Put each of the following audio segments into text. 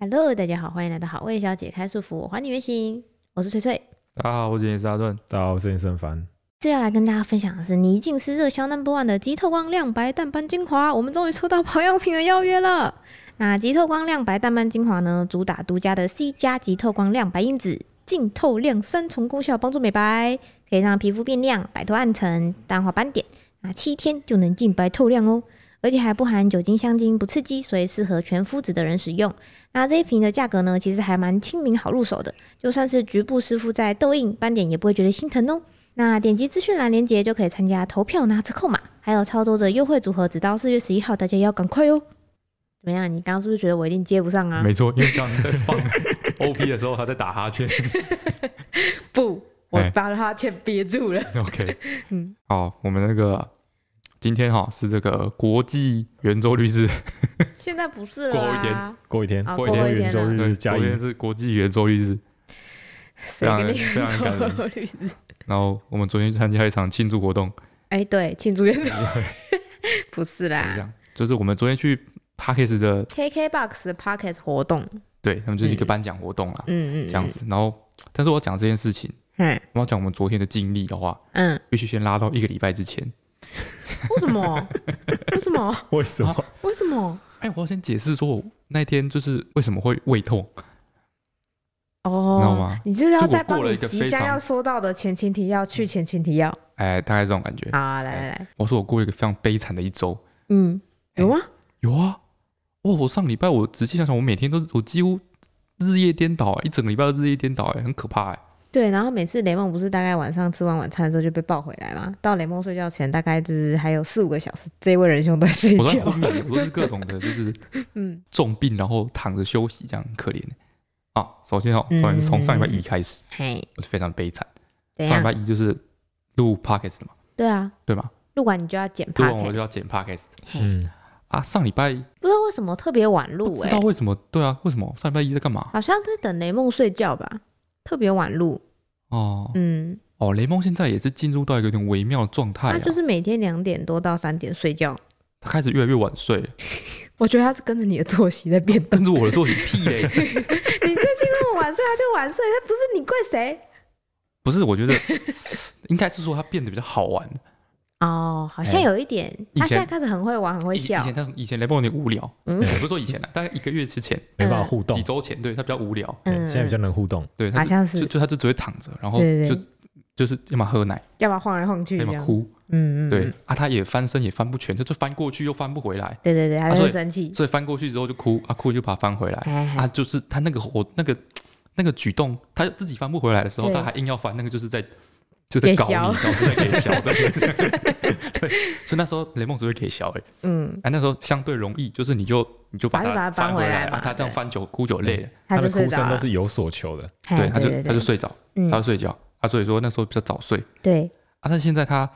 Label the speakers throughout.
Speaker 1: Hello，大家好，欢迎来到好味小姐开束缚，我还你原形，我是翠翠。
Speaker 2: 大家好，啊我今天是阿顿。
Speaker 3: 大家好，我是林胜凡。
Speaker 1: 接下来跟大家分享的是泥净丝热销 Number One 的极透光亮白淡斑精华，我们终于收到保养品的邀约了。那极透光亮白淡斑精华呢，主打独家的 C 加极透光亮白因子，净透亮三重功效，帮助美白，可以让皮肤变亮，摆脱暗沉、淡化斑点。那七天就能净白透亮哦，而且还不含酒精、香精，不刺激，所以适合全肤质的人使用。那这一瓶的价格呢，其实还蛮亲民，好入手的，就算是局部湿敷在痘印、斑点也不会觉得心疼哦。那点击资讯栏链接就可以参加投票拿折扣码，还有超多的优惠组合，直到四月十一号，大家要赶快哦。怎么样？你刚刚是不是觉得我一定接不上啊？
Speaker 2: 没错，因为刚刚在放 OP 的时候，他在打哈欠。
Speaker 1: 不，我
Speaker 2: 哎
Speaker 1: 把它全憋住了。
Speaker 2: OK，
Speaker 1: 嗯
Speaker 2: 好，我们那个今天哈是这个国际圆周率日，
Speaker 1: 现在不是
Speaker 2: 过
Speaker 1: 了
Speaker 2: 一
Speaker 1: 啊
Speaker 2: 天。
Speaker 3: 过一天，
Speaker 1: 好
Speaker 2: 哦过一天啊
Speaker 3: 圆周
Speaker 1: 过一
Speaker 2: 对，
Speaker 3: 日加
Speaker 2: 昨
Speaker 3: 一，
Speaker 2: 天是国际圆周率日。
Speaker 1: 谁
Speaker 2: 非常
Speaker 1: 跟你
Speaker 2: 非常感人
Speaker 1: 做律师？
Speaker 2: 然后我们昨天去参加一场庆祝活动，
Speaker 1: 哎，对，庆祝元首 不是
Speaker 2: 怎么
Speaker 1: 啦
Speaker 2: 讲？就是我们昨天去 Parkes 的，
Speaker 1: ，KKBOX 的 Pocket 活动，
Speaker 2: 对他们就是一个
Speaker 1: 嗯
Speaker 2: 颁奖活动啦，
Speaker 1: 嗯嗯，
Speaker 2: 这样子。然后，但是我要讲这件事情，
Speaker 1: 嗯，
Speaker 2: 我要讲我们昨天的经历的话，
Speaker 1: 嗯
Speaker 2: 必须先拉到一个礼拜之前。
Speaker 1: 嗯，为什么？为什么？
Speaker 3: 为什么？
Speaker 1: 为什么？
Speaker 2: 哎，我要先解释说，我那天就是为什么会胃痛。
Speaker 1: 哦，
Speaker 2: 你知道吗
Speaker 1: 你就是要
Speaker 2: 就我
Speaker 1: 再帮
Speaker 2: 过了
Speaker 1: 你
Speaker 2: 一个
Speaker 1: 即
Speaker 2: 非
Speaker 1: 将
Speaker 2: 常
Speaker 1: 要说到的前情提要去前情提要。
Speaker 2: 哎，大概这种感觉。
Speaker 1: 好啊，来
Speaker 2: 哎
Speaker 1: 来来，
Speaker 2: 我说我过了一个非常悲惨的一周。
Speaker 1: 嗯，有吗？
Speaker 2: 有啊，哇！我上礼拜我仔细想想，我每天都我几乎日夜颠倒、啊一整个礼拜都日夜颠倒、哎，很可怕、哎。
Speaker 1: 对，然后每次雷梦不是大概晚上吃完晚餐的时候就被抱回来嘛，到雷梦睡觉前大概就是还有四五个小时，这位仁兄都在睡
Speaker 2: 我在
Speaker 1: 觉
Speaker 2: 昏。迷，我都是各种的， 就是
Speaker 1: 嗯，
Speaker 2: 重病，然后躺着休息，这样很可怜、啊，首先哦，
Speaker 1: 嗯
Speaker 2: 首先是从上礼拜一开始，
Speaker 1: 嘿，
Speaker 2: 我就非常悲惨。
Speaker 1: 怎
Speaker 2: 上礼拜
Speaker 1: 样？
Speaker 2: 一就是录 podcast 的嘛，
Speaker 1: 对啊，
Speaker 2: 对吗？
Speaker 1: 录完你就要剪
Speaker 2: 录
Speaker 1: p
Speaker 2: 完我就
Speaker 1: o
Speaker 2: 要剪 podcast
Speaker 3: 嗯，
Speaker 2: 啊。上礼拜
Speaker 1: 不知道为什么特别晚
Speaker 2: 不
Speaker 1: 录
Speaker 2: 知
Speaker 1: 哎、
Speaker 2: 道为什么，对啊，为什么上礼拜一在干嘛？
Speaker 1: 好像在等雷梦睡觉吧，特别晚录。
Speaker 2: 哦
Speaker 1: 嗯，
Speaker 2: 哦，雷蒙现在也是进入到一个有点微妙的状态
Speaker 1: 他
Speaker 2: 啊
Speaker 1: 就，是每天两点多到三点睡觉。
Speaker 2: 他开始越来越晚睡了，
Speaker 1: 我觉得他是跟着你的作息在变动。
Speaker 2: 跟着我的作息屁 嘞、
Speaker 1: 你最近问我晚睡，他就晚睡，他不是你怪谁？
Speaker 2: 不是，我觉得 应该是说它变得比较好玩。
Speaker 1: 哦，好像
Speaker 2: 哎
Speaker 1: 有一点，
Speaker 2: 以
Speaker 1: 他现在
Speaker 2: 前
Speaker 1: 开始很会玩，很会
Speaker 2: 以以
Speaker 1: 笑。
Speaker 2: 前他以前雷暴有点无聊，
Speaker 1: 嗯
Speaker 2: 我不是说以前啊，大概一个月之前、
Speaker 3: 没办法互动
Speaker 2: 几，周前，对他比较无聊，
Speaker 3: 对现在比较能互动。
Speaker 2: 对
Speaker 1: 嗯好
Speaker 2: 他就
Speaker 1: 像，
Speaker 2: 就是就他就只会躺着，然后
Speaker 1: 对对
Speaker 2: 就
Speaker 1: 对
Speaker 2: 就是要么喝奶，
Speaker 1: 要么晃来晃去这
Speaker 2: 要么
Speaker 1: 样。
Speaker 2: 哭，
Speaker 1: 嗯嗯，嗯
Speaker 2: 对啊，他也翻身也翻不全，他就翻过去又翻不回来，
Speaker 1: 对对对，他
Speaker 2: 啊
Speaker 1: 就
Speaker 2: 所
Speaker 1: 会
Speaker 2: 以
Speaker 1: 生气。
Speaker 2: 所以翻过去之后就哭啊，哭了就把它翻回来
Speaker 1: 哎，
Speaker 2: 啊，就是他那个活那个那个举动，他自己翻不回来的时候，
Speaker 1: 对
Speaker 2: 他还硬要翻，那个就是在。就在搞
Speaker 1: 给小
Speaker 2: 你，搞是在给小 的， 对，所以那时候雷梦只会给小而已
Speaker 1: 嗯，
Speaker 2: 哎，那时候相对容易，就是你就你就把
Speaker 1: 他就把它
Speaker 2: 它
Speaker 1: 搬
Speaker 2: 翻
Speaker 1: 回
Speaker 2: 回
Speaker 1: 来
Speaker 2: 来
Speaker 1: 嘛
Speaker 2: 啊，他这样
Speaker 1: 对
Speaker 2: 翻久哭久累了，
Speaker 1: 他
Speaker 3: 的
Speaker 1: 就睡
Speaker 3: 哭
Speaker 1: 着
Speaker 3: 声
Speaker 1: 了
Speaker 3: 都。是有所求 的，
Speaker 1: 嘿
Speaker 2: 对，他就
Speaker 1: 嗯对
Speaker 2: 他就睡着，
Speaker 1: 嗯
Speaker 2: 他就睡觉，他所以说那时候比较早睡
Speaker 1: 对
Speaker 2: 啊，但现在他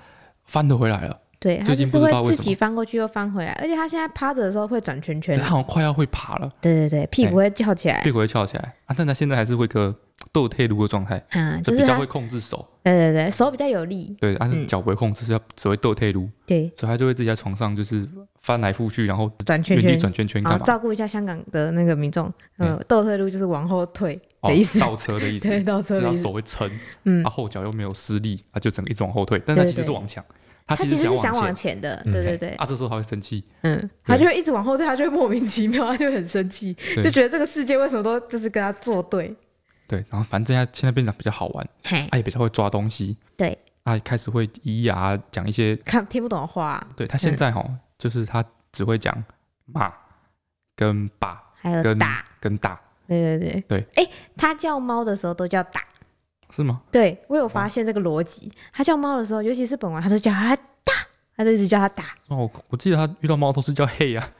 Speaker 2: 翻得回来了，
Speaker 1: 对，他
Speaker 2: 最
Speaker 1: 就
Speaker 2: 近
Speaker 1: 是
Speaker 2: 不知道
Speaker 1: 会
Speaker 2: 为
Speaker 1: 自
Speaker 2: 什
Speaker 1: 己
Speaker 2: 么
Speaker 1: 翻过去又翻回来，而且他现在趴着的时候会转圈圈
Speaker 2: 对。他好像快要会爬了，
Speaker 1: 对对对，屁股
Speaker 2: 哎
Speaker 1: 会翘起来
Speaker 2: 屁。股会翘起来啊，但他现在还是会个斗退路的状态，
Speaker 1: 嗯，
Speaker 2: 就
Speaker 1: 就是
Speaker 2: 比较
Speaker 1: 他
Speaker 2: 会，控制手，
Speaker 1: 对对对，手比较有力。
Speaker 2: 对，但是
Speaker 1: 嗯
Speaker 2: 脚不会控制，是要只会斗退路，
Speaker 1: 对，
Speaker 2: 所以他就会自己在床上就是翻来覆去，然后
Speaker 1: 转圈啊
Speaker 2: 原地
Speaker 1: 圈。
Speaker 2: 转圈圈
Speaker 1: 好，
Speaker 2: 干嘛？
Speaker 1: 照顾一下香港的那个民众，嗯，倒退路就是往后退
Speaker 2: 哦
Speaker 1: 的意，思，
Speaker 2: 倒车的意 思，
Speaker 1: 对，倒车
Speaker 2: 就是
Speaker 1: 的
Speaker 2: 他
Speaker 1: 意思。
Speaker 2: 手会撑，
Speaker 1: 嗯
Speaker 2: 啊，，后脚又没有施力，他就整个一直往后退，但他
Speaker 1: 对
Speaker 2: 其实是
Speaker 1: 对
Speaker 2: 往前，他
Speaker 1: 他
Speaker 2: 其
Speaker 1: 其
Speaker 2: 实
Speaker 1: 实是想
Speaker 2: 想
Speaker 1: 往
Speaker 2: 往前，
Speaker 1: 前的，
Speaker 3: 嗯
Speaker 1: 对对
Speaker 2: 嘿
Speaker 1: 对，
Speaker 2: 啊，这时候他会生气，
Speaker 1: 嗯，他就会一直往后退，他就会莫名其妙，他就会很生气，
Speaker 2: 对
Speaker 1: 就觉得这个世界为什么都就是跟他作对，
Speaker 2: 对，然后反正现在现在变得比较好玩，
Speaker 1: 嘿，
Speaker 2: 他也比较会抓东西，
Speaker 1: 对，
Speaker 2: 他也开始会咿呀讲一些，
Speaker 1: 看听不懂的话，
Speaker 2: 对他现在哈、就是他只会讲骂跟爸
Speaker 1: 还有
Speaker 2: 跟
Speaker 1: 呃打，
Speaker 2: 跟大
Speaker 1: 对对对
Speaker 2: 对，
Speaker 1: 哎，他叫猫的时候都叫打，
Speaker 2: 是吗？
Speaker 1: 对我有发现这个逻辑，他叫猫的时候，尤其是本丸，他都叫他打，他就一直叫他打，
Speaker 2: 是吗？我我记得他遇到猫都是叫嘿啊，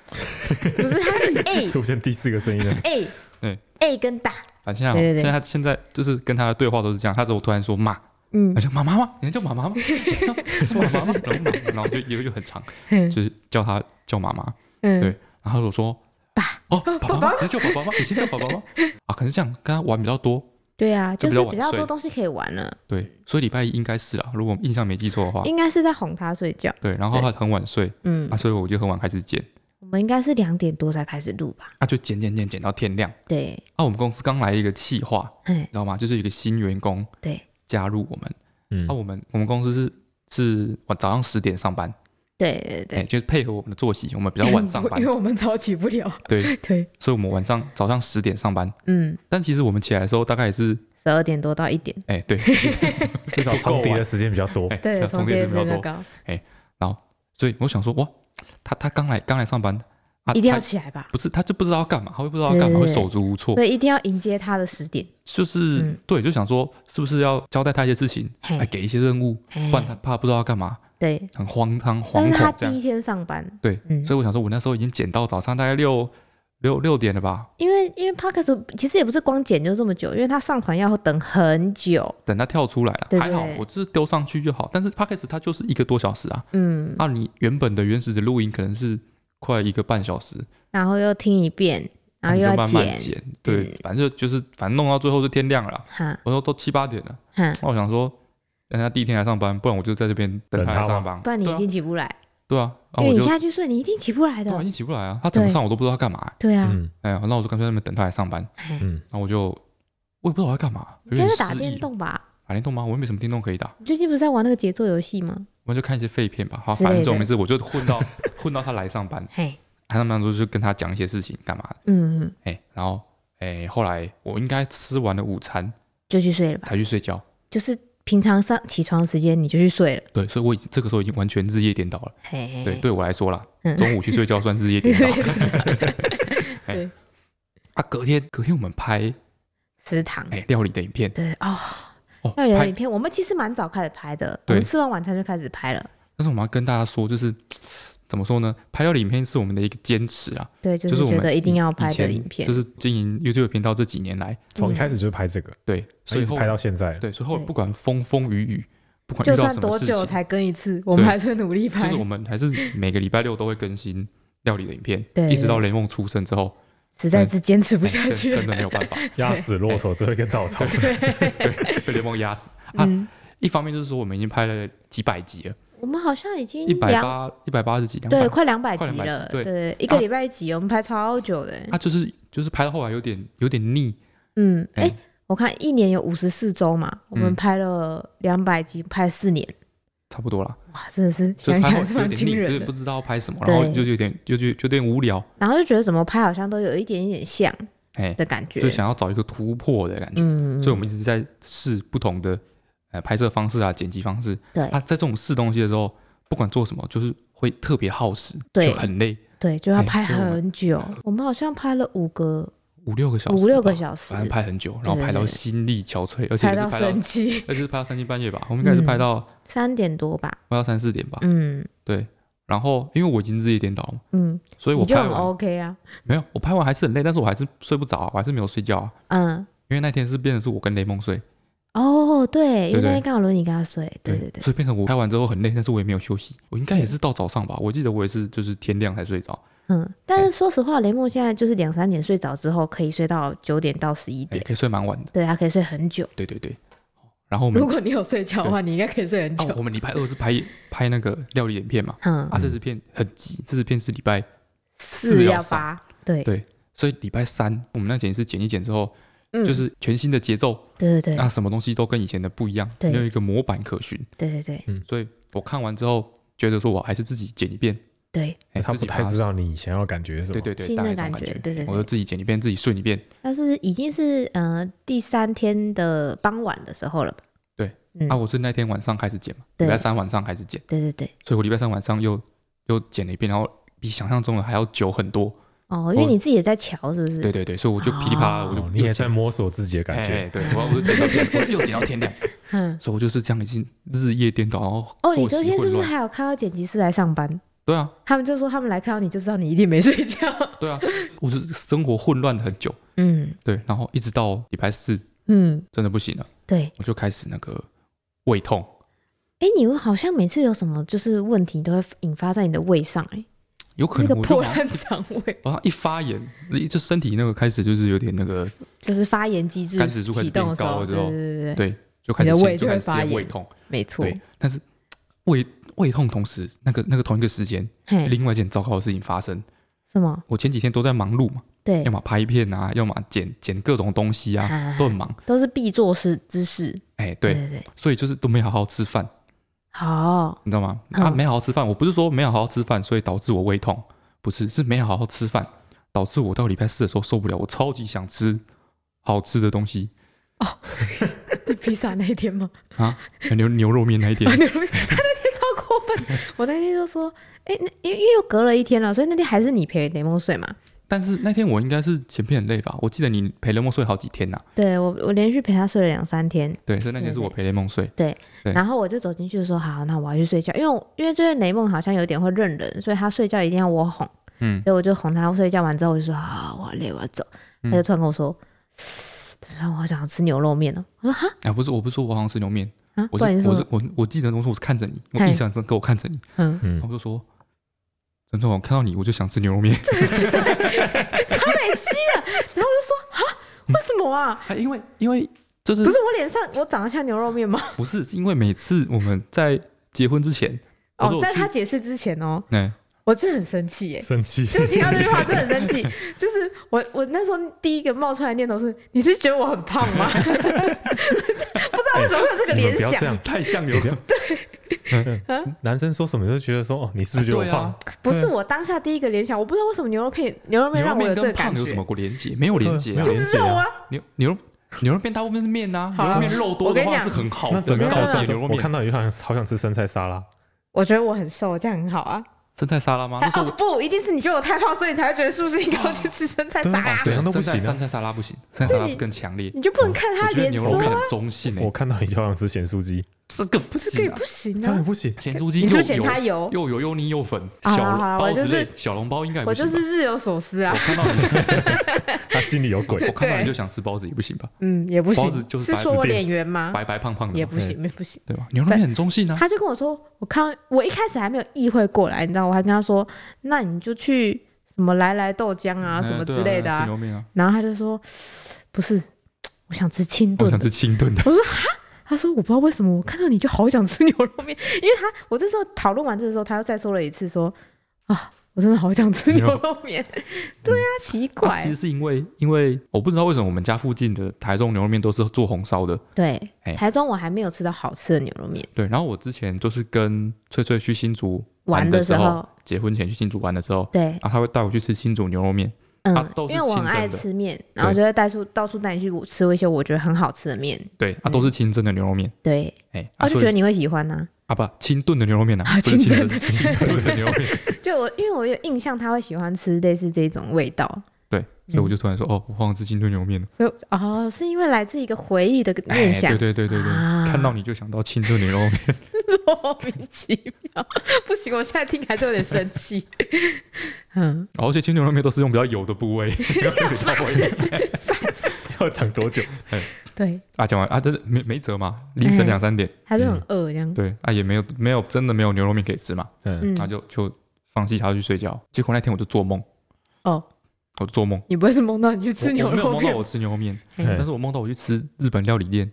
Speaker 1: 不是他是哎
Speaker 3: 出现第四个声音了。
Speaker 1: 哎
Speaker 2: 对
Speaker 1: 哎跟打，
Speaker 2: 反正现在吼、
Speaker 1: 对对对
Speaker 2: 现在他现在就是跟他的对话都是这样，他如果突然说骂，
Speaker 1: 嗯
Speaker 2: 他，就妈妈吗？你能叫 妈妈吗？是妈妈吗？然后妈然后就又又很长，
Speaker 1: 嗯
Speaker 2: 就是叫他叫妈妈。
Speaker 1: 嗯
Speaker 2: 对然 后我说：“爸，哦，爸爸吗？你在叫爸爸吗？你先叫爸爸吗？”啊，可能这样跟他玩比较多，
Speaker 1: 对啊，
Speaker 2: 就
Speaker 1: 就
Speaker 2: 比较
Speaker 1: 是比较
Speaker 2: 晚
Speaker 1: 多
Speaker 2: 睡
Speaker 1: 东西可以玩了，
Speaker 2: 对，所以礼拜一应该是啦，如果我印象没记错的话，
Speaker 1: 应该是在哄他睡觉。
Speaker 2: 对，然后他很晚睡
Speaker 1: 嗯
Speaker 2: 啊，，所以我就很晚开始剪，
Speaker 1: 我们应该是两点多才开始录吧？
Speaker 2: 啊，就剪剪剪剪到天亮。
Speaker 1: 对，
Speaker 2: 啊，我们公司刚来一个企划，
Speaker 1: 哎
Speaker 2: 你，知道吗？就是有一个新员工
Speaker 1: 对
Speaker 2: 加入我们，
Speaker 3: 嗯
Speaker 2: 啊，，我们我们公司是是晚早上十点上班，
Speaker 1: 对对
Speaker 2: 哎、
Speaker 1: 对，
Speaker 2: 就是配合我们的作息，我们比较晚上 班
Speaker 1: 因，为我们早起不了。
Speaker 2: 对，
Speaker 1: 对，
Speaker 2: 所以我们晚上早上十点上班，
Speaker 1: 嗯，
Speaker 2: 但其实我们起来的时候大概也是，
Speaker 1: 十二点多到一点，
Speaker 2: 哎、 对，其实
Speaker 3: 至少重叠的时间比较多
Speaker 2: 哎、。
Speaker 1: 对，
Speaker 2: 重
Speaker 1: 从
Speaker 2: 叠
Speaker 1: 电
Speaker 2: 是
Speaker 1: 视
Speaker 2: 比较
Speaker 1: 那
Speaker 2: 多，
Speaker 1: 个
Speaker 2: 所以我想说，哇，他他刚来刚来上班，啊，
Speaker 1: 一定要
Speaker 2: 他
Speaker 1: 起来吧，
Speaker 2: 不是他就不知道要干嘛，他会不知道要干嘛，
Speaker 1: 对对
Speaker 2: 会
Speaker 1: 对
Speaker 2: 手足无措
Speaker 1: 所，以一定要迎接他的十点。
Speaker 2: 就是、
Speaker 1: 嗯
Speaker 2: 对，就想说是不是要交代他一些事情，
Speaker 1: 嘿
Speaker 2: 哎，给一些任务，
Speaker 1: 哎
Speaker 2: 不然他怕不知道要干嘛，
Speaker 1: 对，
Speaker 2: 很慌张
Speaker 1: 但
Speaker 2: 惶
Speaker 1: 是他
Speaker 2: 恐这
Speaker 1: 第
Speaker 2: 样
Speaker 1: 一。天上班，
Speaker 2: 对，
Speaker 1: 嗯，
Speaker 2: 所以我想说，我那时候已经剪到早上大概六六六点了吧，
Speaker 1: 因为因为 podcast 其实也不是光剪就这么久，因为他上传要等很久，
Speaker 2: 等他跳出来了，
Speaker 1: 对对
Speaker 2: 还好
Speaker 1: 对
Speaker 2: 我就是丢上去就好。但是 p a c k a g e 它就是一个多小时啊，
Speaker 1: 嗯，
Speaker 2: 那、你原本的原始的录音可能是快一个半小时，
Speaker 1: 然后又听一遍，然后
Speaker 2: 你
Speaker 1: 又
Speaker 2: 就
Speaker 1: 要
Speaker 2: 慢慢
Speaker 1: 剪，
Speaker 2: 剪，对，反正就是反正弄到最后就天亮了啦。
Speaker 1: 哈
Speaker 2: 我说都七八点了，
Speaker 1: 哈，
Speaker 2: 那我想说，人家第一天来上班，不然我就在这边等
Speaker 3: 等
Speaker 2: 他
Speaker 3: 他
Speaker 2: 来上
Speaker 3: 吗
Speaker 1: 哦
Speaker 2: 班，
Speaker 1: 不然你一定起不来，
Speaker 2: 对啊，对啊，然
Speaker 1: 因为
Speaker 2: 后我
Speaker 1: 你
Speaker 2: 就
Speaker 1: 下去睡，你一定起不来
Speaker 2: 对啊，
Speaker 1: 的。
Speaker 2: 一起不来啊，他整个
Speaker 1: 对
Speaker 2: 上午都不知道干嘛、
Speaker 1: 对啊，
Speaker 3: 嗯
Speaker 2: 哎呀，那我就干脆在那边等他来上班，
Speaker 1: 哎
Speaker 3: 嗯，
Speaker 2: 然后我就我也不知道我在干嘛，有
Speaker 1: 应该
Speaker 2: 点
Speaker 1: 是打
Speaker 2: 失忆
Speaker 1: 电动吧？
Speaker 2: 打电动吗？我又没什么电动可以打，
Speaker 1: 你最近不是在玩那个节奏游戏吗？
Speaker 2: 我就看一些废片吧。好，
Speaker 1: 之类
Speaker 2: 反
Speaker 1: 的
Speaker 2: 正总而言之，我就混到 混到他来上班，
Speaker 1: 嘿，
Speaker 2: 他上班的时候就跟他讲一些事情干嘛的，
Speaker 1: 嗯，嗯
Speaker 2: 哎、然后哎、后来我应该吃完了午餐
Speaker 1: 就去睡了吧。
Speaker 2: 才去睡觉，
Speaker 1: 就是平常上起床时间你就去睡了，
Speaker 2: 对，所以我已经这个时候已经完全日夜颠倒了，
Speaker 1: 嘿嘿，
Speaker 2: 对，
Speaker 1: 嘿，
Speaker 2: 对我来说啦，
Speaker 1: 哎嗯
Speaker 2: 中午去睡觉算日夜颠 倒。
Speaker 1: 对，
Speaker 2: 啊，隔天隔天我们拍
Speaker 1: 食堂，
Speaker 2: 哎、料理的影片
Speaker 1: 对哦，
Speaker 2: 哦，
Speaker 1: 要有影
Speaker 2: 拍，
Speaker 1: 片，我们其实蛮早开始拍的，我
Speaker 2: 对
Speaker 1: 们吃完晚餐就开始拍了。
Speaker 2: 但是我们要跟大家说，就是怎么说呢？拍料理影片是我们的一个坚持啊，
Speaker 1: 对，就
Speaker 2: 就是是我
Speaker 1: 觉
Speaker 2: 们
Speaker 1: 得一定要拍
Speaker 2: 以
Speaker 1: 的
Speaker 2: 前
Speaker 1: 影片，
Speaker 2: 就是经营 YouTube 频道这几年来，
Speaker 3: 从一开始就是拍这个，
Speaker 2: 对，所嗯哎
Speaker 3: 所以
Speaker 2: 以
Speaker 3: 一直
Speaker 2: 后
Speaker 3: 拍到现在。
Speaker 2: 对，所以后来
Speaker 1: 对
Speaker 2: 不管风风雨雨，不管
Speaker 1: 就
Speaker 2: 哦遇到
Speaker 1: 算
Speaker 2: 什么
Speaker 1: 多
Speaker 2: 事
Speaker 1: 久
Speaker 2: 情，
Speaker 1: 才更一次，我们
Speaker 2: 对
Speaker 1: 还是会努力
Speaker 2: 就
Speaker 1: 拍
Speaker 2: 是。我们还是每个礼拜六都会更新料理的影片，
Speaker 1: 对
Speaker 2: 一直到雷梦出生之后，
Speaker 1: 实在是坚持不
Speaker 2: 哎
Speaker 1: 下
Speaker 2: 真
Speaker 1: 去
Speaker 2: 真的
Speaker 1: 了。
Speaker 2: 没有办法，
Speaker 3: 压死骆驼最后一根稻草。
Speaker 2: 对，被雷梦压死。啊
Speaker 1: 嗯，
Speaker 2: 一方面就是说我们已经拍了几百集了，
Speaker 1: 我们好像已经
Speaker 2: 一百
Speaker 1: 两
Speaker 2: 八一百八十几，两
Speaker 1: 对
Speaker 2: 百，
Speaker 1: 快两百集
Speaker 2: 快200
Speaker 1: 了，
Speaker 2: 集对
Speaker 1: 对，一个
Speaker 2: 啊
Speaker 1: 礼拜一集，我们拍超久的。
Speaker 2: 啊，就是就是拍到后来有点有点腻，
Speaker 1: 嗯，
Speaker 2: 哎嗯
Speaker 1: 哎，我看一年有五十四周嘛，我们拍了两百集，拍了四年，
Speaker 2: 差不多啦，
Speaker 1: 哇，真的是
Speaker 2: 就是
Speaker 1: 想
Speaker 2: 拍
Speaker 1: 想
Speaker 2: 后
Speaker 1: 是
Speaker 2: 有
Speaker 1: 蛮
Speaker 2: 点腻，
Speaker 1: 惊
Speaker 2: 有
Speaker 1: 人
Speaker 2: 点不
Speaker 1: 的。
Speaker 2: 知道要拍什么，
Speaker 1: 对
Speaker 2: 然后就有点就就就有点无聊，
Speaker 1: 然后就觉得怎么拍好像都有一点一点像
Speaker 2: 哎，
Speaker 1: 的感觉
Speaker 2: 就，想要找一个突破的感觉，
Speaker 1: 嗯，
Speaker 2: 所以我们一直在试不同的呃拍摄方式啊、剪辑方式。
Speaker 1: 对
Speaker 2: 啊，在这种试东西的时候，不管做什么，就是会特别耗时，
Speaker 1: 对
Speaker 2: 就很累，
Speaker 1: 对，就要
Speaker 2: 哎
Speaker 1: 拍
Speaker 2: 所以我们
Speaker 1: 很久，我们好像拍了五个
Speaker 2: 五六个小时吧，
Speaker 1: 五六个小时
Speaker 2: 反，正拍很久，
Speaker 1: 对
Speaker 2: 然后拍到
Speaker 1: 对对
Speaker 2: 心力憔悴，而且
Speaker 1: 拍
Speaker 2: 也是
Speaker 1: 到
Speaker 2: 拍到
Speaker 1: 生，气，
Speaker 2: 而且是拍到三更半夜吧，我们应该是拍到
Speaker 1: 三点多吧，
Speaker 2: 拍到三四点吧，
Speaker 1: 嗯
Speaker 2: 对。然后因为我已经日夜颠倒了嘛，
Speaker 1: 嗯，
Speaker 2: 所以我
Speaker 1: 你就
Speaker 2: 拍
Speaker 1: 很
Speaker 2: 完
Speaker 1: OK 啊，
Speaker 2: 没有，我拍完还是很累，但是我还是睡不着啊，我还是没有睡觉啊，
Speaker 1: 嗯，
Speaker 2: 因为那天是变成是我跟雷梦睡，
Speaker 1: 哦，对，因为
Speaker 2: 对对
Speaker 1: 那天刚好轮你跟他睡，对对对，
Speaker 2: 所以变成我拍完之后很累，但是我也没有休息，我应该也是到早上吧，我记得我也是就是天亮才睡着，
Speaker 1: 嗯，但是说实话，雷梦现在就是两三点睡着之后，可以睡到九点到十一
Speaker 2: 哎，
Speaker 1: 点，
Speaker 2: 可以睡蛮晚的，
Speaker 1: 对，他可以睡很久。
Speaker 2: 对对对。然后我们
Speaker 1: 如果你有睡觉的话，你应该可以睡很久
Speaker 2: 哦，。我们礼拜二是拍拍那个料理影片嘛，
Speaker 1: 嗯，
Speaker 2: 啊，这支片很急，这支片是礼拜，
Speaker 1: 四
Speaker 2: 要
Speaker 1: 要
Speaker 2: 上
Speaker 1: 八，对，
Speaker 2: 对所以礼拜三我们那剪是剪一剪之后，
Speaker 1: 嗯
Speaker 2: 就是啊全新的节奏，
Speaker 1: 对对对
Speaker 2: 那什么东西都跟以前的不一样，
Speaker 1: 对
Speaker 2: 没有一个模板可循，
Speaker 1: 对对对
Speaker 2: 所以我看完之后觉得说我还是自己剪一遍，
Speaker 1: 对，
Speaker 2: 哎，
Speaker 3: 他
Speaker 2: 自
Speaker 3: 不
Speaker 2: 己把
Speaker 3: 太
Speaker 2: 它
Speaker 3: 知，道你想要感觉是什么。
Speaker 2: 对对对，
Speaker 1: 新
Speaker 2: 大
Speaker 1: 的
Speaker 2: 概这种
Speaker 1: 感
Speaker 2: 感
Speaker 1: 觉对对对
Speaker 2: 我就自己剪一遍，自己顺一遍，
Speaker 1: 但是已经是呃第三天的傍晚的时候了吧？
Speaker 2: 对，
Speaker 1: 嗯
Speaker 2: 啊，，我是那天晚上开始剪嘛，礼
Speaker 1: 对
Speaker 2: 拜三晚上开始剪，
Speaker 1: 对对对，
Speaker 2: 所以我礼拜三晚上又又剪了一遍，然后比想象中的还要久很多，
Speaker 1: 哦，因为
Speaker 2: 我
Speaker 1: 你自己也在瞧，是不是？
Speaker 2: 对对对，所以我就噼里啪啦，
Speaker 1: 哦
Speaker 2: 我就
Speaker 3: 哦，
Speaker 2: 又
Speaker 3: 你也
Speaker 2: 剪
Speaker 3: 在摸索自己的感
Speaker 2: 哎
Speaker 3: 觉。
Speaker 2: 对，我我就剪到天，我又剪到天亮，
Speaker 1: 嗯，
Speaker 2: 所以我就是这样已经日夜颠倒，然后
Speaker 1: 哦，你
Speaker 2: 作
Speaker 1: 昨
Speaker 2: 息
Speaker 1: 天是
Speaker 2: 混
Speaker 1: 不是
Speaker 2: 乱。
Speaker 1: 还有看到剪辑师来上班？
Speaker 2: 对啊，
Speaker 1: 他们就说他们来看到你就知道你一定没睡觉。
Speaker 2: 对啊， 我就是生活混乱很久，
Speaker 1: 嗯
Speaker 2: 对，然后一直到礼拜四
Speaker 1: 嗯，
Speaker 2: 真的不行了，
Speaker 1: 对。
Speaker 2: 我就开始那个胃痛，
Speaker 1: 哎，你好像每次有什么就是问题都会引发在你的胃上哎、
Speaker 2: 有可
Speaker 1: 这个
Speaker 2: 能我就
Speaker 1: 破
Speaker 2: 马上
Speaker 1: 烂肠胃，
Speaker 2: 我一发炎，就身体那个开始就是有点那个，
Speaker 1: 就是发炎机制
Speaker 2: 肝指数开始
Speaker 1: 启动的时
Speaker 2: 变高
Speaker 1: 候，
Speaker 2: 了之
Speaker 1: 对
Speaker 2: 后
Speaker 1: 对对对对，
Speaker 2: 对，就开始
Speaker 1: 你的胃
Speaker 2: 先就
Speaker 1: 就会
Speaker 2: 开始
Speaker 1: 发
Speaker 2: 先
Speaker 1: 炎
Speaker 2: 胃痛，
Speaker 1: 没错，
Speaker 2: 对，但是胃胃痛同时，那个那个同一个时间，
Speaker 1: 嘿，
Speaker 2: 另外一件糟糕的事情发生。
Speaker 1: 什么？
Speaker 2: 我前几天都在忙碌嘛，
Speaker 1: 对
Speaker 2: 要，么拍片啊，要么剪剪各种东西啊，
Speaker 1: 啊
Speaker 2: 都很忙。
Speaker 1: 都是必做事之事，
Speaker 2: 哎，
Speaker 1: 对
Speaker 2: 对，
Speaker 1: 对对，
Speaker 2: 所以就是都没好好吃饭，
Speaker 1: 好，
Speaker 2: 你知道吗？啊，
Speaker 1: 嗯
Speaker 2: 没好好吃饭，我不是说没有好好吃饭，所以导致我胃痛，不是，是没好好吃饭，导致我到礼拜四的时候受不了，我超级想吃好吃的东西
Speaker 1: 对披萨那一天吗？
Speaker 2: 啊，牛牛肉面那一天
Speaker 1: 啊，牛肉面，他那天超过分，我那天就说，哎、那因为因为又隔了一天了，所以那天还是你陪雷蒙睡嘛？
Speaker 2: 但是那天我应该是前片很累吧？我记得你陪雷梦睡好几天呐、
Speaker 1: 对我，我连续陪他睡了两三天，
Speaker 2: 对，所以那天是我陪雷梦睡。对
Speaker 1: 然后我就走进去说，好，那我要去睡觉，因为我因为最近雷梦好像有点会认人，所以他睡觉一定要我哄，
Speaker 2: 嗯，
Speaker 1: 所以我就哄他睡觉完之后，我就说，好，我好累，我要走。
Speaker 2: 嗯
Speaker 1: 他就突然跟我说，他说我好想要吃牛肉面哦，我说哈
Speaker 2: 哎、不是，我不是说我好像吃牛面，
Speaker 1: 啊，不
Speaker 2: 我是
Speaker 1: 然你
Speaker 2: 我
Speaker 1: 说
Speaker 2: 是，我我记得那时候我是看着你，我
Speaker 1: 嗨
Speaker 2: 印象中跟我看着你，
Speaker 1: 嗯，
Speaker 3: 嗯
Speaker 2: 然后，我就说，陈总，我看到你我就想吃牛 肉面，
Speaker 1: 超美西的， 然后我就说，哈，为什么啊？
Speaker 2: 啊因为因为就是
Speaker 1: 不是我脸上我长得像牛肉面吗？
Speaker 2: 不是是因为每次我们在结婚之前，我
Speaker 1: 哦，
Speaker 2: 说我
Speaker 1: 在
Speaker 2: 去
Speaker 1: 他解释之前哦，
Speaker 2: 哎、
Speaker 1: 我真的很生气耶，
Speaker 3: 生气，
Speaker 1: 就是听到这句话真的很生 气。就是我我那时候第一个冒出来的念头是，你是觉得我很胖吗？不知道为什么会有这个
Speaker 3: 你
Speaker 1: 联
Speaker 3: 们嗯不要这
Speaker 1: 想，
Speaker 3: 样，嗯
Speaker 2: 太像牛了，
Speaker 3: 男生说什么就觉得说哦，你是不是觉得
Speaker 2: 啊对
Speaker 3: 我
Speaker 2: 啊
Speaker 3: 胖？
Speaker 1: 不是我当下第一个联想，我不知道为什么牛肉片牛肉面
Speaker 2: 牛肉
Speaker 1: 让我
Speaker 2: 面
Speaker 1: 有这个
Speaker 2: 跟
Speaker 1: 感
Speaker 2: 胖
Speaker 1: 觉
Speaker 2: 有，什么连接？没有
Speaker 3: 对
Speaker 2: 连接啊
Speaker 3: 呃没有，
Speaker 1: 就是肉啊，
Speaker 2: 牛牛肉牛肉面大部分是面呐、
Speaker 1: 好
Speaker 2: 牛
Speaker 1: 啊
Speaker 2: 肉面肉多
Speaker 1: 我跟
Speaker 2: 的
Speaker 1: 你
Speaker 2: 话
Speaker 1: 讲
Speaker 2: 是很好
Speaker 3: 那
Speaker 2: 的，
Speaker 3: 怎么样
Speaker 2: 啊高
Speaker 3: 好
Speaker 1: 我
Speaker 2: 级
Speaker 3: 想
Speaker 2: 的牛肉
Speaker 3: 我
Speaker 2: 面？
Speaker 3: 看到你就好像好想吃生菜沙拉，
Speaker 1: 我觉得我很瘦，这样很好啊。
Speaker 2: 生菜沙拉吗？那时候
Speaker 1: 哦
Speaker 2: 我
Speaker 1: 不，一定是你觉得我太胖，所以你才会觉得是不是应该要去吃生菜沙
Speaker 3: 对
Speaker 1: 拉
Speaker 3: 啊？怎样都不行啊
Speaker 2: 生菜生菜沙拉不行，生菜
Speaker 1: 对
Speaker 2: 沙拉
Speaker 1: 你
Speaker 2: 更强烈。
Speaker 1: 你就不能看他
Speaker 2: 我
Speaker 1: 的
Speaker 2: 觉
Speaker 1: 脸
Speaker 2: 得牛
Speaker 1: 色
Speaker 2: 肉面
Speaker 1: 啊，
Speaker 2: 很中性
Speaker 3: 我
Speaker 2: 哎，
Speaker 3: 看到你就好想吃咸酥鸡，
Speaker 2: 这个不
Speaker 1: 这个
Speaker 2: 行
Speaker 1: 也
Speaker 2: 啊
Speaker 1: 不！行
Speaker 3: 这样
Speaker 1: 啊
Speaker 3: 也。不行。
Speaker 2: 咸猪鸡
Speaker 1: 你是不
Speaker 2: 又
Speaker 1: 是嫌它
Speaker 2: 油
Speaker 1: 油？
Speaker 2: 又油又腻又粉，
Speaker 1: 啊好啦
Speaker 2: 小
Speaker 1: 好啦
Speaker 2: 笼包
Speaker 1: 我就
Speaker 2: 之
Speaker 1: 是
Speaker 2: 类小笼包应该
Speaker 1: 我
Speaker 2: 也不行
Speaker 1: 就
Speaker 2: 吧。
Speaker 1: 是日有所思啊
Speaker 2: 我。看到你，
Speaker 3: 他心里有
Speaker 2: 我
Speaker 3: 鬼，
Speaker 2: 看到
Speaker 1: 对
Speaker 2: 你就想吃包子也不行吧？
Speaker 1: 嗯，也不
Speaker 2: 包
Speaker 1: 行
Speaker 2: 子，就是是白
Speaker 1: 说
Speaker 2: 纸
Speaker 1: 我
Speaker 3: 店
Speaker 1: 脸圆吗？
Speaker 2: 白白胖胖的
Speaker 1: 嗯也
Speaker 2: 嘛，
Speaker 1: 不行，不行。
Speaker 2: 对吧？牛肉面很中性啊，
Speaker 1: 他就跟我说，我看我一开始还没有意会过来，你知道，我还跟他说，那你就去什么来来豆浆啊，
Speaker 2: 嗯
Speaker 1: 什么
Speaker 2: 对
Speaker 1: 之类的
Speaker 2: 吃
Speaker 1: 啊。
Speaker 2: 牛肉面啊，
Speaker 1: 然后他就说，不是，我想吃清
Speaker 2: 我
Speaker 1: 炖
Speaker 2: 想
Speaker 1: 的。
Speaker 2: 吃清炖的。
Speaker 1: 我说哈。他说：“我不知道为什么，我看到你就好想吃牛肉面，因为他我这时候讨论完这的时候，他又再说了一次说啊，我真的好想 吃牛肉面。对啊，奇
Speaker 2: 啊
Speaker 1: 怪
Speaker 2: 其，实是因为，因为我不知道为什么我们家附近的台中牛肉面都是做红烧的，
Speaker 1: 对，
Speaker 2: 哎
Speaker 1: 台中我还没有吃到好吃的牛肉面。
Speaker 2: 对。然后我之前就是跟翠翠去新竹
Speaker 1: 玩
Speaker 2: 的
Speaker 1: 的时
Speaker 2: 候
Speaker 1: 候，，
Speaker 2: 结婚前去新竹玩的时候，
Speaker 1: 对，
Speaker 2: 啊，他会带我去吃新竹牛肉面，
Speaker 1: 嗯，
Speaker 2: 啊都是
Speaker 1: 因为我很
Speaker 2: 清蒸
Speaker 1: 爱
Speaker 2: 的
Speaker 1: 吃面，然后就会带出到处带你去吃一些我觉得很好吃的面，
Speaker 2: 对，啊，都是清蒸的牛肉面，
Speaker 1: 对，
Speaker 2: 哎，
Speaker 1: 我嗯
Speaker 2: 啊，
Speaker 1: 哦就
Speaker 2: 所
Speaker 1: 觉得
Speaker 2: 以
Speaker 1: 你会喜欢呐、
Speaker 2: 啊，不，清炖的牛肉面
Speaker 1: 啊
Speaker 2: 啊，不是
Speaker 1: 清
Speaker 2: 清
Speaker 1: 蒸
Speaker 2: 蒸，清炖的牛肉 面，
Speaker 1: 就我因为我有印象他会喜欢吃类似这种味道，
Speaker 2: 对，所以我就突然说，哦，我好想吃清炖牛肉面了，
Speaker 1: 所以哦，是因为来自一个回忆的念
Speaker 2: 哎，
Speaker 1: 想，
Speaker 2: 对对对对对
Speaker 1: 啊，
Speaker 2: 看到你就想到清炖牛肉面，
Speaker 1: 莫名其妙， 不行，我现在听还是有点生气，嗯，
Speaker 2: 哦而且清炖牛肉面都是用比较油的部 位，没有比较味。
Speaker 3: 要讲多久？
Speaker 1: 对，
Speaker 2: 啊，讲完啊，真的没没辙嘛，凌晨
Speaker 1: 哎
Speaker 2: 两三点，
Speaker 1: 他就很饿这样，
Speaker 2: 对啊，也没有没有真的没有牛肉面可以吃嘛，
Speaker 3: 嗯，
Speaker 1: 嗯，
Speaker 2: 那就就放弃他去睡觉。结果那天我就做梦，
Speaker 1: 哦，
Speaker 2: 我做梦，
Speaker 1: 你不会是梦到你去
Speaker 2: 我
Speaker 1: 吃牛
Speaker 2: 我没有
Speaker 1: 肉
Speaker 2: 梦到
Speaker 1: 面
Speaker 2: 我？吃牛肉面，
Speaker 1: 嘿
Speaker 3: 哎
Speaker 2: 但是我梦到我去吃日本料理店，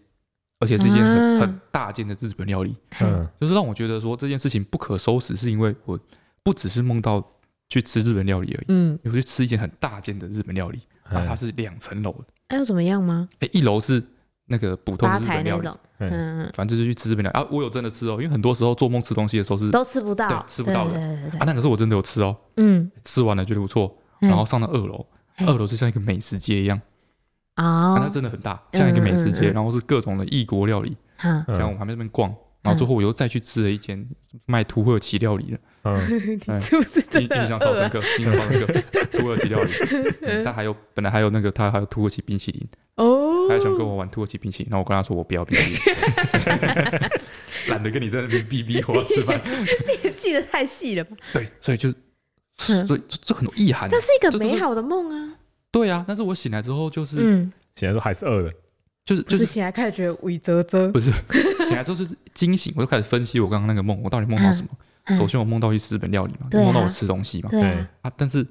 Speaker 2: 而且是一间很、
Speaker 1: 啊
Speaker 2: 很大间的日本料理，
Speaker 3: 嗯，
Speaker 2: 就是让我觉得说这件事情不可收拾，是因为我不只是梦到去吃日本料理而已，
Speaker 1: 嗯，
Speaker 2: 我去吃一间很大间的日本料理，然后它
Speaker 3: 哎
Speaker 2: 啊是两层楼的，
Speaker 1: 那、又怎么样吗？
Speaker 2: 哎、一楼是那个普通
Speaker 1: 吧
Speaker 2: 的日
Speaker 1: 台
Speaker 2: 本
Speaker 1: 那
Speaker 2: 料理，
Speaker 1: 种，
Speaker 3: 哎
Speaker 1: 嗯，
Speaker 2: 反正就去吃日本料理啊，我有真的吃哦，因为很多时候做梦吃东西的时候是啊，
Speaker 1: 都吃不到，
Speaker 2: 对吃不到的
Speaker 1: 对对对对对
Speaker 2: 那可是我真的有吃哦，
Speaker 1: 嗯，
Speaker 2: 吃完了觉得不错，
Speaker 1: 嗯
Speaker 2: 然后上到二楼，
Speaker 1: 嘿
Speaker 2: 二楼就像一个美食街一样，啊，它
Speaker 1: 哦，
Speaker 2: 真的很大，
Speaker 1: 嗯
Speaker 2: 像一个美食
Speaker 1: 嗯嗯
Speaker 2: 街，
Speaker 1: 嗯
Speaker 2: 然后是各种的异国料理，
Speaker 1: 哈，
Speaker 3: 嗯
Speaker 2: 这样我还在那边逛，然后最后我又再去吃了一间卖土耳其料理的，
Speaker 3: 嗯，
Speaker 1: 你
Speaker 2: 哎
Speaker 1: 是不是
Speaker 2: 印
Speaker 1: 真的
Speaker 2: 印
Speaker 1: 很
Speaker 2: 象超
Speaker 1: 饿
Speaker 2: 深
Speaker 1: 啊？
Speaker 2: 刻，印象超 深刻，土耳其料理，嗯但还有本来还有那个他还有土耳其冰淇淋，
Speaker 1: 哦，
Speaker 2: 他还想跟我玩土耳其冰淇淋，然后我跟他说我不要冰淇淋， 懒得跟你在那边逼逼我要吃饭，
Speaker 1: 记得太细了吧？
Speaker 2: 对，所以就
Speaker 1: 嗯
Speaker 2: 所以这这很有意涵
Speaker 1: 但，是一个
Speaker 2: 这就是
Speaker 1: 美好的梦啊。
Speaker 2: 对啊，但是我醒来之后就是
Speaker 1: 嗯，
Speaker 3: 显然说还是饿的，
Speaker 2: 就是
Speaker 1: 就
Speaker 2: 就是是
Speaker 1: 起来开始觉得伪啧啧
Speaker 2: 不。是，醒来之后就是惊醒，我就开始分析我刚刚那个梦，我到底梦到什么？
Speaker 1: 嗯
Speaker 2: 首先我梦到一次日本料理嘛，就
Speaker 1: 对啊
Speaker 2: 梦到我吃东西嘛，
Speaker 1: 对
Speaker 3: 哎
Speaker 1: 啊，
Speaker 2: 啊，但是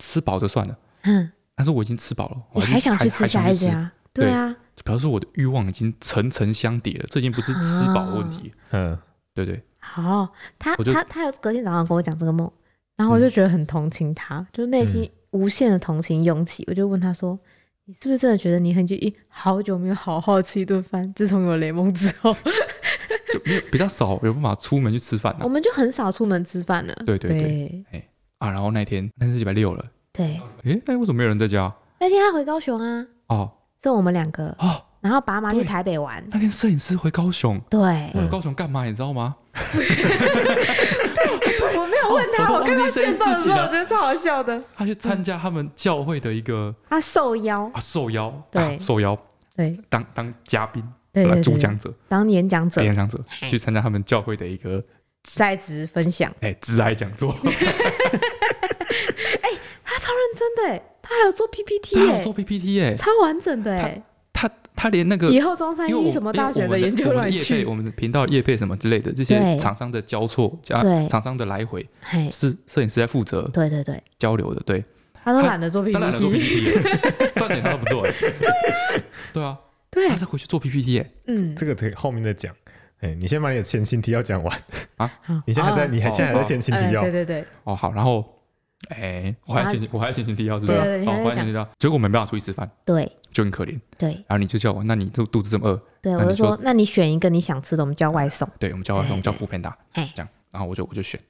Speaker 2: 吃饱就算了，
Speaker 1: 嗯，
Speaker 2: 但是我已经吃饱了，我
Speaker 1: 你还想去吃下一
Speaker 2: 还想去
Speaker 1: 家？对啊，
Speaker 2: 吃表示说我的欲望已经层层相叠了，这已经不是吃饱问题，
Speaker 1: 啊
Speaker 3: 嗯，
Speaker 2: 对不对？
Speaker 1: 好，他
Speaker 2: 我就嗯
Speaker 1: 他他有隔天早上跟我讲这个梦，然后我就觉得很同情他，就内心无限的同情涌起。我就问他说：“你是不是真的觉得你很久好久没有好好吃一顿饭？自从有了雷蒙之后，
Speaker 2: 啊就没有比较少有办法出门去吃饭
Speaker 1: 我
Speaker 2: 啊
Speaker 1: 们就很少出门吃饭了。”
Speaker 2: 对对对
Speaker 1: 对
Speaker 2: 啊。然后那天那是礼拜六了，
Speaker 1: 对
Speaker 2: 诶，那为什么没有人在家？
Speaker 1: 那天他回高雄啊，
Speaker 2: 哦
Speaker 1: 剩我们两个，
Speaker 2: 哦，
Speaker 1: 然后爸妈去
Speaker 2: 对
Speaker 1: 台北玩。
Speaker 2: 那天摄影师回高雄，
Speaker 1: 对，
Speaker 2: 我有高雄干嘛？你知道吗？
Speaker 1: 我没有问他，
Speaker 2: 哦我
Speaker 1: 我
Speaker 2: 都
Speaker 1: 看
Speaker 2: 忘
Speaker 1: 到
Speaker 2: 记这件
Speaker 1: 现状的
Speaker 2: 事
Speaker 1: 时
Speaker 2: 情
Speaker 1: 候，
Speaker 2: 了
Speaker 1: 我觉得超好笑的。
Speaker 2: 他去参加他们教会的一个
Speaker 1: 他受邀，
Speaker 2: 啊受邀，
Speaker 1: 对
Speaker 2: 啊 受邀
Speaker 1: 对
Speaker 2: 当当嘉宾，
Speaker 1: 对
Speaker 2: 来
Speaker 1: 对
Speaker 2: 主
Speaker 1: 对，
Speaker 2: 讲者、
Speaker 1: 当演讲哎者
Speaker 2: 演讲者去参加他们教会的一个
Speaker 1: 在职分享。
Speaker 2: 哎致癌讲座，
Speaker 1: 他超认真的欸，他还有做 PPT
Speaker 2: 他
Speaker 1: 哎、
Speaker 2: 有做 PPT 哎，
Speaker 1: 超完整的哎、
Speaker 2: 他他连那个
Speaker 1: 以后中山
Speaker 2: 因为我
Speaker 1: 医什么大学
Speaker 2: 因为我们
Speaker 1: 研究
Speaker 2: 我们
Speaker 1: 乱
Speaker 2: 的业配，
Speaker 1: 去，
Speaker 2: 我们的频道业配什么之类的，
Speaker 1: 对
Speaker 2: 这些厂商的交错加
Speaker 1: 对
Speaker 2: 厂商的来回，
Speaker 1: 嘿，
Speaker 2: 是摄影师在负责
Speaker 1: 对对对，
Speaker 2: 交流的。对，
Speaker 1: 他都懒得做
Speaker 2: 当然了，做
Speaker 1: PPT，
Speaker 2: PPT，耶 赚钱他都不做。哎对啊，
Speaker 1: 对
Speaker 2: 他，是回去做 PPT 哎，
Speaker 1: 嗯，
Speaker 3: 这个可以后面再讲。哎、你先把你的前情提要讲完。
Speaker 2: 啊
Speaker 1: 好，
Speaker 3: 你现在还在，
Speaker 1: 哦
Speaker 3: 你还现在还在前情提
Speaker 1: 哎
Speaker 3: 要。
Speaker 1: 对对对，
Speaker 2: 哦好，然后哎，我还前我还前情提要是不是？
Speaker 1: 啊对对对你
Speaker 2: 哦
Speaker 1: 还在
Speaker 2: 我还前情提要，结果我们没办法出去吃饭，
Speaker 1: 对
Speaker 2: 就很可怜。
Speaker 1: 对
Speaker 2: 然后你就叫我，那你就肚子这么饿，
Speaker 1: 对，
Speaker 2: 那
Speaker 1: 我就
Speaker 2: 你说
Speaker 1: 说，那你选一个你想吃的，我们叫外送，
Speaker 2: 对我们叫外
Speaker 1: 哎
Speaker 2: 送，叫副片大
Speaker 1: 哎
Speaker 2: 这样，然后我就我就选，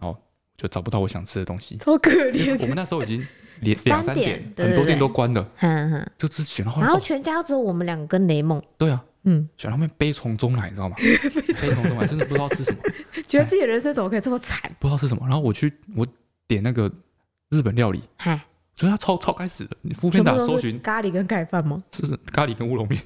Speaker 2: 然后就找不到我想吃的 东西。
Speaker 1: 超可
Speaker 2: 因为我
Speaker 1: 怜，
Speaker 2: 们那时候已经两
Speaker 1: 三
Speaker 2: 两三
Speaker 1: 点
Speaker 2: 点，
Speaker 1: 对对
Speaker 2: 很多店
Speaker 1: 对
Speaker 2: 都关了，
Speaker 1: 哼哼，
Speaker 2: 就只选到后
Speaker 1: 然
Speaker 2: 面。
Speaker 1: 后
Speaker 2: 哦，
Speaker 1: 全家只有我们两个跟雷梦，
Speaker 2: 对啊，
Speaker 1: 嗯，
Speaker 2: 选到后面悲从中来，你 知道吗？悲从中来，真的不知道吃什么，
Speaker 1: 觉得自己人生怎么可以这么惨，
Speaker 2: 不知道吃什么。然后我去我点那个日本料理，
Speaker 1: 嗨，
Speaker 2: 觉得它超超该死的。你敷片
Speaker 1: 全部
Speaker 2: 打
Speaker 1: 都
Speaker 2: 搜
Speaker 1: 是
Speaker 2: 寻
Speaker 1: 咖喱跟盖饭吗？
Speaker 2: 是咖喱跟乌 龙面，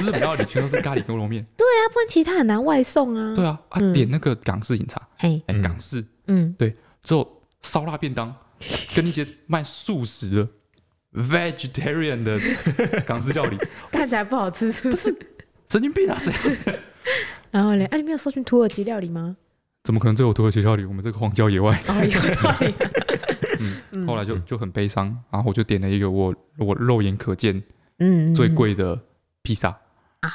Speaker 2: 日本料理全都是咖喱跟乌龙面。
Speaker 1: 对啊，不然其他很难外送啊，
Speaker 2: 对啊，啊
Speaker 1: 嗯
Speaker 2: 点那个港式饮茶，
Speaker 1: 嘿，
Speaker 2: 哎
Speaker 3: 嗯
Speaker 2: 港式
Speaker 1: 嗯，
Speaker 2: 之后烧腊 便当，跟一些卖素食的 vegetarian 的港 式料理，
Speaker 1: 看起来不好吃是不是？
Speaker 2: 神经病啊！谁
Speaker 1: 然后嘞，哎，你没有搜寻土耳其料理吗？
Speaker 2: 怎么可能最有土耳其料理？我们这个荒郊野外。
Speaker 1: 哦，有道理。嗯
Speaker 2: 嗯，后来就
Speaker 3: 嗯
Speaker 2: 就很悲伤，然后我就点了一个我我肉眼可见
Speaker 1: 嗯，
Speaker 2: 最贵的披萨。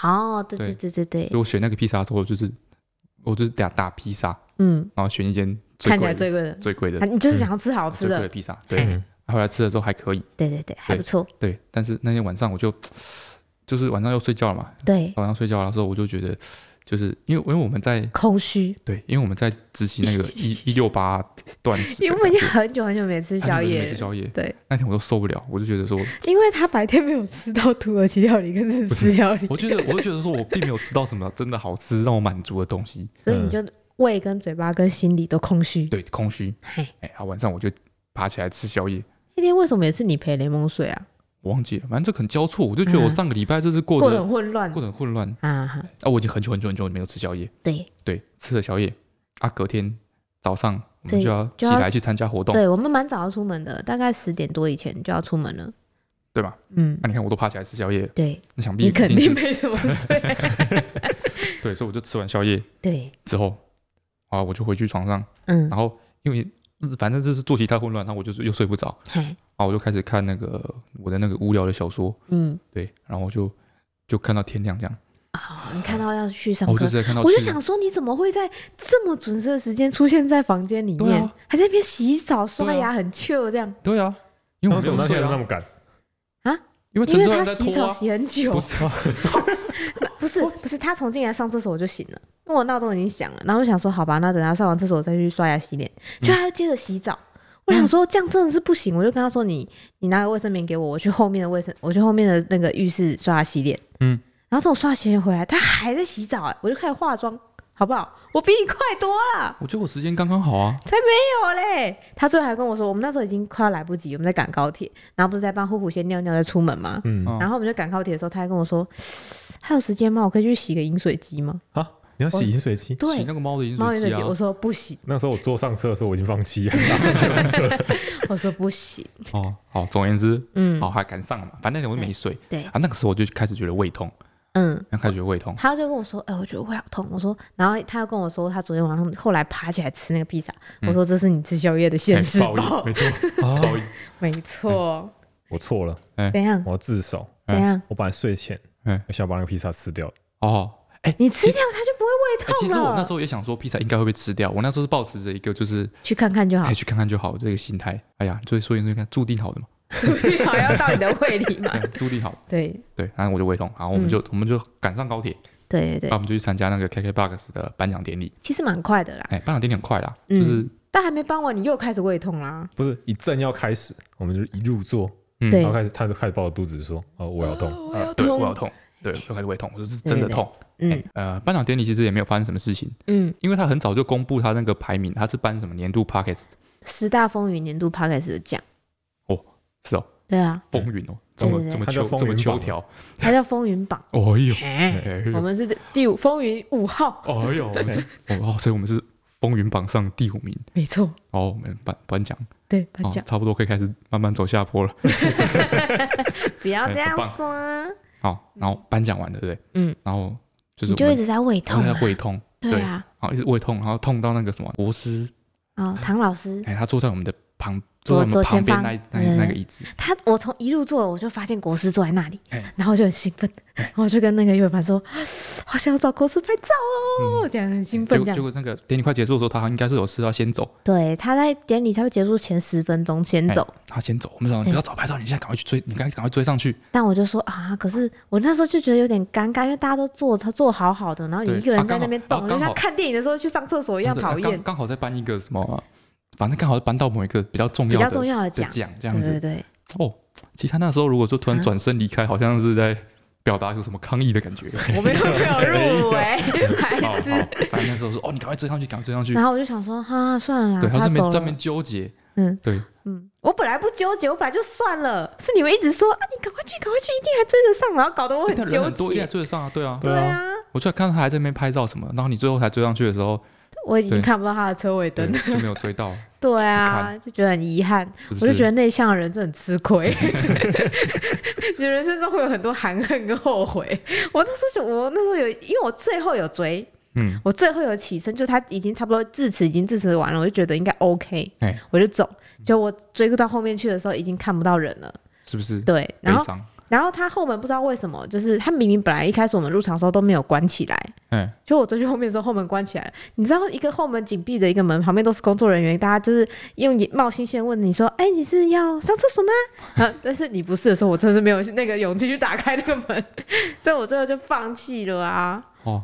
Speaker 1: 哦，对对对对
Speaker 2: 所以
Speaker 1: 对，
Speaker 2: 我选那个披萨的时候，就是我就是打打披萨，
Speaker 1: 嗯，
Speaker 2: 然后选一间最
Speaker 1: 看起
Speaker 2: 贵
Speaker 1: 来
Speaker 2: 的
Speaker 1: 最贵的，
Speaker 2: 最贵的
Speaker 1: 啊，你就是想要吃好吃
Speaker 2: 最贵的
Speaker 1: 的，
Speaker 2: 披萨。对，
Speaker 3: 嗯
Speaker 2: 后来吃的时候还可以，
Speaker 1: 对对对，还不错，
Speaker 2: 对。但是那天晚上我就就是晚上要睡觉了嘛，
Speaker 1: 对，
Speaker 2: 晚上睡觉的时候我就觉得，就是因为因为我们在
Speaker 1: 空虚，
Speaker 2: 对，因为我们在执行那个一一六八断食的
Speaker 1: 因
Speaker 2: 感
Speaker 1: 为
Speaker 2: 觉，
Speaker 1: 我已经很久很久没吃
Speaker 2: 吃
Speaker 1: 宵夜
Speaker 2: 吃
Speaker 1: 了，
Speaker 2: 宵夜，
Speaker 1: 对，
Speaker 2: 那天我都受不了，我就觉得说，
Speaker 1: 因为他白天没有吃到土耳其料理跟日式料理，
Speaker 2: 我觉得我就觉得说我并没有吃到什么真的好吃让我满足的东西，
Speaker 1: 所以你就胃跟嘴巴跟心里都空虚。
Speaker 2: 对，空虚，
Speaker 1: 嘿
Speaker 2: 哎，然后晚上我就爬起来吃宵夜，
Speaker 1: 那天为什么也是你陪雷蒙睡啊？
Speaker 2: 我忘记了，反正这很交错，我就觉得我
Speaker 1: 嗯
Speaker 2: 上个礼拜就是过
Speaker 1: 过
Speaker 2: 得
Speaker 1: 得很混乱
Speaker 2: 过得很混乱
Speaker 1: 啊，哈
Speaker 2: 啊，我已经很久很久很久没有吃宵夜，
Speaker 1: 对
Speaker 2: 对，吃了宵夜啊，隔天早上我
Speaker 1: 所
Speaker 2: 们
Speaker 1: 以
Speaker 2: 就要起
Speaker 1: 就要
Speaker 2: 来去参加活动，
Speaker 1: 对，我们蛮早要出门的，大概十点多以前就要出门了，
Speaker 2: 对吧？
Speaker 1: 嗯
Speaker 2: 那、，你看我都爬起来吃宵夜了，
Speaker 1: 对
Speaker 2: 那想必
Speaker 1: 你肯
Speaker 2: 一定
Speaker 1: 定
Speaker 2: 是
Speaker 1: 没怎么睡，
Speaker 2: 对，所以我就吃完宵夜
Speaker 1: 对，
Speaker 2: 之后啊，我就回去床上。
Speaker 1: 嗯，
Speaker 2: 然后因为反正就是作息太混乱，然后我就是又睡不 着，
Speaker 1: 嗨，
Speaker 2: 然后我就开始看那个我的那个无聊的小说，
Speaker 1: 嗯。
Speaker 2: 对，然后我就就看到天亮这样，哦
Speaker 1: 啊、你看到要去上
Speaker 2: 然后我
Speaker 1: 课
Speaker 2: 就直，接看到
Speaker 1: 我就
Speaker 2: 去
Speaker 1: 想说，你怎么会在这么准时的时间出现在房间里
Speaker 2: 对
Speaker 1: 面，
Speaker 2: 啊
Speaker 1: 还在那边洗澡、刷
Speaker 2: 对啊
Speaker 1: 牙，很 chill 这样？
Speaker 2: 对啊，因
Speaker 3: 那
Speaker 2: 为
Speaker 3: 为
Speaker 2: 我没有
Speaker 3: 什么那
Speaker 2: 睡
Speaker 3: 天
Speaker 2: 啊
Speaker 3: 那，么赶？
Speaker 2: 因为
Speaker 1: 因
Speaker 2: 陈
Speaker 1: 为
Speaker 2: 志远
Speaker 1: 他
Speaker 2: 在
Speaker 1: 洗
Speaker 2: 拖
Speaker 1: 澡
Speaker 2: 啊，
Speaker 1: 洗很久
Speaker 2: 不， 是啊，
Speaker 1: 不是不是，他从进来上厕所我就醒了，因为我闹钟已经响了，然后我想说，好吧，那等他上完厕所我再去刷牙洗脸，就他又接着洗澡。我想说这样真的是不行，我就跟他说你你拿个卫生棉给我，我去后面的卫生，我去后面的那个浴室刷牙洗脸。
Speaker 2: 嗯，
Speaker 1: 然后等我刷牙洗脸回来，他还在洗澡、哎，我就开始化妆，好不好？我比你快多了。
Speaker 2: 我觉得我时间刚刚好啊，
Speaker 1: 有嘞，他最后还跟我说，我们那时候已经快要来不及，我们在赶高铁，然后不是在帮呼呼先尿尿再出门吗？
Speaker 3: 嗯
Speaker 2: 嗯
Speaker 1: 然后我们就赶高铁的时候，他还跟我说，还有时间吗？我可以去洗个饮水机吗？
Speaker 3: 啊，你要洗饮水机？
Speaker 2: 洗
Speaker 1: 对
Speaker 2: 那，个猫的饮
Speaker 1: 猫饮水
Speaker 2: 水
Speaker 1: 机，
Speaker 2: 机啊
Speaker 1: 我，说不行，
Speaker 3: 那时候我坐上车的时候，我已经放 弃了。
Speaker 1: 我说不行，
Speaker 2: 哦，好，总而言之，
Speaker 1: 嗯，
Speaker 2: 好还赶上了嘛，反正我就没睡
Speaker 1: 对
Speaker 2: 啊，那个时候我就开始觉得胃痛，
Speaker 1: 嗯，
Speaker 2: 然后开始觉得 胃痛。
Speaker 1: 他就跟我说：“哎、我觉得胃好痛。”我说，然后他又跟我说，他昨天晚上后来爬起来吃那个披萨。
Speaker 2: 嗯
Speaker 1: 我说：“这是你吃宵夜的现
Speaker 2: 哎
Speaker 1: 实
Speaker 2: 报
Speaker 1: 报
Speaker 2: 应，。没错，
Speaker 1: 哦
Speaker 2: 是报应。
Speaker 1: 没错，
Speaker 3: 我错了，
Speaker 2: 哎
Speaker 1: 怎样？
Speaker 3: 我要自首。
Speaker 1: 怎样？
Speaker 3: 我本来睡前
Speaker 2: 嗯
Speaker 3: 我想把那个披萨吃掉了，
Speaker 2: 哦，哎、
Speaker 1: 你吃掉它就不
Speaker 2: 哎其
Speaker 1: 会胃
Speaker 2: 实
Speaker 1: 痛
Speaker 2: 我
Speaker 1: 了。
Speaker 2: 那时候也想说披萨应该会被吃掉，我那时候是抱持着一个就是
Speaker 1: 去看看就好
Speaker 2: 哎，去看看就好这个心态。哎呀，所以说你看注定好的嘛，
Speaker 1: 注定好要到你的胃里嘛
Speaker 2: 哎。 注定好。
Speaker 1: 啊对
Speaker 2: 对，然后我就胃痛，然后我们就、我们就赶上高铁，
Speaker 1: 对对
Speaker 2: 然后
Speaker 1: 对，
Speaker 2: 我们就去参加那个 KKBOX 的颁奖典礼。
Speaker 1: 其实蛮快的啦。
Speaker 2: 哎，颁奖典礼很快啦，就
Speaker 1: 嗯
Speaker 2: 是、
Speaker 1: 但还没搬完，你又开始胃痛啦。
Speaker 3: 不是一正要开始，我们就一入座，
Speaker 2: 嗯
Speaker 1: 对
Speaker 3: 然后开始他就开始抱着肚子说：“哦，我要动。
Speaker 2: 呃，对，我有痛，对，我开始胃痛，我说是真的痛。
Speaker 1: 嗯
Speaker 2: 哎呃，颁奖典礼其实也没有发生什么事情，
Speaker 1: 嗯，
Speaker 2: 因为他很早就公布他那个排名，他是颁什么年度 p o c k e t
Speaker 1: 十大风云年度 p o d c a s 的奖。
Speaker 2: 是哦，
Speaker 1: 对啊，
Speaker 2: 风云哦，这
Speaker 1: 对对
Speaker 2: 么这么
Speaker 3: 他叫
Speaker 2: 秋
Speaker 3: 风
Speaker 2: 这么
Speaker 3: 云
Speaker 2: 秋
Speaker 3: 榜
Speaker 2: 条，
Speaker 1: 它叫风云榜。
Speaker 2: 哦呦，
Speaker 1: 哎
Speaker 2: 哎
Speaker 1: 我
Speaker 2: 呦，
Speaker 1: 们是第五风云五号，
Speaker 2: 哦呦，我们是 哦，所以我们是风云榜上第五名，
Speaker 1: 没错，
Speaker 2: 哦，我们颁颁奖，
Speaker 1: 对颁
Speaker 2: 哦
Speaker 1: 奖。，
Speaker 2: 差不多可以开始慢慢走下坡了。
Speaker 1: 不要这样
Speaker 2: 哎很棒
Speaker 1: 说啊，
Speaker 2: 好，哦然后颁奖完，对不对？
Speaker 1: 嗯，
Speaker 2: 然后就
Speaker 1: 你
Speaker 2: 是我
Speaker 1: 就一
Speaker 2: 们
Speaker 1: 直在胃痛
Speaker 2: 我在
Speaker 1: 啊。
Speaker 2: 胃痛，哦
Speaker 1: 对啊，
Speaker 2: 然后一直胃痛，然后痛到那个什么博士，
Speaker 1: 哦，唐老师，
Speaker 2: 哎，他坐在我们的旁，
Speaker 1: 左
Speaker 2: 坐在我
Speaker 1: 左
Speaker 2: 们
Speaker 1: 前
Speaker 2: 旁边
Speaker 1: 方
Speaker 2: 那一那一那个
Speaker 1: 嗯
Speaker 2: 椅子，
Speaker 1: 他我从一路坐，我就发现国师坐在那里
Speaker 2: 哎，
Speaker 1: 然后我就很兴奋，然后我就跟那个尤伟凡说，好想要找国师拍照
Speaker 2: 嗯
Speaker 1: 哦，这样很兴
Speaker 2: 结
Speaker 1: 奋，这
Speaker 2: 果
Speaker 1: 样。
Speaker 2: 结果那个典礼快结束的时候，他应该是有事要先走，
Speaker 1: 对，他在典礼差不多结束前十分钟先
Speaker 2: 哎
Speaker 1: 走，
Speaker 2: 他先走。我们说你不要早拍照，你现在赶快去追，你赶赶快追上去。
Speaker 1: 但我就说啊，可是我那时候就觉得有点尴尬，因为大家都坐，他坐好好的，然后你
Speaker 2: 对
Speaker 1: 一个人
Speaker 2: 啊
Speaker 1: 在
Speaker 2: 刚好
Speaker 1: 那边
Speaker 2: 啊
Speaker 1: 动，就
Speaker 2: 刚
Speaker 1: 像
Speaker 2: 好
Speaker 1: 看电影的时候去上厕所一样
Speaker 2: 然后
Speaker 1: 讨
Speaker 2: 就
Speaker 1: 厌
Speaker 2: 刚。刚好在颁一个什么，反正刚好搬到某一个比较重
Speaker 1: 比
Speaker 2: 要
Speaker 1: 较
Speaker 2: 的
Speaker 1: 重要的
Speaker 2: 的
Speaker 1: 奖，
Speaker 2: 奖这样
Speaker 1: 对对
Speaker 2: 子。
Speaker 1: 对，
Speaker 2: 哦，其实他那时候如果说突然
Speaker 1: 啊
Speaker 2: 转身离开，好像是在表达有什么抗议的感 觉。
Speaker 1: 我们有没有入围？
Speaker 2: 好
Speaker 1: 白
Speaker 2: 好
Speaker 1: 痴。，
Speaker 2: 反正那时候说哦，你赶快追上去，赶快追上去。
Speaker 1: 然后我就想说，哈，算了啦，
Speaker 2: 对，他
Speaker 1: 他
Speaker 2: 这
Speaker 1: 走
Speaker 2: 边这
Speaker 1: 了
Speaker 2: 边。纠结，
Speaker 1: 嗯
Speaker 2: 对，
Speaker 1: 嗯，我本来不纠结，我本来就算了，是你们一直说啊，你赶快去，赶快去，一定还追得上，然后哎搞得我
Speaker 2: 因为他哎人
Speaker 1: 纠
Speaker 2: 很多，一定
Speaker 1: 结。
Speaker 2: 追得上啊，对啊。
Speaker 1: 对啊，
Speaker 2: 我就看到他还在那边拍照什么，然后你最后才追上去的时候，
Speaker 1: 我已经
Speaker 2: 对
Speaker 1: 看不到他的车尾
Speaker 2: 对
Speaker 1: 灯。，
Speaker 2: 就没有追到，
Speaker 1: 对啊，
Speaker 2: 看
Speaker 1: 就觉得很遗憾。
Speaker 2: 是不
Speaker 1: 我就觉
Speaker 2: 是？
Speaker 1: 得内向的人真的很吃亏， 你人生中会有很多含恨跟后悔。我那时候就我那时候有，因为我最后有追，
Speaker 2: 嗯，
Speaker 1: 我最后有起身，就他已经差不多智齿已经智齿完了，我就觉得应该 OK，
Speaker 2: 哎，
Speaker 1: 我就走。结果我追到后面去的时候，已经看不到人了。
Speaker 2: 是不是？
Speaker 1: 对，
Speaker 2: 悲
Speaker 1: 然后
Speaker 2: 伤，
Speaker 1: 然后他后门不知道为什么，就是他明明本来一开始我们入场的时候都没有关起来，
Speaker 2: 哎，
Speaker 1: 就我追去后面的时候，后门关起来了。你知道一个后门紧闭的一个门，旁边都是工作人员，大家就是用眼冒新鲜问你说：“哎、你是要上厕所吗？” 啊，但是你不是的时候，我真的是没有那个勇气去打开那个门， 所以我最后就放弃了啊。
Speaker 2: 哦，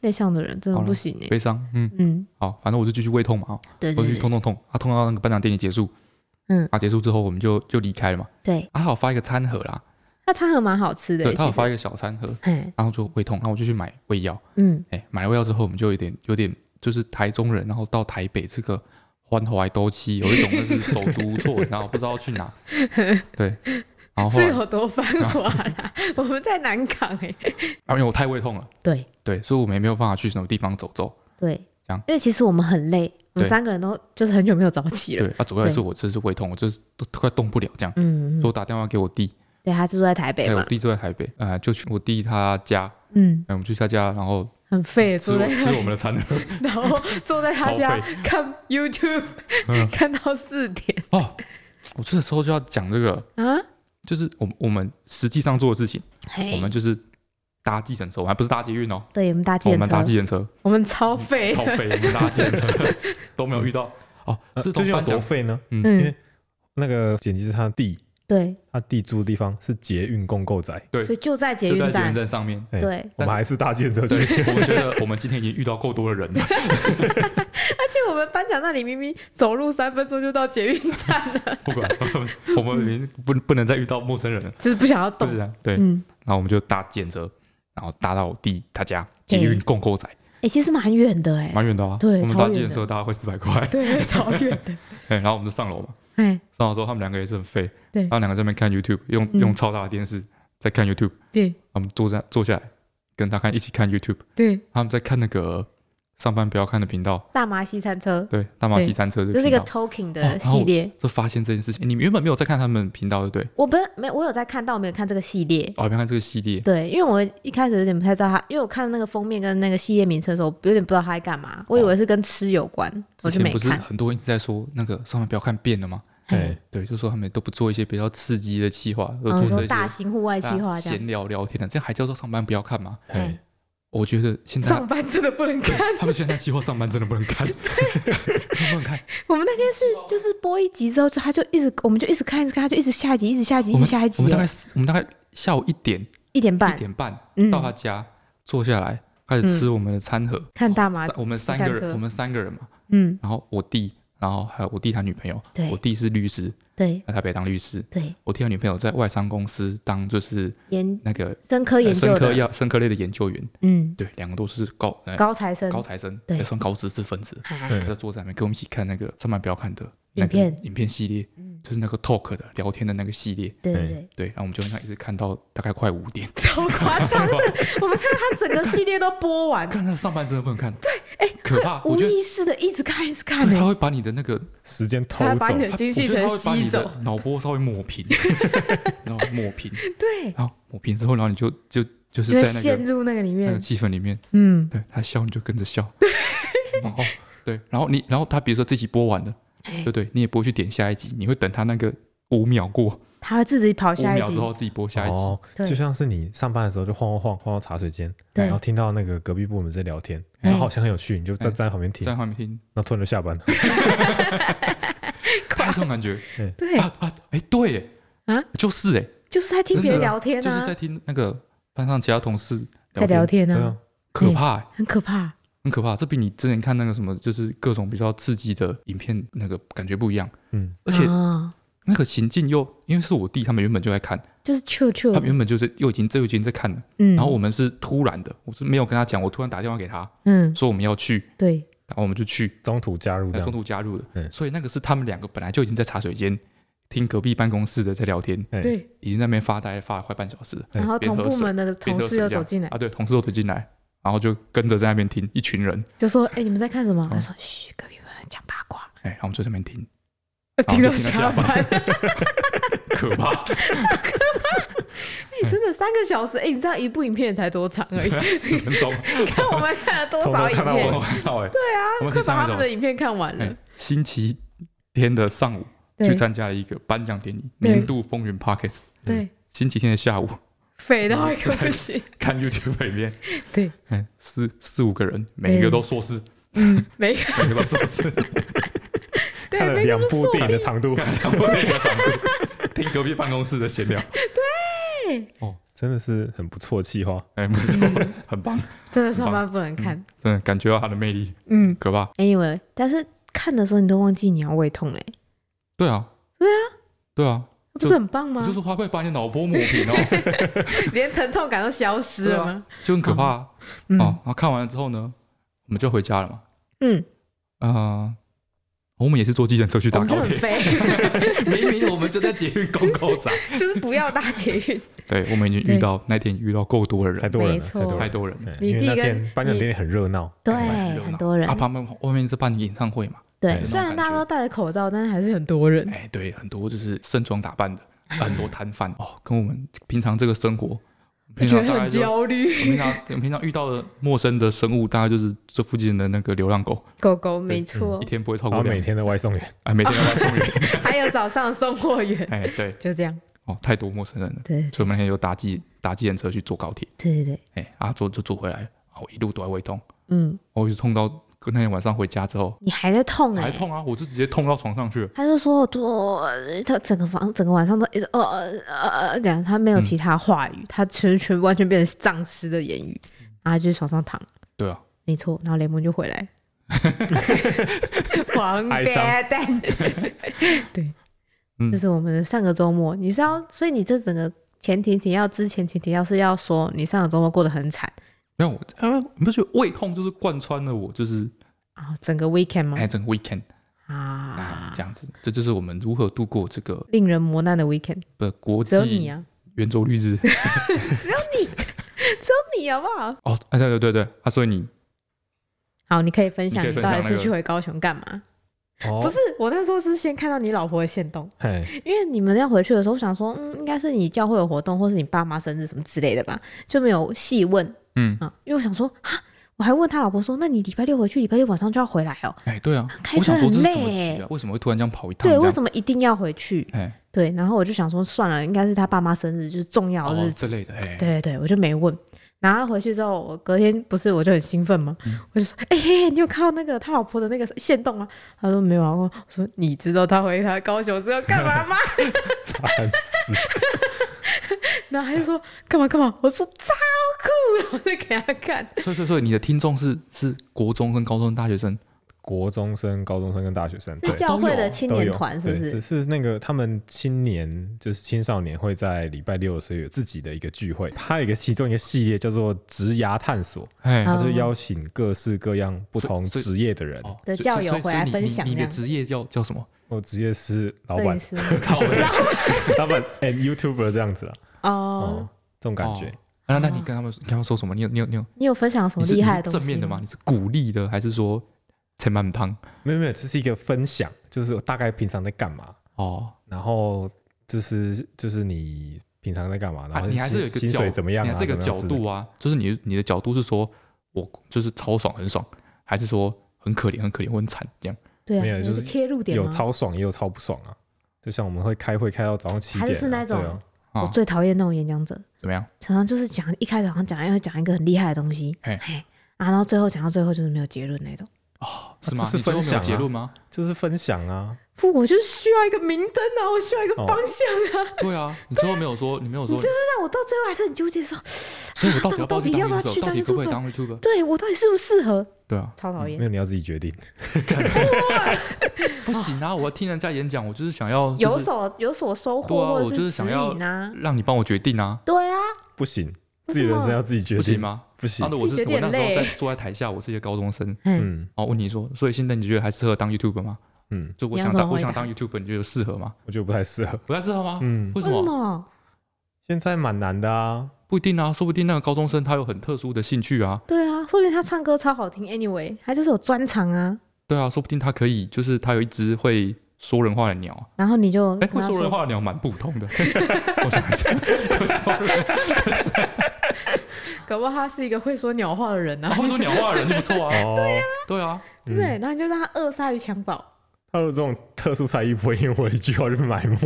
Speaker 1: 内向的人真的
Speaker 2: 好了
Speaker 1: 不行哎、
Speaker 2: 悲伤，嗯，
Speaker 1: 嗯，
Speaker 2: 好，反正我就继续胃痛嘛，哦
Speaker 1: 对
Speaker 2: 我就
Speaker 1: 对
Speaker 2: 去
Speaker 1: 对
Speaker 2: 痛痛痛，啊，痛到那个颁奖典礼结束，
Speaker 1: 嗯
Speaker 2: 啊，结束之后我们就就离开了嘛，
Speaker 1: 对，
Speaker 2: 啊，他有发一个餐盒啦，
Speaker 1: 那餐盒蛮好吃的、欸，
Speaker 2: 对，他有
Speaker 1: 其实
Speaker 2: 发一个小餐盒，
Speaker 1: 哎，
Speaker 2: 然后就胃痛，然后我就去买胃药，
Speaker 1: 嗯，
Speaker 2: 哎，买了胃药之后，我们就有点有点就是台中人，然后到台北这个欢怀都期，有一种就是手足无措，然后不知道 去哪，对，然后后
Speaker 1: 是哦
Speaker 2: 来，
Speaker 1: 有多繁华 啦？我们在南港哎、
Speaker 2: 啊，因为我太胃痛了，
Speaker 1: 对
Speaker 2: 对，所以我们也没有办法去什么地方走走，
Speaker 1: 对，
Speaker 2: 这样
Speaker 1: 因为其实我们很累，我们
Speaker 2: 对
Speaker 1: 三个人都就是很久没有早起了
Speaker 2: 对，，啊，主要也是
Speaker 1: 对
Speaker 2: 我真是胃痛，我就是都快动不了这样，
Speaker 1: 嗯，
Speaker 2: 所以我打电话给我弟，
Speaker 1: 对，他是住在台北
Speaker 2: 哎，我
Speaker 1: 嘛，
Speaker 2: 弟住在台北，呃，就去我弟他家，
Speaker 1: 嗯，
Speaker 2: 哎，我们去他家，然后
Speaker 1: 很废，
Speaker 2: 吃
Speaker 1: 住在
Speaker 2: 我吃我们的餐盒，
Speaker 1: 然后坐在 他家
Speaker 2: 超
Speaker 1: 看 YouTube，
Speaker 2: 嗯
Speaker 1: 看到四点
Speaker 2: 哦， 我这时候就要讲这个，
Speaker 1: 啊，
Speaker 2: 就是我们我们实际上做的事情，
Speaker 1: 嘿
Speaker 2: 我们就是搭计程车，我们还不是搭捷运哦，
Speaker 1: 对我们搭计
Speaker 2: 我
Speaker 1: 程
Speaker 2: 们
Speaker 1: 车哎
Speaker 2: 搭，计程车，
Speaker 1: 我们超废，
Speaker 2: 超费，我们搭计程 车都没有遇到。哦，
Speaker 3: 呃
Speaker 2: 这
Speaker 3: 究
Speaker 2: 种
Speaker 3: 竟有
Speaker 2: 颁
Speaker 3: 多
Speaker 2: 奖，
Speaker 3: 费呢？因
Speaker 1: 嗯
Speaker 3: 为，那个剪辑是他的弟，
Speaker 1: 对，
Speaker 3: 他弟住的地方是捷运共购宅，
Speaker 2: 对
Speaker 1: 所以就在捷
Speaker 2: 就
Speaker 1: 运
Speaker 2: 在捷
Speaker 1: 站
Speaker 2: 运，站上面。
Speaker 3: 哎
Speaker 1: 对
Speaker 3: 我
Speaker 2: 但是
Speaker 3: 们还是搭建车
Speaker 2: 对
Speaker 3: 去。，
Speaker 2: 我们觉得 我们今天已经遇到够多的人了。
Speaker 1: 而且我们颁奖那里明明走路三分钟就到捷运站了，
Speaker 2: 不管 我们已经不不能再遇到陌生人了，
Speaker 1: 就是不想要
Speaker 2: 不
Speaker 1: 动
Speaker 2: 是，啊？对，然
Speaker 1: 嗯，
Speaker 2: 后我们就搭计程车，然后搭到我弟他家捷运共购仔，
Speaker 1: 哎，其实蛮远的哎，
Speaker 2: 蛮远的啊。
Speaker 1: 对
Speaker 2: 我们
Speaker 1: 超
Speaker 2: 搭
Speaker 1: 远
Speaker 2: 计
Speaker 1: 的
Speaker 2: 程车大概会四百块，
Speaker 1: 对，超远的，
Speaker 2: 哎，然后我们就上楼嘛。
Speaker 1: 哎，
Speaker 2: 上楼之后，他们两个也是很废，
Speaker 1: 对
Speaker 2: 他们两个在那边看 YouTube，用
Speaker 1: 嗯
Speaker 2: 用超大的电视在看 YouTube，
Speaker 1: 对
Speaker 2: 他们坐在坐下来跟他看一起看 YouTube，
Speaker 1: 对，
Speaker 2: 他们在看那个上班不要看的频道，
Speaker 1: 大麻西餐车，
Speaker 2: 对，大马
Speaker 1: 对
Speaker 2: 西餐车这
Speaker 1: 这
Speaker 2: 个
Speaker 1: 是一
Speaker 2: 频
Speaker 1: 个
Speaker 2: 道，
Speaker 1: Talking
Speaker 2: 哦
Speaker 1: 的
Speaker 2: 然后
Speaker 1: 系列。
Speaker 2: 就发现这件事情。诶你们原本没有在看他们频道，对不对？
Speaker 1: 我不是没有，我有在看，但我没有看这个系列。
Speaker 2: 哦，原来看这个系列，
Speaker 1: 对，因为我一开始有点不太知道它，因为我看那个封面跟那个系列名称的时候，有点不知道它在干嘛，我以为是跟吃有关，
Speaker 2: 哦之
Speaker 1: 我就
Speaker 2: 前
Speaker 1: 没
Speaker 2: 不是
Speaker 1: 看。
Speaker 2: 很多人一直在说那个上班不要看变了吗？
Speaker 3: 哎，
Speaker 2: 对，就说他们都不做一些比较刺激的企划，都
Speaker 1: 嗯，
Speaker 2: 做
Speaker 1: 说
Speaker 2: 这些
Speaker 1: 大型户外计
Speaker 2: 大家
Speaker 1: 划这样，
Speaker 2: 闲聊聊天的，这样还叫做上班不要看吗？
Speaker 3: 哎，
Speaker 2: 我觉得现在
Speaker 1: 上班真的不能看。
Speaker 2: 他们现在计划上班真的不能 看， 真的不能看。
Speaker 1: 我们那天是就是播一集之后，就他就一直我们就一直看，一直看，他就一直下一集，一直下一集，一
Speaker 2: 我
Speaker 1: 直
Speaker 2: 们
Speaker 1: 下一
Speaker 2: 我
Speaker 1: 集
Speaker 2: 们大
Speaker 1: 耶，
Speaker 2: 概是我们大概下午一点
Speaker 1: 一点
Speaker 2: 一
Speaker 1: 半
Speaker 2: 点半
Speaker 1: 嗯
Speaker 2: 到他家坐下来，开始吃我们的餐盒。
Speaker 1: 看大麻
Speaker 2: 三，我们
Speaker 1: 西
Speaker 2: 三
Speaker 1: 餐
Speaker 2: 个人，
Speaker 1: 车
Speaker 2: 我们三个人嘛，
Speaker 1: 嗯，
Speaker 2: 然后我弟，然后还有我弟他女朋友
Speaker 1: 对，
Speaker 2: 我弟是律师，
Speaker 1: 对
Speaker 2: 在台北当律师，
Speaker 1: 对，
Speaker 2: 我弟他女朋友在外商公司当就是
Speaker 1: 研
Speaker 2: 那个
Speaker 1: 生科研
Speaker 2: 呃
Speaker 1: 究
Speaker 2: 生科
Speaker 1: 的，
Speaker 2: 药生科类的研究员，
Speaker 1: 嗯，
Speaker 2: 对，两个都是高呃
Speaker 1: 高材生，
Speaker 2: 高材生，
Speaker 1: 对
Speaker 2: 也算高知识分子，
Speaker 1: 啊
Speaker 3: 对
Speaker 2: 他就坐在那边跟我们一起看那个上班不要看的那个
Speaker 1: 影片
Speaker 2: 影片系列，
Speaker 1: 嗯
Speaker 2: 就是那个 talk 的聊天的那个系列，
Speaker 1: 对对
Speaker 3: 哎
Speaker 1: 对，
Speaker 2: 对，然后我们就那一直看到大概快五点，
Speaker 1: 超夸张的，我们看他整个系列都播完，
Speaker 2: 看那上班真的不能看，对，哎，可怕， 我
Speaker 1: 无
Speaker 2: 觉得
Speaker 1: 意识的一直看一直看
Speaker 2: 对他
Speaker 1: 呢，
Speaker 2: 会把你的那个
Speaker 3: 时间偷
Speaker 1: 他
Speaker 3: 走
Speaker 1: 把，你的
Speaker 2: 他
Speaker 1: 精
Speaker 2: 我
Speaker 1: 气
Speaker 2: 觉得
Speaker 1: 神
Speaker 2: 他会把
Speaker 1: 吸
Speaker 2: 你的
Speaker 1: 走，
Speaker 2: 脑波稍微抹 平，然后抹平，
Speaker 1: 对，
Speaker 2: 然后抹平之后，然后你就就就是
Speaker 1: 就会
Speaker 2: 在那
Speaker 1: 陷
Speaker 2: 个
Speaker 1: 入那个里
Speaker 2: 那个
Speaker 1: 面，
Speaker 2: 气氛里面，
Speaker 1: 嗯，
Speaker 2: 对他笑你就跟着笑，然后对，然后你然后他比如说这集播完了，
Speaker 1: 哎
Speaker 2: 对不对，你也不会去点下一集，你会等他那个五秒过，
Speaker 1: 他会自己跑
Speaker 2: 五
Speaker 1: 下一
Speaker 2: 秒之
Speaker 1: 集，
Speaker 2: 后自己播下一集，
Speaker 3: 哦，
Speaker 1: 对
Speaker 3: 就像是你上班的时候就晃晃晃晃到茶水间，
Speaker 1: 对
Speaker 3: 然后听到那个隔壁部门在聊天，
Speaker 1: 哎
Speaker 3: 然后好像很有趣，你就站
Speaker 2: 哎
Speaker 3: 站在旁边听，
Speaker 2: 在旁边听，
Speaker 3: 那突然就下班了。
Speaker 2: 大概这种感觉
Speaker 1: 对，
Speaker 2: 啊啊，哎，对耶，
Speaker 1: 啊，
Speaker 2: 就是哎，
Speaker 1: 就是在听别人聊天
Speaker 2: 就是
Speaker 1: 啊
Speaker 2: 在，听那个班上其他同事
Speaker 1: 在聊，天
Speaker 3: 对
Speaker 1: 啊
Speaker 3: 啊，，
Speaker 2: 可怕耶。
Speaker 1: 很可怕，
Speaker 2: 很可怕，这比你之前看那个什么，就是各种比较刺激的影片那个感觉不一样，
Speaker 3: 嗯，
Speaker 2: 而且
Speaker 1: 啊
Speaker 2: 那个情境又因为是我弟他们原本就在看，
Speaker 1: 就是啾啾
Speaker 2: 他，们原本就是又已经这又已经在看了，
Speaker 1: 嗯，
Speaker 2: 然后我们是突然的，我是没有跟他讲，我突然打电话给他
Speaker 1: 嗯，
Speaker 2: 说我们要去，
Speaker 1: 对，
Speaker 2: 然后我们就去，
Speaker 3: 中途加入这
Speaker 2: 在中
Speaker 3: 样，
Speaker 2: 途加入的，
Speaker 3: 嗯
Speaker 2: 所以那个是他们两个本来就已经在茶水间听隔壁办公室的在聊天，
Speaker 3: 哎，
Speaker 1: 对，
Speaker 2: 已经在那边发呆发了快半小时了，
Speaker 1: 然后
Speaker 2: 边
Speaker 1: 同
Speaker 2: 喝
Speaker 1: 部
Speaker 2: 水
Speaker 1: 门的
Speaker 2: 边
Speaker 1: 同
Speaker 2: 喝
Speaker 1: 事
Speaker 2: 水
Speaker 1: 又
Speaker 2: 这样
Speaker 1: 走
Speaker 3: 嗯
Speaker 1: 进来，
Speaker 2: 啊，对，同事都走进来，然后就跟着在那边听，一群人，
Speaker 1: 就说：“哎、你们在看什么？”
Speaker 2: 嗯
Speaker 1: 他说：“嘘，隔壁部门讲八卦。
Speaker 2: 哎，然后我们就在那边听，”然
Speaker 1: 呃听
Speaker 2: 后就
Speaker 1: 到
Speaker 2: 听到
Speaker 1: 下
Speaker 2: 下
Speaker 1: 班，哎、
Speaker 2: 可怕。
Speaker 1: 真的三个小时，哎、你知道一部影片才多长而 已？
Speaker 2: 十分钟，
Speaker 1: 你看我们看了多
Speaker 3: 从
Speaker 1: 少
Speaker 3: 头
Speaker 1: 影
Speaker 3: 看到
Speaker 1: 片
Speaker 3: 尾
Speaker 2: 我，看到哎，对啊，我们
Speaker 1: 快
Speaker 2: 可以
Speaker 1: 把他
Speaker 2: 上一
Speaker 1: 们
Speaker 2: 种
Speaker 1: 的影片看完
Speaker 2: 哎
Speaker 1: 了。
Speaker 2: 星期天的上午去
Speaker 1: 对
Speaker 2: 参加了一个颁奖典礼，
Speaker 1: 对
Speaker 2: 年度风云 Pockets。
Speaker 1: 对，
Speaker 2: 星期天的下午
Speaker 1: 肥
Speaker 2: 嗯
Speaker 1: 到一个不 行。
Speaker 2: 看 YouTube 里面，
Speaker 1: 对，
Speaker 2: 哎，四四五个人，每一个都硕士，
Speaker 1: 嗯，每个
Speaker 2: 每一个都硕士，
Speaker 1: 对
Speaker 3: 看了
Speaker 1: 每个
Speaker 3: 两
Speaker 1: 都
Speaker 3: 部
Speaker 1: 硕
Speaker 3: 电影的长度，
Speaker 2: 然后那个场度听隔壁办公室的闲聊，
Speaker 3: 真的是很不错的企划。
Speaker 2: 哎，不错，很棒，
Speaker 1: 真的上班不能看。
Speaker 2: 真的感觉到他的魅力，
Speaker 1: 嗯
Speaker 2: 可怕。
Speaker 1: ，anyway，但是看的时候你都忘记你要胃痛嘞、欸
Speaker 2: 哎对啊，
Speaker 1: 对
Speaker 2: 啊，对啊，
Speaker 1: 那不是很棒
Speaker 4: 嗯
Speaker 1: 吗？
Speaker 2: 就是他会把你脑波抹平哦，
Speaker 1: 连疼痛感都消失了吗？
Speaker 2: 就很可怕啊。
Speaker 1: 嗯、
Speaker 2: 哦，然后看完了之后呢，我们就回家了嘛。
Speaker 1: 嗯，
Speaker 2: 啊，我们也是坐计程车去
Speaker 1: 我
Speaker 2: 搭
Speaker 1: 们就
Speaker 2: 啊高
Speaker 1: 很
Speaker 4: 哦
Speaker 2: 铁，
Speaker 1: 肥，
Speaker 2: 明明我们就在捷运公口站。
Speaker 1: 就是不要搭捷 运。
Speaker 2: 对，我们已经遇到那天遇到够多的
Speaker 3: 太
Speaker 2: 人，
Speaker 3: 多人
Speaker 1: 没
Speaker 3: 了，
Speaker 1: 错
Speaker 3: 太多
Speaker 2: 太
Speaker 3: 人了。
Speaker 2: 多人了。
Speaker 3: 哎
Speaker 1: 嗯你
Speaker 3: 因为
Speaker 1: 弟
Speaker 3: 那
Speaker 1: 跟
Speaker 3: 天颁奖典礼很热闹，
Speaker 1: 对，
Speaker 2: 哎
Speaker 1: 很多人
Speaker 2: 啊，旁边外面是办演唱会嘛，
Speaker 1: 对，
Speaker 3: 哎
Speaker 1: 虽然
Speaker 2: 那种感觉
Speaker 1: 大家都戴着口罩，但是还是很多人。
Speaker 2: 哎，对，很多就是盛装打扮的，很多摊
Speaker 1: 嗯
Speaker 2: 贩哦，跟我们平常这个生活，
Speaker 1: 我
Speaker 2: 平
Speaker 1: 觉
Speaker 2: 常
Speaker 1: 得
Speaker 2: 大
Speaker 1: 很
Speaker 2: 概就我
Speaker 1: 焦虑，
Speaker 2: 们平常我们平常遇到的陌生的生物，大概就是这附近的那个流浪狗，
Speaker 1: 狗狗没错
Speaker 2: 一，天不会超
Speaker 3: 然
Speaker 2: 过
Speaker 3: 后
Speaker 2: 两
Speaker 3: 每，天的 外送员，
Speaker 2: 哎，每天要外送 人，
Speaker 1: 还有早上的送货员，
Speaker 2: 哎，对，
Speaker 1: 就这样。
Speaker 2: 哦，太多陌生人了，
Speaker 1: 对
Speaker 2: 所以我们那天就搭计搭计程车去坐高铁。
Speaker 1: 对对对，
Speaker 2: 哎、啊，坐就坐回来了，啊我一路都在胃痛，
Speaker 1: 嗯，
Speaker 2: 我一直痛到那天晚上回家之后
Speaker 1: 你还在痛哎、
Speaker 2: 还痛啊，我就直接痛到床上去了。
Speaker 1: 他就说我他整个房整个晚上都一直呃呃呃呃这样，他没有其他话语，他全全完全变成丧尸的言语，
Speaker 2: 嗯
Speaker 1: 然后他就床上躺，
Speaker 2: 对啊，
Speaker 1: 没错，然后雷蒙就回 来，王八
Speaker 3: 哀伤
Speaker 1: 蛋，对，
Speaker 2: 嗯
Speaker 1: 这是我们的上个周末，你是要，所以你这整个前提你要之前前提要是要说你上个周末过得很惨
Speaker 2: 没有，我啊你不觉得胃痛就是贯穿了我，就是
Speaker 1: 啊、整个 weekend 吗
Speaker 2: 哎？整个 weekend 啊
Speaker 1: 啊，
Speaker 2: 这样子，这就是我们如何度过这个
Speaker 1: 令人磨难的 weekend，
Speaker 2: 呃国
Speaker 1: 只有你
Speaker 2: 际
Speaker 1: 啊，
Speaker 2: 圆周 率日。
Speaker 1: 只有你，只有你好不好？
Speaker 2: 啊哦，哎对对对对，啊，所以你
Speaker 1: 好，你可以分享
Speaker 2: 你可
Speaker 1: 你
Speaker 2: 以
Speaker 1: 到底
Speaker 2: 分享
Speaker 1: 是
Speaker 2: 那个
Speaker 1: 去回高雄干嘛？
Speaker 3: 哦，
Speaker 1: 不是，我那时候是先看到你老婆的线动，
Speaker 3: 嘿，
Speaker 1: 因为你们要回去的时候，我想说，嗯，应该是你教会有活动，或是你爸妈生日什么之类的吧，就没有细问
Speaker 2: 嗯，
Speaker 1: 啊、因为我想说，哈，我还问他老婆说，那你礼拜六回去，礼拜六晚上就要回来哦。
Speaker 2: 哎、对啊，
Speaker 1: 开
Speaker 2: 我
Speaker 1: 车
Speaker 2: 想说
Speaker 1: 很
Speaker 2: 这是什
Speaker 1: 累
Speaker 2: 么局
Speaker 1: 欸
Speaker 2: 啊？为什么会突然这样跑一趟？
Speaker 1: 对，为
Speaker 2: 么？
Speaker 1: 什么一定要回去？
Speaker 2: 哎、
Speaker 1: 对，然后我就想说，算了，应该是他爸妈生日，就是重要的日
Speaker 2: 哦
Speaker 1: 子。
Speaker 2: 之类的，哎、
Speaker 1: 对对对，我就没问。然后回去之后，我隔天不是我就很兴奋嘛，我就说：“哎、嘿嘿，你有看到那个他老婆的那个线动吗？”他说：“没有啊。”我说：“你知道他回他高雄之后干嘛吗
Speaker 3: 烦死！？”
Speaker 1: 然后他就说：“干嘛干嘛？”我说：“超酷！”然后就给他看。
Speaker 2: 所以所以所以你的听众是是国中跟高中大学生，
Speaker 3: 国中生、高中生跟大学生，对
Speaker 1: 是，教会的青
Speaker 3: 都
Speaker 1: 年
Speaker 3: 有，
Speaker 1: 团是不
Speaker 3: 对只
Speaker 1: 是？
Speaker 3: 是那个他们青年就是青少年会在礼拜六的时候有自己的一个聚会，它有一个其中一个系列叫做“职涯探索”，
Speaker 1: 啊
Speaker 2: 哎、
Speaker 3: 它是邀请各式各样不同
Speaker 2: 所以
Speaker 3: 职业的人。
Speaker 2: 哦
Speaker 1: 的
Speaker 2: 所以
Speaker 1: 教
Speaker 2: 所以
Speaker 1: 友
Speaker 2: 所以
Speaker 1: 回来
Speaker 2: 你
Speaker 1: 分
Speaker 2: 你
Speaker 1: 享
Speaker 2: 你
Speaker 1: 这
Speaker 2: 的
Speaker 1: 样
Speaker 2: 职业叫叫什么？
Speaker 3: 我职业是老
Speaker 1: 对
Speaker 3: 板，
Speaker 1: 是
Speaker 2: 靠北哦
Speaker 3: 老板 and YouTuber 这样子啦，
Speaker 1: 哦
Speaker 2: 嗯
Speaker 3: 哦，，这种感觉。
Speaker 2: 啊那那你跟他们你跟他们说什么？你有你有你有
Speaker 1: 你有分享什
Speaker 2: 你
Speaker 1: 么
Speaker 2: 是
Speaker 1: 哦厉
Speaker 2: 你
Speaker 1: 害
Speaker 2: 是
Speaker 1: 的东西？
Speaker 2: 正面的吗？？你是鼓励的，还是说前满汤？
Speaker 3: 没有没有，这是一个分享，就是我大概平常在干嘛，
Speaker 2: 哦，
Speaker 3: 然后就是就是你平常在干嘛，然
Speaker 2: 啊
Speaker 3: 后
Speaker 2: 你还是有一个
Speaker 3: 薪
Speaker 2: 角
Speaker 3: 水怎么样
Speaker 2: 你
Speaker 3: 啊，
Speaker 2: 还是一个
Speaker 3: 怎么
Speaker 2: 角
Speaker 3: 样之类的
Speaker 2: 度啊，就是你你的角度是说我就是超爽很爽，还是说很可怜很可怜我很惨这样？
Speaker 1: 对啊，
Speaker 3: 没有
Speaker 1: 你
Speaker 3: 就是
Speaker 1: 切入点
Speaker 3: 有
Speaker 1: 吗
Speaker 3: 超爽也有超不爽啊。就像我们会开会开到早上七
Speaker 1: 还
Speaker 3: 点啊、
Speaker 1: 是那种
Speaker 3: 对啊
Speaker 2: 啊
Speaker 1: 我最讨厌那种演讲者，
Speaker 2: 怎么样？
Speaker 1: 常常就是讲一开始好像讲要讲一个很厉害的东西，嘿
Speaker 2: 嘿，
Speaker 1: 啊，然后最后讲到最后就是没有结论那种。
Speaker 2: 哦，是
Speaker 3: 这
Speaker 2: 吗？
Speaker 3: 是
Speaker 2: 你最后
Speaker 3: 分
Speaker 2: 没有
Speaker 3: 享
Speaker 2: 结
Speaker 3: 啊
Speaker 2: 论吗？
Speaker 3: 就是分享啊，
Speaker 1: 不，我就是需要一个明灯啊，我需要一个
Speaker 3: 哦
Speaker 1: 方向啊，
Speaker 2: 对啊，你最后没有说，你没有说，
Speaker 1: 让我到最后还是很纠结说，
Speaker 2: 所以我到底要不
Speaker 1: 到
Speaker 2: 要
Speaker 1: 底
Speaker 2: 去
Speaker 1: 要不
Speaker 2: 当
Speaker 1: 要去
Speaker 2: YouTuber？到
Speaker 1: 当
Speaker 2: 底可不可以
Speaker 1: YouTuber？
Speaker 2: 当 YouTuber？
Speaker 1: 对我到底适不适合？
Speaker 2: 对啊，
Speaker 1: 超讨
Speaker 3: 没
Speaker 1: 厌，
Speaker 3: 有你要自己决定。
Speaker 2: 不行啊！我要听人家演讲，我就是想要
Speaker 1: 有
Speaker 2: 就是
Speaker 1: 所有所收
Speaker 2: 对
Speaker 1: 获，
Speaker 2: 啊
Speaker 1: 或
Speaker 2: 我
Speaker 1: 者
Speaker 2: 就
Speaker 1: 指
Speaker 2: 是想要
Speaker 1: 引啊，
Speaker 2: 让你帮我决定啊，
Speaker 1: 对啊，
Speaker 3: 不行，
Speaker 1: 为
Speaker 3: 自己
Speaker 1: 什
Speaker 3: 人
Speaker 1: 么
Speaker 3: 生要自己决定，
Speaker 2: 不行？吗？
Speaker 3: 不行
Speaker 2: 啊，，那我
Speaker 1: 自
Speaker 2: 是
Speaker 1: 己觉得
Speaker 2: 我
Speaker 1: 有
Speaker 2: 那
Speaker 1: 点累
Speaker 2: 时候
Speaker 1: 欸
Speaker 2: 在坐在台下，我是一个高中生，
Speaker 1: 嗯，
Speaker 3: 嗯
Speaker 2: 哦，问你说，所以现在你觉得还适合当 YouTuber 吗？
Speaker 3: 嗯，
Speaker 2: 就我
Speaker 1: 你要
Speaker 2: 想
Speaker 1: 怎么
Speaker 2: 当我想
Speaker 1: 回答
Speaker 2: 当 YouTuber，你觉得适合吗？
Speaker 3: 我觉得不太适合。
Speaker 2: 啊不太适合吗？
Speaker 3: 嗯，
Speaker 2: 为什
Speaker 1: 为什
Speaker 2: 么？
Speaker 1: 么？
Speaker 3: 现在蛮难 的啊，
Speaker 2: 不一定啊，说不定那个高中生他有很特殊的兴趣啊，
Speaker 1: 对啊，说不定他唱歌超好听，anyway，他就是有专长啊。
Speaker 2: 对啊，说不定他可以就是他有一只会说人话的鸟啊，
Speaker 1: 然后你就
Speaker 2: 哎，
Speaker 1: 跟
Speaker 2: 会
Speaker 1: 他
Speaker 2: 说人话的鸟蛮普 通的，我想一下，
Speaker 1: 搞不好他是一个会说鸟话的人
Speaker 2: 啊
Speaker 1: 啊，
Speaker 2: 会说鸟话的人就不错啊，
Speaker 3: 哦，对
Speaker 2: 对
Speaker 3: 呀，
Speaker 2: 啊，
Speaker 1: 对不对？然后你就让他扼杀于襁褓，
Speaker 3: 他的这种特殊才艺不会因为我一句话就被 埋没。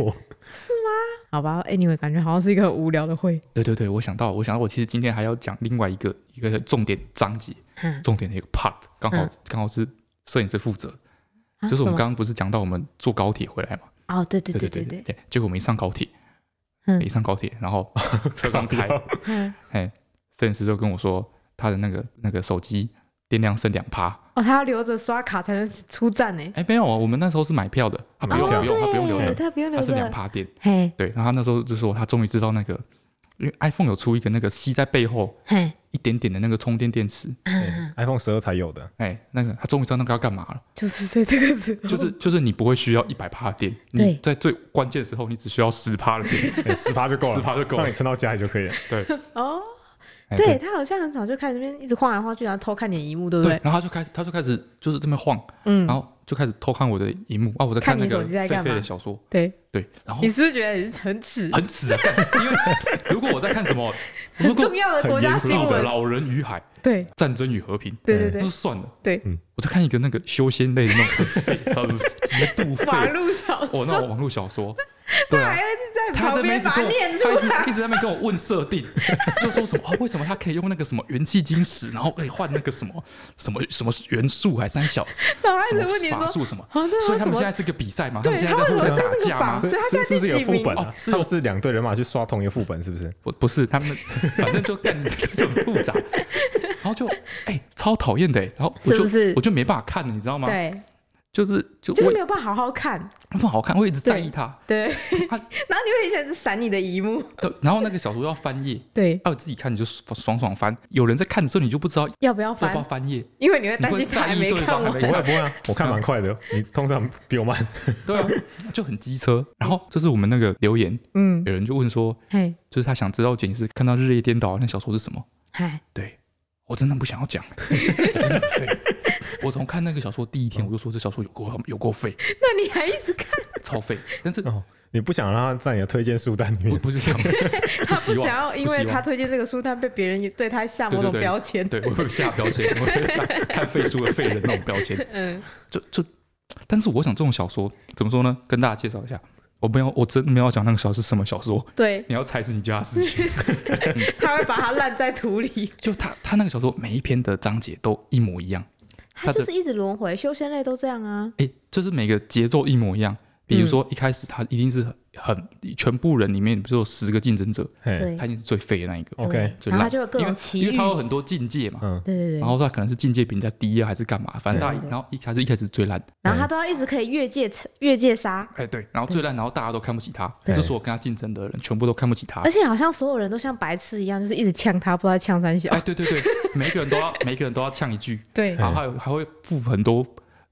Speaker 1: 好吧？anyway，感觉好像是一个很无聊的会。
Speaker 2: 对对对，我想到，我想到，我其实今天还要讲另外一个一个重点章节，
Speaker 1: 嗯
Speaker 2: 重点的一个 part，刚好
Speaker 1: 嗯
Speaker 2: 刚好是摄影师负责，
Speaker 1: 啊
Speaker 2: 就是我们
Speaker 1: 什
Speaker 2: 刚刚不是讲到我们坐高铁回来嘛，
Speaker 1: 么哦，对对
Speaker 2: 对
Speaker 1: 对对，
Speaker 2: 对对，结果我们一上高铁，
Speaker 1: 嗯
Speaker 2: 一上高铁，然后 车刚开，
Speaker 1: 嗯，
Speaker 2: 哎，摄影师就跟我说他的那个那个手机电量剩两趴。
Speaker 1: 哦，他要留着刷卡才能出站呢。哦
Speaker 2: 哎，没有啊，我们那时候是买票的，他不
Speaker 3: 买
Speaker 2: 用
Speaker 4: 哦
Speaker 3: 票
Speaker 2: 不用他不用留
Speaker 1: 对
Speaker 2: 着，
Speaker 1: 他不用留
Speaker 2: 他是两
Speaker 1: 着。
Speaker 2: 趴电。
Speaker 1: 嘿，
Speaker 2: 对，然后他那时候就说他终于知道那个，因为 iPhone 有出一个那个吸在背后
Speaker 1: 嘿，
Speaker 2: 一点点的那个充电电池，
Speaker 1: 啊
Speaker 3: iPhone 十二才有的，
Speaker 2: 哎，那个他终于知道那个要干嘛了，
Speaker 1: 就是在这个时候，
Speaker 2: 就是就是你不会需要一百帕的电，
Speaker 1: 对
Speaker 2: 你在最关键的时候你只需要十帕的电，
Speaker 3: 哎十趴 就够了，
Speaker 2: 10%就够了
Speaker 3: 让你撑到家里就可以了。
Speaker 1: 哦，
Speaker 2: 哎
Speaker 1: 对他好像很早就开始那边一直晃来晃去，然后偷看你的荧幕，对不
Speaker 2: 对
Speaker 1: 对？，
Speaker 2: 然后他就开始他就开始就是这么晃，
Speaker 1: 嗯
Speaker 2: 然，后就开始偷看我的荧幕啊，我在
Speaker 1: 看
Speaker 2: 那
Speaker 1: 你手
Speaker 2: 个
Speaker 1: 机在
Speaker 2: 狒
Speaker 1: 干
Speaker 2: 狒
Speaker 1: 嘛
Speaker 2: 的小说，
Speaker 1: 对，
Speaker 2: 对，然后
Speaker 1: 你是不是觉得你是很耻、
Speaker 2: 很耻啊，干因为如果我在看什么，
Speaker 1: 很
Speaker 2: 如果
Speaker 1: 重要的国家
Speaker 3: 很严肃
Speaker 1: 新
Speaker 2: 老的
Speaker 1: 闻？
Speaker 2: 老人与海、
Speaker 1: 对，
Speaker 2: 战争与和平，
Speaker 1: 对对
Speaker 3: 嗯
Speaker 2: 那
Speaker 1: 对
Speaker 2: 就，算了，
Speaker 1: 对
Speaker 3: 嗯，
Speaker 2: 我在看一个那个修仙类的那种很废很极度废
Speaker 1: 法路小
Speaker 2: 哦，
Speaker 1: 说，
Speaker 2: 那网络小说，对啊
Speaker 1: 还。会是在
Speaker 2: 他在
Speaker 1: 旁
Speaker 2: 那
Speaker 1: 边
Speaker 2: 边一直
Speaker 1: 把它
Speaker 2: 跟我，
Speaker 1: 念出
Speaker 2: 他一直
Speaker 1: 来
Speaker 2: 一。直在那边跟我问设定， 就说什么哦，为什么他可以用那个什么元气晶石，然后可以换那个什么什么什么元素还三小什
Speaker 1: 然后 他一直问你
Speaker 2: 么
Speaker 1: 说
Speaker 2: 法，术什么，
Speaker 1: 啊，那
Speaker 2: 所
Speaker 1: 他
Speaker 2: 以他
Speaker 1: 怎
Speaker 2: 们
Speaker 1: 么
Speaker 2: 现在是个比赛嘛，他
Speaker 1: 对
Speaker 2: 们现在在
Speaker 1: 他
Speaker 2: 互
Speaker 1: 们
Speaker 2: 相
Speaker 1: 怎么
Speaker 2: 打
Speaker 1: 跟那个
Speaker 2: 架
Speaker 1: 榜
Speaker 2: 吗
Speaker 1: 所？以他
Speaker 3: 是
Speaker 1: 现在
Speaker 3: 是不是
Speaker 1: 第
Speaker 3: 有
Speaker 1: 几
Speaker 3: 副
Speaker 1: 名
Speaker 3: 本
Speaker 2: 哦
Speaker 3: 啊？
Speaker 2: 是
Speaker 3: 他们是两队人马去刷同一个副本，是不是？
Speaker 2: 不不是，他们 反正就干就很复杂，然后就哎、超讨厌的、欸，然后我
Speaker 1: 是
Speaker 2: 就
Speaker 1: 不是
Speaker 2: 我就没办法看了，你知道吗？
Speaker 1: 对，
Speaker 2: 就是就
Speaker 1: 就是
Speaker 2: 我
Speaker 1: 没
Speaker 2: 也
Speaker 1: 有办法好好看。
Speaker 2: 不好看，我一直在意它。
Speaker 1: 对，
Speaker 2: 他
Speaker 1: 然后你会选择闪你的荧幕。
Speaker 2: 对，然后那个小说要翻页，
Speaker 1: 对，
Speaker 2: 啊，我自己看你就爽爽爽翻，有人在看的时候你就不知道
Speaker 1: 要
Speaker 2: 要
Speaker 1: 不要
Speaker 2: 不要
Speaker 1: 翻？
Speaker 2: 翻页，
Speaker 1: 因为你会
Speaker 2: 你
Speaker 1: 担
Speaker 2: 会
Speaker 1: 心他
Speaker 2: 在
Speaker 1: 还
Speaker 2: 意
Speaker 1: 没
Speaker 2: 对
Speaker 1: 看
Speaker 2: 方还
Speaker 1: 完。
Speaker 2: 没
Speaker 3: 不会
Speaker 2: 看
Speaker 3: 不会啊，我看蛮快的，你通常比我慢。
Speaker 2: 对啊，就很机车。然后就是我们那个留言，
Speaker 1: 嗯，
Speaker 2: 有人就问说，
Speaker 1: 嘿，
Speaker 2: 就是他想知道简直是看到日夜颠倒那小说是什么？
Speaker 1: 嗨，
Speaker 2: 对，我真的不 想要讲，我真的很废。我从看那个小说第一天，我就说这小说有够有够废，
Speaker 1: 那你还一直看，
Speaker 2: 超废。但是
Speaker 3: 哦，你不想让他在你的推荐书单里
Speaker 2: 不
Speaker 3: 面，
Speaker 2: 不是这样，
Speaker 1: 他不
Speaker 2: 希望
Speaker 1: 想要，因
Speaker 2: 不希
Speaker 1: 为
Speaker 2: 望
Speaker 1: 他推荐这个书，但被别人对他下
Speaker 2: 对
Speaker 1: 某种
Speaker 2: 对对，
Speaker 1: 标签。
Speaker 2: 对，我会下标签，我会看废书的废人那种标签。
Speaker 1: 嗯，
Speaker 2: 就就，但是我想这种小说怎么说呢？跟大家介绍一下，我没有，我真没有要讲那个小说是什么小说，
Speaker 1: 对，
Speaker 2: 你要猜是你家的事 情。
Speaker 1: 他会把它烂在土里。
Speaker 2: 就他他那个小说每一篇的章节都一模一样，
Speaker 1: 他
Speaker 2: 他
Speaker 1: 就
Speaker 2: 就是
Speaker 1: 一直轮回，修仙类都这样啊。
Speaker 2: 诶，就是每个节奏一模一样。比如说一开始他一定是很很全部人里面，不是有十个竞争者，
Speaker 3: 嘿
Speaker 1: 对
Speaker 2: 他一定是最废的那一个，
Speaker 3: ，OK，
Speaker 2: 最
Speaker 1: 然后他
Speaker 2: 烂，
Speaker 1: 就有各
Speaker 2: 因为
Speaker 1: 种
Speaker 2: 因
Speaker 1: 奇
Speaker 2: 为
Speaker 1: 遇。
Speaker 2: 他有很多境界嘛。
Speaker 3: 嗯，
Speaker 1: 对对对，
Speaker 2: 然后他可能是境界比人家低啊，还是干嘛？反正大
Speaker 1: 对对
Speaker 2: 家，
Speaker 1: 对
Speaker 2: 然后一开始一开始最烂，
Speaker 1: 然后他都要一直可以越界越界杀，
Speaker 2: 哎对，然后最烂，然后大家都看不起他，
Speaker 3: 对
Speaker 2: 就所有跟他竞争的人全部都看不起他
Speaker 1: 而。且好像所有人都像白痴一样，就是一直呛他，不知道呛三小
Speaker 2: 哎，。对对对，每一个人都要每一个人都要呛一句，
Speaker 1: 对
Speaker 2: 然后还有还会附很多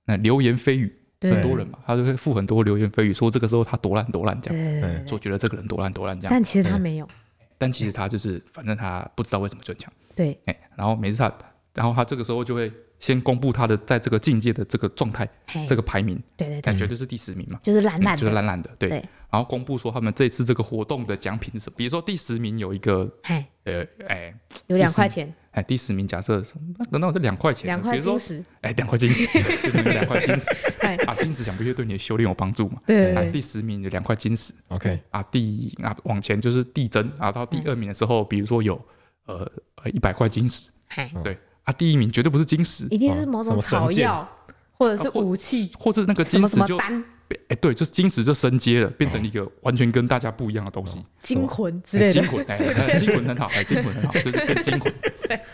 Speaker 2: 那流言蜚语，
Speaker 1: 对
Speaker 2: 很多人嘛，他就会附很多流言蜚语，说这个时候他多烂多烂这样，
Speaker 1: 对
Speaker 3: 对
Speaker 1: 对
Speaker 2: 说觉得这个人多烂多烂这样，
Speaker 1: 但其实他没有。
Speaker 2: 但其实他就是反正他不知道为什么就很强，
Speaker 1: 对，
Speaker 2: 哎，然后每次他，然后他这个时候就会先公布他的在这个境界的这个状态，
Speaker 1: 嘿
Speaker 2: 这个排名，
Speaker 1: 哎对对对，
Speaker 2: 但绝对是第十名嘛，
Speaker 1: 就是懒
Speaker 2: 嗯
Speaker 1: 懒
Speaker 2: 就是
Speaker 1: 的。
Speaker 2: 烂烂的，对
Speaker 1: 对，
Speaker 2: 然后公布说他们这次这个活动的奖品是什么，比如说第十名有一个
Speaker 1: 嘿，
Speaker 2: 呃，哎
Speaker 1: 有两块钱，
Speaker 2: 哎，第十名假设是那那我这两块钱，
Speaker 1: 两
Speaker 2: 比
Speaker 1: 块
Speaker 2: 如说
Speaker 1: 金石。
Speaker 2: 哎，两块金石， 就是那个两块金 石
Speaker 1: 哎，
Speaker 2: 啊，金石想必就对你的修炼有帮助嘛。
Speaker 1: 对
Speaker 2: 啊，
Speaker 1: 对
Speaker 2: 第十名有两块金石
Speaker 3: ，OK，
Speaker 2: 啊，第啊往前就是递增啊，
Speaker 1: 嗯
Speaker 2: 到第二名的时候，比如说有呃一百块金石，
Speaker 1: 嘿，
Speaker 2: 啊，第一名绝对不是金石，
Speaker 1: 一定是某种草药或者是
Speaker 2: 啊或
Speaker 1: 武器，
Speaker 2: 或是那个
Speaker 1: 什
Speaker 2: 金
Speaker 1: 么
Speaker 2: 石
Speaker 1: 什么
Speaker 2: 就
Speaker 1: 丹、
Speaker 2: 哎对，就是金石就升阶了，变成一个完全跟大家不一样的东西，
Speaker 1: 金魂之嗯
Speaker 2: 哎
Speaker 1: 类的
Speaker 2: 金。魂哎，哎金魂很好，哎，金魂很好，就是变金 魂，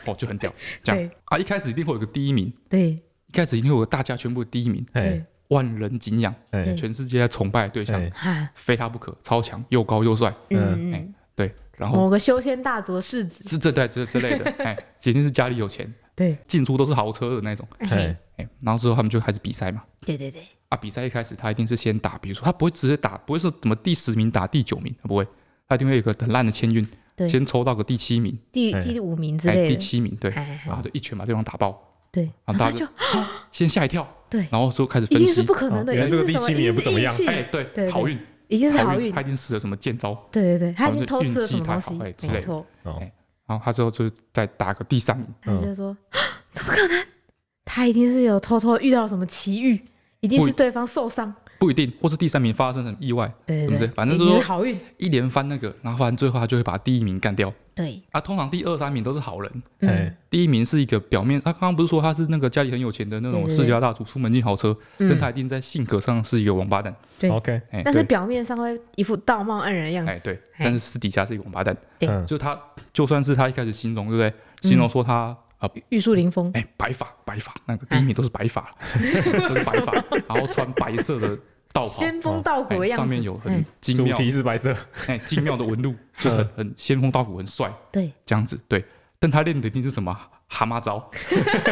Speaker 2: 哦就很屌，这样
Speaker 1: 对
Speaker 2: 啊，一开始一定会有个第一名，
Speaker 1: 对
Speaker 2: 一开始一定会有个大家全部的第一名，
Speaker 1: 对
Speaker 3: 嘿，，
Speaker 2: 万人敬仰，
Speaker 3: 嘿，
Speaker 2: 全世界在崇拜的对象。
Speaker 3: 嘿，
Speaker 1: 哈，
Speaker 2: 非他不可，超强又高又帅，
Speaker 1: 嗯
Speaker 2: 哎
Speaker 1: 嗯，
Speaker 2: 对，然后
Speaker 1: 某个修仙大族的世子，
Speaker 2: 是这对这之 类的，哎，肯定是家里有钱，
Speaker 1: 对，
Speaker 2: 进出都是豪车的那种，
Speaker 1: 嘿
Speaker 3: 嘿，
Speaker 2: 哎，然后之后他们就开始比赛嘛，
Speaker 1: 对对对，
Speaker 2: 啊，比赛一开始他一定是先打，比如说他不会直接打，不会是怎么第十名打第九名，不会，他一定会有一个很烂的签运
Speaker 1: 对，
Speaker 2: 先抽到个第七名，
Speaker 1: 第
Speaker 3: 哎
Speaker 1: 第五名之
Speaker 2: 哎，
Speaker 1: 类
Speaker 2: 第
Speaker 1: 的，
Speaker 2: 七名，对，
Speaker 1: 哎哎
Speaker 2: 然后就一拳把对方打爆，
Speaker 1: 对，
Speaker 2: 然后
Speaker 1: 他
Speaker 2: 大家
Speaker 1: 就
Speaker 2: 就 先吓一跳，
Speaker 1: 对
Speaker 2: 然后之后开始
Speaker 1: 一
Speaker 2: 分
Speaker 1: 定是
Speaker 2: 析
Speaker 1: 不，可能的，
Speaker 3: 哦
Speaker 1: 一
Speaker 3: 原
Speaker 1: 定
Speaker 3: 来这个
Speaker 1: 是
Speaker 3: 第
Speaker 1: 什么
Speaker 3: 七名也不怎么样
Speaker 1: 一定是
Speaker 2: 哎，
Speaker 1: 运气
Speaker 2: 对，
Speaker 1: 对
Speaker 2: 好运，
Speaker 1: 一定是
Speaker 2: 好
Speaker 1: 好运
Speaker 2: 他，一定使了什么贱招，
Speaker 1: 对对对，他一定
Speaker 2: 好
Speaker 1: 偷吃了什么东
Speaker 2: 运气太好哎
Speaker 1: 西，
Speaker 2: 之类
Speaker 1: 没
Speaker 2: 的
Speaker 1: 错，
Speaker 3: 哦
Speaker 2: 哎，然后他之后就再打个第三名。
Speaker 1: 他就说 怎么可能？他一定是有偷偷遇到什么奇遇，一定是对方受伤，
Speaker 2: 不一定，或是第三名发生什么意外，
Speaker 1: 对
Speaker 2: 什么
Speaker 1: 对，
Speaker 2: 的，反正
Speaker 1: 一
Speaker 2: 就
Speaker 1: 定
Speaker 2: 是
Speaker 1: 是
Speaker 2: 说
Speaker 1: 好运，
Speaker 2: 一连翻那个，然后反正最后他就会把第一名干掉。
Speaker 1: 对，
Speaker 2: 啊，通常第二三名都是好人，
Speaker 1: 嗯
Speaker 3: 嘿，
Speaker 2: 第一名是一个表面，啊他刚刚不是说他是那个家里很有钱的那
Speaker 1: 对
Speaker 2: 种
Speaker 1: 对对
Speaker 2: 世家大族，出门进豪车，但
Speaker 1: 嗯，
Speaker 2: 他一定在性格上是一个王八蛋。
Speaker 1: 对
Speaker 3: OK，
Speaker 2: 哎，
Speaker 1: 但是
Speaker 2: 对
Speaker 1: 表面上会一副道貌岸然的样
Speaker 2: 哎
Speaker 1: 子，
Speaker 2: 对，但是私底下是一个王八蛋。
Speaker 1: 对
Speaker 3: 嗯，
Speaker 2: 就他就算是他一开始形容，对不对？形容说他啊，
Speaker 1: 玉树临风，
Speaker 2: 哎，白发白发，那个第一名都是白发，都 是白发，然后穿白色的道袍。
Speaker 1: 啊仙风道骨的
Speaker 2: 哎
Speaker 1: 样子，
Speaker 2: 上面有很
Speaker 1: 哎
Speaker 2: 精
Speaker 3: 主
Speaker 2: 妙
Speaker 3: 题是嗯白色，
Speaker 2: 哎，精妙的纹路，就是很很仙风道骨，很帅
Speaker 1: 对，
Speaker 2: 这样子。对，但他练的一定是什么蛤蟆招，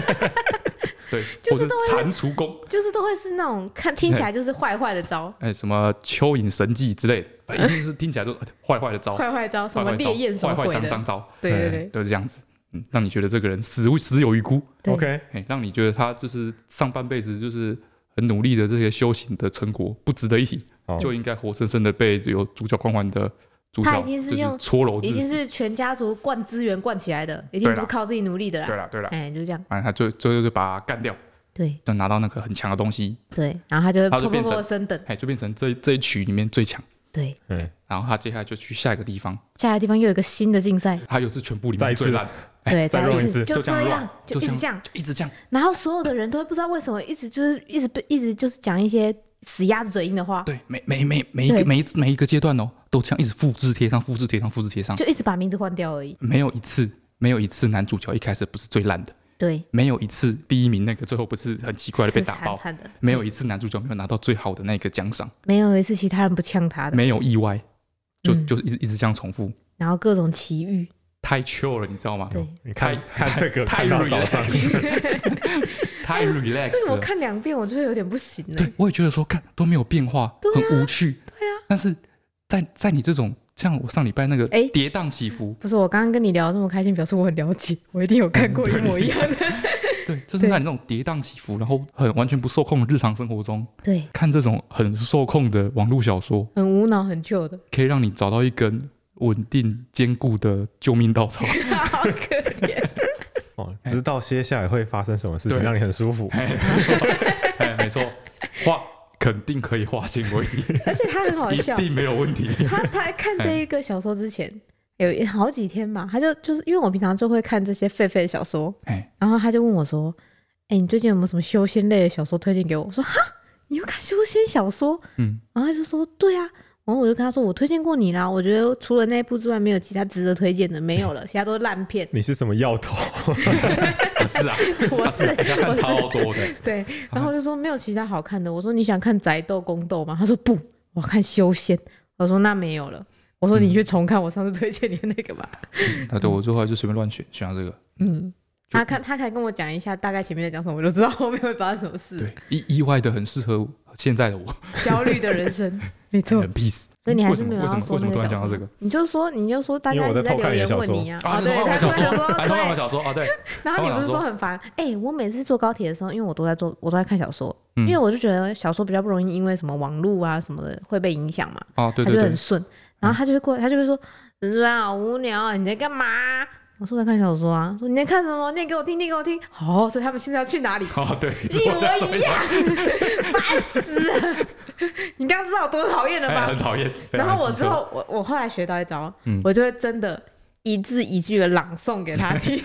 Speaker 2: 对，
Speaker 1: 就是
Speaker 2: 或者
Speaker 1: 都会
Speaker 2: 蟾蜍功，
Speaker 1: 就是都会是那种看听起来就是坏坏的招，
Speaker 2: 哎，什么蚯蚓神技之类的， 哎一定是听起来就哎坏坏的招，哎坏
Speaker 1: 坏坏招，什么
Speaker 2: 坏
Speaker 1: 烈焰什
Speaker 2: 招，
Speaker 1: 么
Speaker 2: 坏坏
Speaker 1: 鬼
Speaker 2: 脏
Speaker 1: 的，
Speaker 2: 脏招，
Speaker 1: 对对对，
Speaker 2: 就是这样子。嗯，让你觉得这个人死无死有余辜，
Speaker 1: 对
Speaker 3: OK，
Speaker 2: 哎，让你觉得他就是上半辈子就是很努力的这些修行的成果不值得一提，
Speaker 3: 哦
Speaker 2: 就应该活生生的被有主角光环的主
Speaker 1: 他
Speaker 2: 角
Speaker 1: 已经是
Speaker 2: 就是
Speaker 1: 用
Speaker 2: 搓揉
Speaker 1: 已
Speaker 2: 致
Speaker 1: 经
Speaker 2: 死。
Speaker 1: 是全家族灌资源灌起来的，已经
Speaker 2: 对
Speaker 1: 不是
Speaker 2: 啦
Speaker 1: 靠自己努力的
Speaker 2: 对
Speaker 1: 啦，
Speaker 2: 了对了，
Speaker 1: 哎，就是这样，
Speaker 2: 反正他最最后就把他干掉，
Speaker 1: 对
Speaker 2: 就拿到那个很强的东西，
Speaker 1: 对，然后他就会
Speaker 2: 他
Speaker 1: 砰
Speaker 2: 就
Speaker 1: 砰
Speaker 2: 变
Speaker 1: 砰
Speaker 2: 成
Speaker 1: 地升等，
Speaker 2: 哎，就变成这这一曲里面最强。
Speaker 1: 对，
Speaker 3: 嗯，
Speaker 2: 然后他接下来就去下一个地方，
Speaker 1: 下一个地方又有一个新的竞赛，
Speaker 2: 他又是全部里
Speaker 3: 再一
Speaker 2: 面
Speaker 3: 次
Speaker 2: 最烂，
Speaker 1: 对，
Speaker 3: 再
Speaker 1: 再
Speaker 3: 弄一
Speaker 1: 次
Speaker 3: 次
Speaker 1: 就
Speaker 2: 就这
Speaker 1: 这
Speaker 2: 样
Speaker 1: 样
Speaker 2: 乱，
Speaker 1: 就
Speaker 2: 就
Speaker 1: 一直
Speaker 2: 像
Speaker 1: 这样，
Speaker 2: 就一直这样，
Speaker 1: 然后所有的人都会不知道为什么一直就是一直被一直就是讲一些死鸭子嘴硬的话，
Speaker 2: 对，每每每每一
Speaker 1: 对
Speaker 2: 个每一每一个阶段哦，都这样一直复制贴上，复制贴上，复制贴上，
Speaker 1: 就一直把名字换掉而已。
Speaker 2: 没有一次没有一次男主角一开始不是最烂的，
Speaker 1: 对，
Speaker 2: 没有一次第一名那个最后不是很奇怪的被打爆
Speaker 1: 死，惨惨的，
Speaker 2: 没有一次男主角没有拿到最好的那个奖赏，
Speaker 1: 没有一次其他人不呛他的，
Speaker 2: 没有意外，就
Speaker 1: 嗯
Speaker 2: 就一直一直这样重复，
Speaker 1: 然后各种奇遇，
Speaker 2: 太 chill 了，你知道吗？
Speaker 1: 对，
Speaker 3: 你看
Speaker 2: 太
Speaker 3: 看这个
Speaker 2: 太
Speaker 3: 看到 早上，
Speaker 2: 太 relax
Speaker 1: 这个我
Speaker 2: 了。
Speaker 1: 看两遍我就会有点不行了
Speaker 2: 对，，我也觉得说，看都没有变化，
Speaker 1: 对啊
Speaker 2: 很无趣。对啊，但是在在你这种这样我上礼拜那个
Speaker 1: 哎
Speaker 2: 跌宕起伏，
Speaker 1: 不是我刚刚跟你聊得这么开心，表示我很了解， 我一定有
Speaker 2: 嗯
Speaker 1: 看过一模一样的。
Speaker 2: 对，就是在你那种跌宕起伏，然后很完全不受控的日常生活中，
Speaker 1: 对，
Speaker 2: 看这种很受控的网络小说，
Speaker 1: 很无脑、很旧 的，
Speaker 2: 可以让你找到一根稳定坚固的救命稻草。
Speaker 1: 好可怜。
Speaker 3: 哦，知道接下来会发生什么事情，
Speaker 2: 对
Speaker 3: 让你很舒服。。
Speaker 2: 哎，哎没错，化肯定可以化险为夷，
Speaker 1: 而且他很好
Speaker 2: 一
Speaker 1: 笑，
Speaker 2: 定没有问题。
Speaker 1: 他他看这一个小说之前。 有好几天吧，他就就是因为我平常就会看这些狒狒的小说，
Speaker 2: 哎，
Speaker 1: 然后他就问我说：“哎、你最近有没有什么修仙类的小说推荐给我？”我说：“哈，你又看修仙小说？”
Speaker 2: 嗯，
Speaker 1: 然后他就说：“对啊。”然后我就跟他说：“我推荐过你啦，我觉得除了那一部之外，没有其他值得推荐的，没有了，其他都是烂片
Speaker 3: 你是什么药头？
Speaker 2: 是啊，
Speaker 1: 我 是
Speaker 2: 哎要
Speaker 1: 我
Speaker 2: 看超
Speaker 1: 是
Speaker 2: 多的。
Speaker 1: 对。”然后我就说：“没有其他好看的。”我说：“你想看宅斗宫斗吗？”他说：“不，我要看修仙。”我说：“那没有了。”我说：“你
Speaker 3: 嗯
Speaker 1: 去重看我上次推荐你的那个吧。
Speaker 2: 啊，对我最后来就随便乱选，选到这个。”
Speaker 1: 嗯， 他看他还跟我讲一下大概前面在讲什么，我就知道后面会发生什么事。
Speaker 2: 对，意意外的很适合现在的我，
Speaker 1: 焦虑的人生，没 错。
Speaker 2: 很 peace。
Speaker 1: 所以你还
Speaker 2: 为
Speaker 1: 是
Speaker 2: 什么
Speaker 1: 没有
Speaker 2: 为什
Speaker 1: 要
Speaker 2: 么
Speaker 1: 说
Speaker 2: 为什
Speaker 1: 那
Speaker 2: 么
Speaker 1: 个
Speaker 2: 突然
Speaker 1: 小
Speaker 2: 讲到这
Speaker 1: 说
Speaker 2: 个？
Speaker 1: 你就说你就说大
Speaker 3: 因
Speaker 1: 家
Speaker 3: 为
Speaker 1: 一
Speaker 3: 我
Speaker 1: 直
Speaker 3: 在
Speaker 1: 在
Speaker 3: 偷看
Speaker 1: 留
Speaker 3: 你的
Speaker 1: 言
Speaker 3: 小
Speaker 1: 问
Speaker 3: 说
Speaker 1: 你啊，哦
Speaker 2: 啊，你
Speaker 1: 对，
Speaker 2: 说
Speaker 1: 他
Speaker 2: 我小说，
Speaker 1: 对
Speaker 2: 哎，你
Speaker 1: 对
Speaker 2: 我小说啊，对，
Speaker 1: 然 后你不是说
Speaker 2: 偷看我小说
Speaker 1: 很烦？哎，我每次坐高铁的时候，因为我都在坐，我都在看小说，
Speaker 2: 嗯
Speaker 1: 因为我就觉得小说比较不容易因为什么网络啊什么的会被影响嘛，
Speaker 2: 啊，对
Speaker 1: 他就
Speaker 2: 对对
Speaker 1: 很，顺，然后他就会过来，他就会说：“人真好无聊啊，你在干嘛？”我说我在看小说啊，说你在看什么？念给我听，念给我听。好，所以他们现在要去哪里？
Speaker 2: 啊，对，其实
Speaker 1: 一
Speaker 2: 我在
Speaker 1: 模一样，烦死了！你刚知道我多讨厌了吧？
Speaker 2: 哎，很讨厌。非 常
Speaker 1: 然后我
Speaker 2: 机
Speaker 1: 之
Speaker 2: 车
Speaker 1: 后，我我后来学到一招，
Speaker 2: 嗯
Speaker 1: 我就会真的一字一句的朗诵给他听，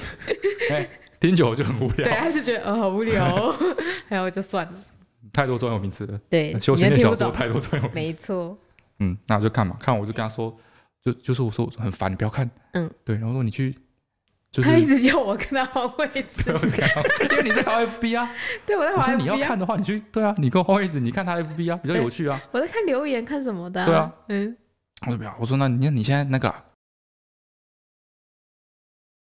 Speaker 2: 哎，听久了就很无
Speaker 1: 对，
Speaker 2: 聊，
Speaker 1: 他就觉得呃好无聊、哦， 然后就算了，
Speaker 2: 太多专有名词了。
Speaker 1: 对，
Speaker 2: 修
Speaker 1: 你
Speaker 2: 仙
Speaker 1: 又
Speaker 2: 类
Speaker 1: 听不
Speaker 2: 小说
Speaker 1: 懂，
Speaker 2: 太多专有名
Speaker 1: 没
Speaker 2: 词。
Speaker 1: 错，
Speaker 2: 嗯，那我就看嘛，看我就跟他说，就就是我说很烦，你不要看。
Speaker 1: 嗯，
Speaker 2: 对，然后说你去，就是
Speaker 1: 他一直叫我跟他换位置
Speaker 2: 对，我就看到 因为你在看 FB 啊，
Speaker 1: 对我在
Speaker 2: 我说
Speaker 1: 玩
Speaker 2: 你要
Speaker 1: FB 啊
Speaker 2: 看的话，你去对啊，你跟我换位置，你看他 FB 啊，比较有趣啊。
Speaker 1: 我在看留言看什么的、
Speaker 2: 对啊，
Speaker 1: 嗯，
Speaker 2: 我说不要，我说那你那你现在那个啊、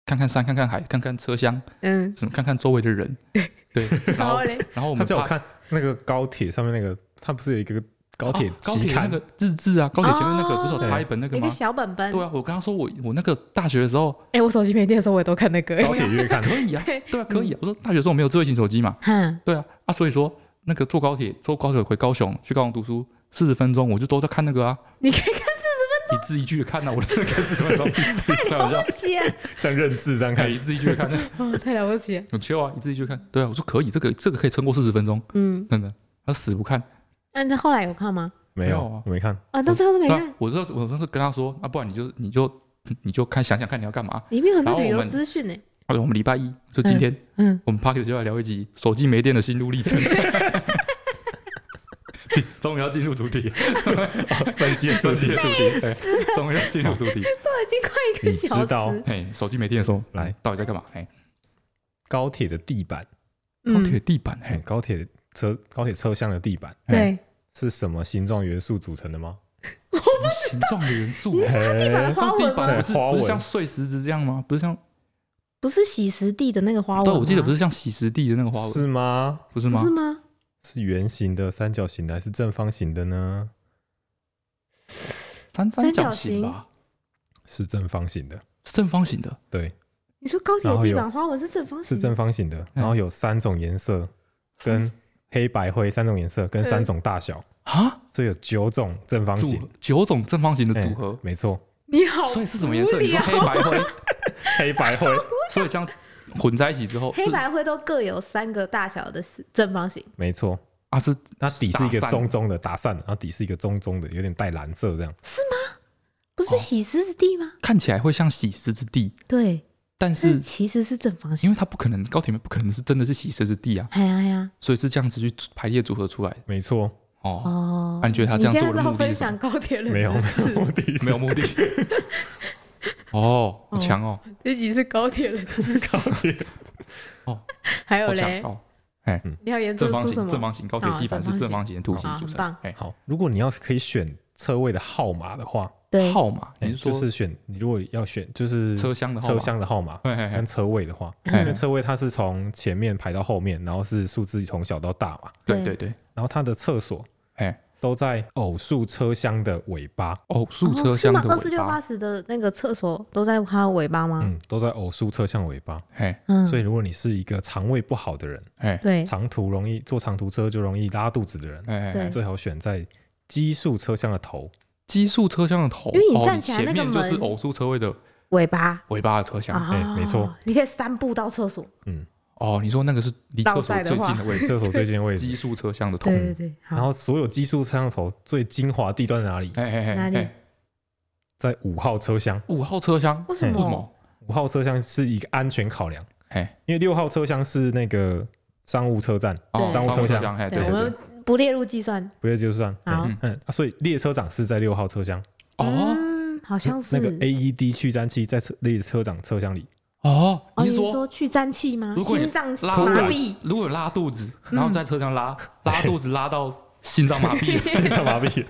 Speaker 2: 看看山，看看海，看看车厢，
Speaker 1: 嗯，
Speaker 2: 什么看看周围的人，对，然
Speaker 1: 然
Speaker 2: 后
Speaker 1: 后 嘞，
Speaker 2: 然后我
Speaker 3: 他
Speaker 2: 们
Speaker 3: 叫我
Speaker 2: 怕
Speaker 3: 看那个高铁上面那个，他不是有一个高铁
Speaker 2: 哦高
Speaker 3: 期
Speaker 2: 铁那
Speaker 3: 刊？
Speaker 2: 个日志啊，高铁前面那个
Speaker 1: 哦
Speaker 2: 不是有插一本那个
Speaker 1: 一
Speaker 2: 吗
Speaker 1: 个？小本本，
Speaker 2: 对啊，我刚刚说我我那个大学的时候
Speaker 1: 哎、我手机没电的时候我也都看那个、
Speaker 3: 高铁月刊
Speaker 2: 可以啊，
Speaker 1: 对，
Speaker 2: 对啊可以啊，我说大学的时候没有智慧型手机嘛，
Speaker 1: 哼，
Speaker 2: 对啊啊，所以说那个坐高铁坐高铁回高雄去高雄读书四十分钟，我就都在看那个啊，
Speaker 1: 你可以看
Speaker 2: 一字一句的看啊，我那个四十分钟，开玩笑，
Speaker 1: 不起 啊，
Speaker 3: 像认字这样
Speaker 2: 哎，
Speaker 3: 看，
Speaker 2: 一字一句的看，
Speaker 1: 哦，太了不起了，
Speaker 2: 很 chill 啊，一字一句地看，对啊，我说可以，这个这个可以撑过四十分钟，
Speaker 1: 嗯，
Speaker 2: 真的，他死不看，
Speaker 1: 那、那后来有看吗？
Speaker 3: 没
Speaker 2: 没有
Speaker 3: 有
Speaker 2: 啊，
Speaker 3: 我 没看。
Speaker 1: 啊，到最后都没
Speaker 2: 对
Speaker 1: 看
Speaker 2: 啊，，我说我当时跟他说，啊，不然你就你就 你就看想想看你要干嘛，
Speaker 1: 里面有很
Speaker 2: 然
Speaker 1: 多
Speaker 2: 后
Speaker 1: 旅
Speaker 2: 我
Speaker 1: 游
Speaker 2: 们
Speaker 1: 资讯呢，
Speaker 2: 好，我们礼拜一就今天，
Speaker 1: 嗯，
Speaker 2: 我们 p a r k 就来聊一集手机没电的心路 历程。进终于要进入主题，
Speaker 3: 本集的
Speaker 2: 本
Speaker 3: 主
Speaker 2: 集
Speaker 3: 题
Speaker 2: 的主题，对终于要进入主题。
Speaker 1: 已经快一个
Speaker 3: 哎你
Speaker 1: 小时。
Speaker 3: 知道
Speaker 2: 哎，手机没电的时候，
Speaker 3: 来
Speaker 2: 到底在干嘛？哎，
Speaker 3: 高铁的地板，
Speaker 2: 高
Speaker 1: 嗯
Speaker 2: 铁地板，
Speaker 3: 哎，
Speaker 2: 哎，
Speaker 3: 高铁车高铁车厢的地板
Speaker 1: 对，
Speaker 3: 是什么形状元素组成的吗？
Speaker 2: 什么形状的元素？哎
Speaker 1: 地板花
Speaker 2: 高地
Speaker 1: 纹
Speaker 2: 板
Speaker 1: 吗？
Speaker 2: 不是
Speaker 3: 花
Speaker 2: 不
Speaker 3: 纹
Speaker 2: 是像碎石子这样吗？不是像
Speaker 1: 不是洗石地的那个花纹吗？
Speaker 2: 对，我记得不是像洗石地的那个花纹，
Speaker 3: 哎是吗？
Speaker 2: 不是
Speaker 1: 不
Speaker 2: 吗
Speaker 1: 是？吗？
Speaker 3: 是圆形的、三角形的还是正方形的呢？
Speaker 2: 三三角
Speaker 1: 三角形
Speaker 2: 形吧，
Speaker 3: 是正方形的，
Speaker 2: 是正方形的。
Speaker 3: 对，
Speaker 1: 你说高铁
Speaker 3: 然后
Speaker 1: 地
Speaker 3: 有
Speaker 1: 板花纹是正方形
Speaker 3: 是
Speaker 1: 的，
Speaker 3: 正方形的。
Speaker 2: 嗯
Speaker 3: 然后有三种颜色，跟黑白灰三种颜色，
Speaker 2: 嗯
Speaker 3: 跟三种大小，
Speaker 2: 啊，
Speaker 3: 所以有九种正方
Speaker 2: 组
Speaker 3: 形
Speaker 2: 合九种正方形的
Speaker 3: 哎
Speaker 2: 组合，
Speaker 3: 没错，
Speaker 1: 你好，
Speaker 2: 所以是什么颜色？
Speaker 1: 无
Speaker 2: 你说
Speaker 1: 聊
Speaker 2: 黑白灰，
Speaker 3: 黑白灰，
Speaker 2: 所以这样混在一起之后，
Speaker 1: 黑
Speaker 2: 是
Speaker 1: 白灰都各有三个大小的四正方形，
Speaker 3: 没错。
Speaker 2: 啊是
Speaker 3: 那底是一个
Speaker 2: 打散
Speaker 3: 棕棕的，打散，然后底是一个棕棕的，有点带蓝色这样。
Speaker 1: 不是洗石子地吗？
Speaker 2: 看起来会像洗石之地，
Speaker 1: 对，
Speaker 2: 但
Speaker 1: 但
Speaker 2: 是
Speaker 1: 其实是正方
Speaker 2: 因
Speaker 1: 形
Speaker 2: 为。它不可能高铁面不可能是真的是洗石之地啊，
Speaker 1: 哎呀哎呀，
Speaker 2: 所以是这样子去排列组合出来的
Speaker 3: 没错，
Speaker 2: 哦。
Speaker 1: 哦
Speaker 2: 啊，你觉得他
Speaker 1: 你
Speaker 2: 这样
Speaker 1: 现
Speaker 2: 做
Speaker 1: 在是
Speaker 2: 的
Speaker 1: 要
Speaker 2: 目的
Speaker 1: 分
Speaker 2: 是什
Speaker 1: 享
Speaker 2: 么？
Speaker 1: 高铁冷
Speaker 3: 没有，
Speaker 1: 知识，
Speaker 3: 我第一次
Speaker 2: 没有目的。 哦，好强哦，
Speaker 1: 这集是高铁 冷知识。
Speaker 2: 哦，
Speaker 1: 还有
Speaker 2: 好强
Speaker 1: 嘞，
Speaker 2: 哦！
Speaker 1: 你要研究
Speaker 2: 正方
Speaker 1: 出什
Speaker 2: 形，
Speaker 1: 么？
Speaker 2: 正方形高铁
Speaker 1: 啊
Speaker 2: 地板是
Speaker 1: 正
Speaker 2: 正
Speaker 1: 方
Speaker 2: 方形的图形
Speaker 1: 好
Speaker 2: 组
Speaker 1: 很
Speaker 2: 成
Speaker 1: 棒。
Speaker 2: 哎，
Speaker 3: 好，如果你要可以选车位的号码的话，
Speaker 1: 对，
Speaker 2: 号码，
Speaker 3: 哎
Speaker 2: 你是
Speaker 3: 就
Speaker 2: 说
Speaker 3: 是选你如果要选就是
Speaker 2: 车厢的号
Speaker 3: 车
Speaker 2: 码？
Speaker 3: 厢的号码
Speaker 2: 嘿嘿嘿
Speaker 3: 跟车位的话，
Speaker 1: 嗯
Speaker 2: 哎
Speaker 3: 因为车位它是从前面排到后面，然后是数字从小到大嘛，
Speaker 2: 对对对，
Speaker 3: 然后它的厕所
Speaker 2: 哎，
Speaker 3: 都在偶数车厢的尾巴，
Speaker 1: 哦
Speaker 2: 偶数车厢的
Speaker 1: 二四
Speaker 2: 尾
Speaker 1: 六八
Speaker 2: 巴，
Speaker 1: 十的那个厕所都在它的尾巴吗？
Speaker 3: 嗯，都在偶数车厢尾巴。
Speaker 2: 嘿，
Speaker 1: 嗯，哎
Speaker 3: 所以如果你是一个肠胃不好的人，
Speaker 2: 嘿，
Speaker 1: 对，
Speaker 3: 长途容易坐长途车就容易拉肚子的人，
Speaker 2: 嘿嘿
Speaker 1: 对
Speaker 2: 嘿，
Speaker 3: 最好选在奇数车厢的头。
Speaker 2: 奇数车厢的头，
Speaker 1: 因为你
Speaker 2: 哦
Speaker 1: 站起来
Speaker 2: 前
Speaker 1: 那个
Speaker 2: 面就是
Speaker 1: 门
Speaker 2: 偶数车位的
Speaker 1: 尾巴
Speaker 2: 尾巴的车厢。
Speaker 1: 啊，
Speaker 3: 哎没错，
Speaker 1: 你可以三步到厕所。
Speaker 2: 哦，你说那个是离
Speaker 1: 倒
Speaker 2: 厕所
Speaker 1: 带的
Speaker 2: 最
Speaker 1: 话
Speaker 2: 近的位置，
Speaker 3: 厕所最近 的位
Speaker 2: 奇
Speaker 3: 置，
Speaker 2: 数车厢的头。
Speaker 1: 对对对，
Speaker 3: 然
Speaker 1: 好，
Speaker 3: 后所有奇数车厢的头最精华地段在哪里？
Speaker 2: 嘿嘿
Speaker 1: 哪
Speaker 2: 嘿
Speaker 1: 里
Speaker 2: 嘿，
Speaker 3: 在五号车厢。
Speaker 2: 哎五号车厢，
Speaker 1: 为什
Speaker 2: 为什
Speaker 1: 么？
Speaker 2: 么？
Speaker 3: 五号车厢是一个安全考量，
Speaker 2: 嘿，
Speaker 3: 因为六号车厢是那个商务车站，
Speaker 2: 哦
Speaker 1: 对
Speaker 2: 商
Speaker 3: 商务
Speaker 2: 务车
Speaker 3: 车厢
Speaker 2: 厢，嘿，
Speaker 1: 对，
Speaker 2: 对
Speaker 1: 我
Speaker 2: 对
Speaker 1: 们
Speaker 2: 对。
Speaker 1: 不列入计算。
Speaker 3: 不要就算。
Speaker 1: 好，
Speaker 2: 嗯
Speaker 3: 嗯，啊所以列车长是在六号车厢，
Speaker 2: 哦
Speaker 1: 嗯，好像是
Speaker 3: 那个哎 E AED 去粘器在车列车长车 厢里，
Speaker 2: 哦，
Speaker 1: 哦，
Speaker 2: 你
Speaker 1: 你
Speaker 2: 是
Speaker 1: 是
Speaker 2: 说
Speaker 1: 说去沾气吗？
Speaker 2: 如果你
Speaker 1: 心脏
Speaker 2: 拉
Speaker 1: 麻
Speaker 2: 肚
Speaker 1: 痹
Speaker 2: 子，如果有拉肚子，
Speaker 1: 嗯
Speaker 2: 然后在车 上拉拉肚子，拉到心脏麻痹了，
Speaker 3: 心脏 麻痹，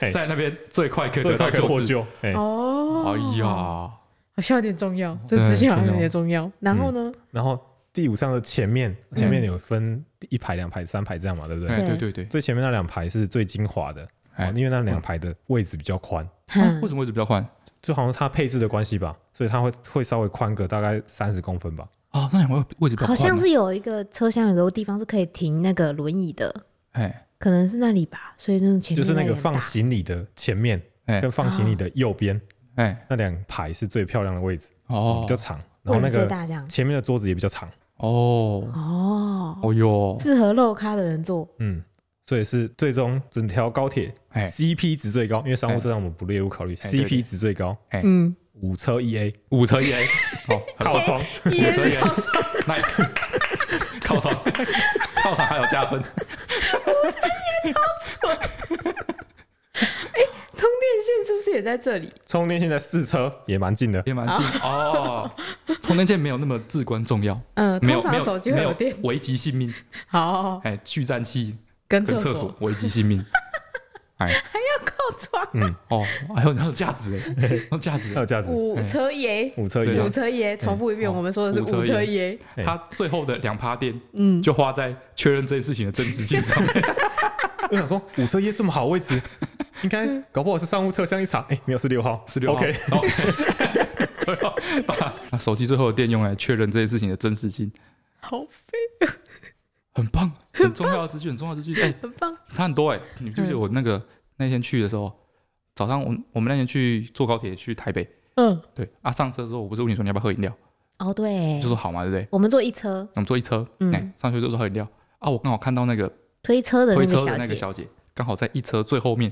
Speaker 3: 哎
Speaker 2: 在那边最快可以
Speaker 3: 最
Speaker 2: 得
Speaker 3: 快
Speaker 2: 到
Speaker 3: 可以获
Speaker 2: 治。
Speaker 3: 救。哎，
Speaker 1: 哦。
Speaker 2: 哎，呀，
Speaker 1: 好像有点重要，这
Speaker 2: 对
Speaker 1: 资讯好像有
Speaker 2: 重
Speaker 1: 点
Speaker 2: 要
Speaker 1: 重要。然后呢？
Speaker 3: 然后第五上的前面，前
Speaker 1: 嗯
Speaker 3: 面有分一排、两排、三排这样嘛，对不对？
Speaker 2: 哎，对对对，
Speaker 3: 最前面那两排是最精华的，
Speaker 2: 哎
Speaker 3: 哦
Speaker 1: 嗯
Speaker 3: 因为那两排的位置比较宽，
Speaker 2: 啊
Speaker 1: 哼
Speaker 2: 为什么位置比较宽？
Speaker 3: 就好像它配置的关系吧，所以它会会稍微宽个大概三十公分吧。
Speaker 2: 哦，那两个位置比较宽啊，
Speaker 1: 好像是有一个车厢，有个地方是可以停那个轮椅的，
Speaker 2: 哎
Speaker 1: 可能是那里吧。所以就是前面
Speaker 3: 就是那
Speaker 1: 那
Speaker 3: 个
Speaker 1: 里很
Speaker 3: 放
Speaker 1: 大
Speaker 3: 行李的前面
Speaker 2: 哎
Speaker 3: 跟放行李的右边
Speaker 2: 哎
Speaker 3: 那两排是最漂亮的位置，
Speaker 2: 哦
Speaker 3: 比较长，然
Speaker 1: 位
Speaker 3: 后那
Speaker 1: 置最
Speaker 3: 个
Speaker 1: 大这样。
Speaker 3: 前面的桌子也比较长，
Speaker 2: 哦
Speaker 1: 哦，
Speaker 2: 哦哟，
Speaker 1: 适合肉咖的人 坐。
Speaker 3: 嗯，所以是最终整条高铁
Speaker 2: 哎
Speaker 3: CP 值最高，因为商务车上我们不列入考虑
Speaker 2: 哎对对
Speaker 3: ，CP 值最高，
Speaker 2: 哎
Speaker 1: 嗯，
Speaker 3: 五车一 A
Speaker 2: 五乘以 A，哦，
Speaker 3: 靠窗，
Speaker 1: 也
Speaker 2: 所以
Speaker 1: 是靠窗
Speaker 2: nice，靠 场，靠场还有加分，
Speaker 1: 充电线是不是也在这里？
Speaker 3: 充电现在四车也蛮近的，
Speaker 2: 也蛮近哦。充电线没有那么至关重要，
Speaker 1: 嗯，
Speaker 2: 没
Speaker 1: 通
Speaker 2: 有没
Speaker 1: 常
Speaker 2: 有
Speaker 1: 手机会
Speaker 2: 没
Speaker 1: 有电。
Speaker 2: 危及性命，
Speaker 1: 好，
Speaker 2: 哎，聚战器
Speaker 1: 跟
Speaker 2: 跟
Speaker 1: 厕
Speaker 2: 厕所
Speaker 1: 所
Speaker 2: 危及性命，哎
Speaker 1: 要 靠窗。
Speaker 3: 嗯，
Speaker 2: 哦，还有还有价值哎，还有价值
Speaker 3: 还有
Speaker 2: 哎，
Speaker 3: 价值，
Speaker 1: 五车爷，
Speaker 3: 五车一
Speaker 2: 对
Speaker 3: A
Speaker 1: 五。车爷，重复一遍，
Speaker 2: 哦
Speaker 1: 我们说的是
Speaker 2: 五车
Speaker 1: 五车爷。
Speaker 3: 哎
Speaker 2: 他最后的两趴电
Speaker 1: 嗯，
Speaker 2: 就花在确认这件事情的真实性上面，
Speaker 3: 我想说，五车耶这么好的位置，应该搞不好是商务车厢一查，哎、没有是六号，
Speaker 2: 十六号
Speaker 3: OK，
Speaker 2: 然后 最后把手机最后的电用来确认这件事情的真实性，
Speaker 1: 好废，
Speaker 2: 很棒，很重要的资讯，很重要的资讯，哎，
Speaker 1: 很棒。
Speaker 2: 差很多哎、你们记不记得我那个那天去的时候，早上我们我们那天去坐高铁去台北，
Speaker 1: 嗯，
Speaker 2: 对啊，上车之后我不是问你说你要不要喝饮料，
Speaker 1: 哦对
Speaker 2: 就，说好嘛，对不对？
Speaker 1: 我们坐一车
Speaker 2: 那我们坐一车，哎、
Speaker 1: 嗯
Speaker 2: 上去就说喝饮料啊，我刚好看到那个
Speaker 1: 推车的那
Speaker 2: 推
Speaker 1: 个
Speaker 2: 车的那
Speaker 1: 小
Speaker 2: 个
Speaker 1: 姐，
Speaker 2: 小姐，刚好在一车最后面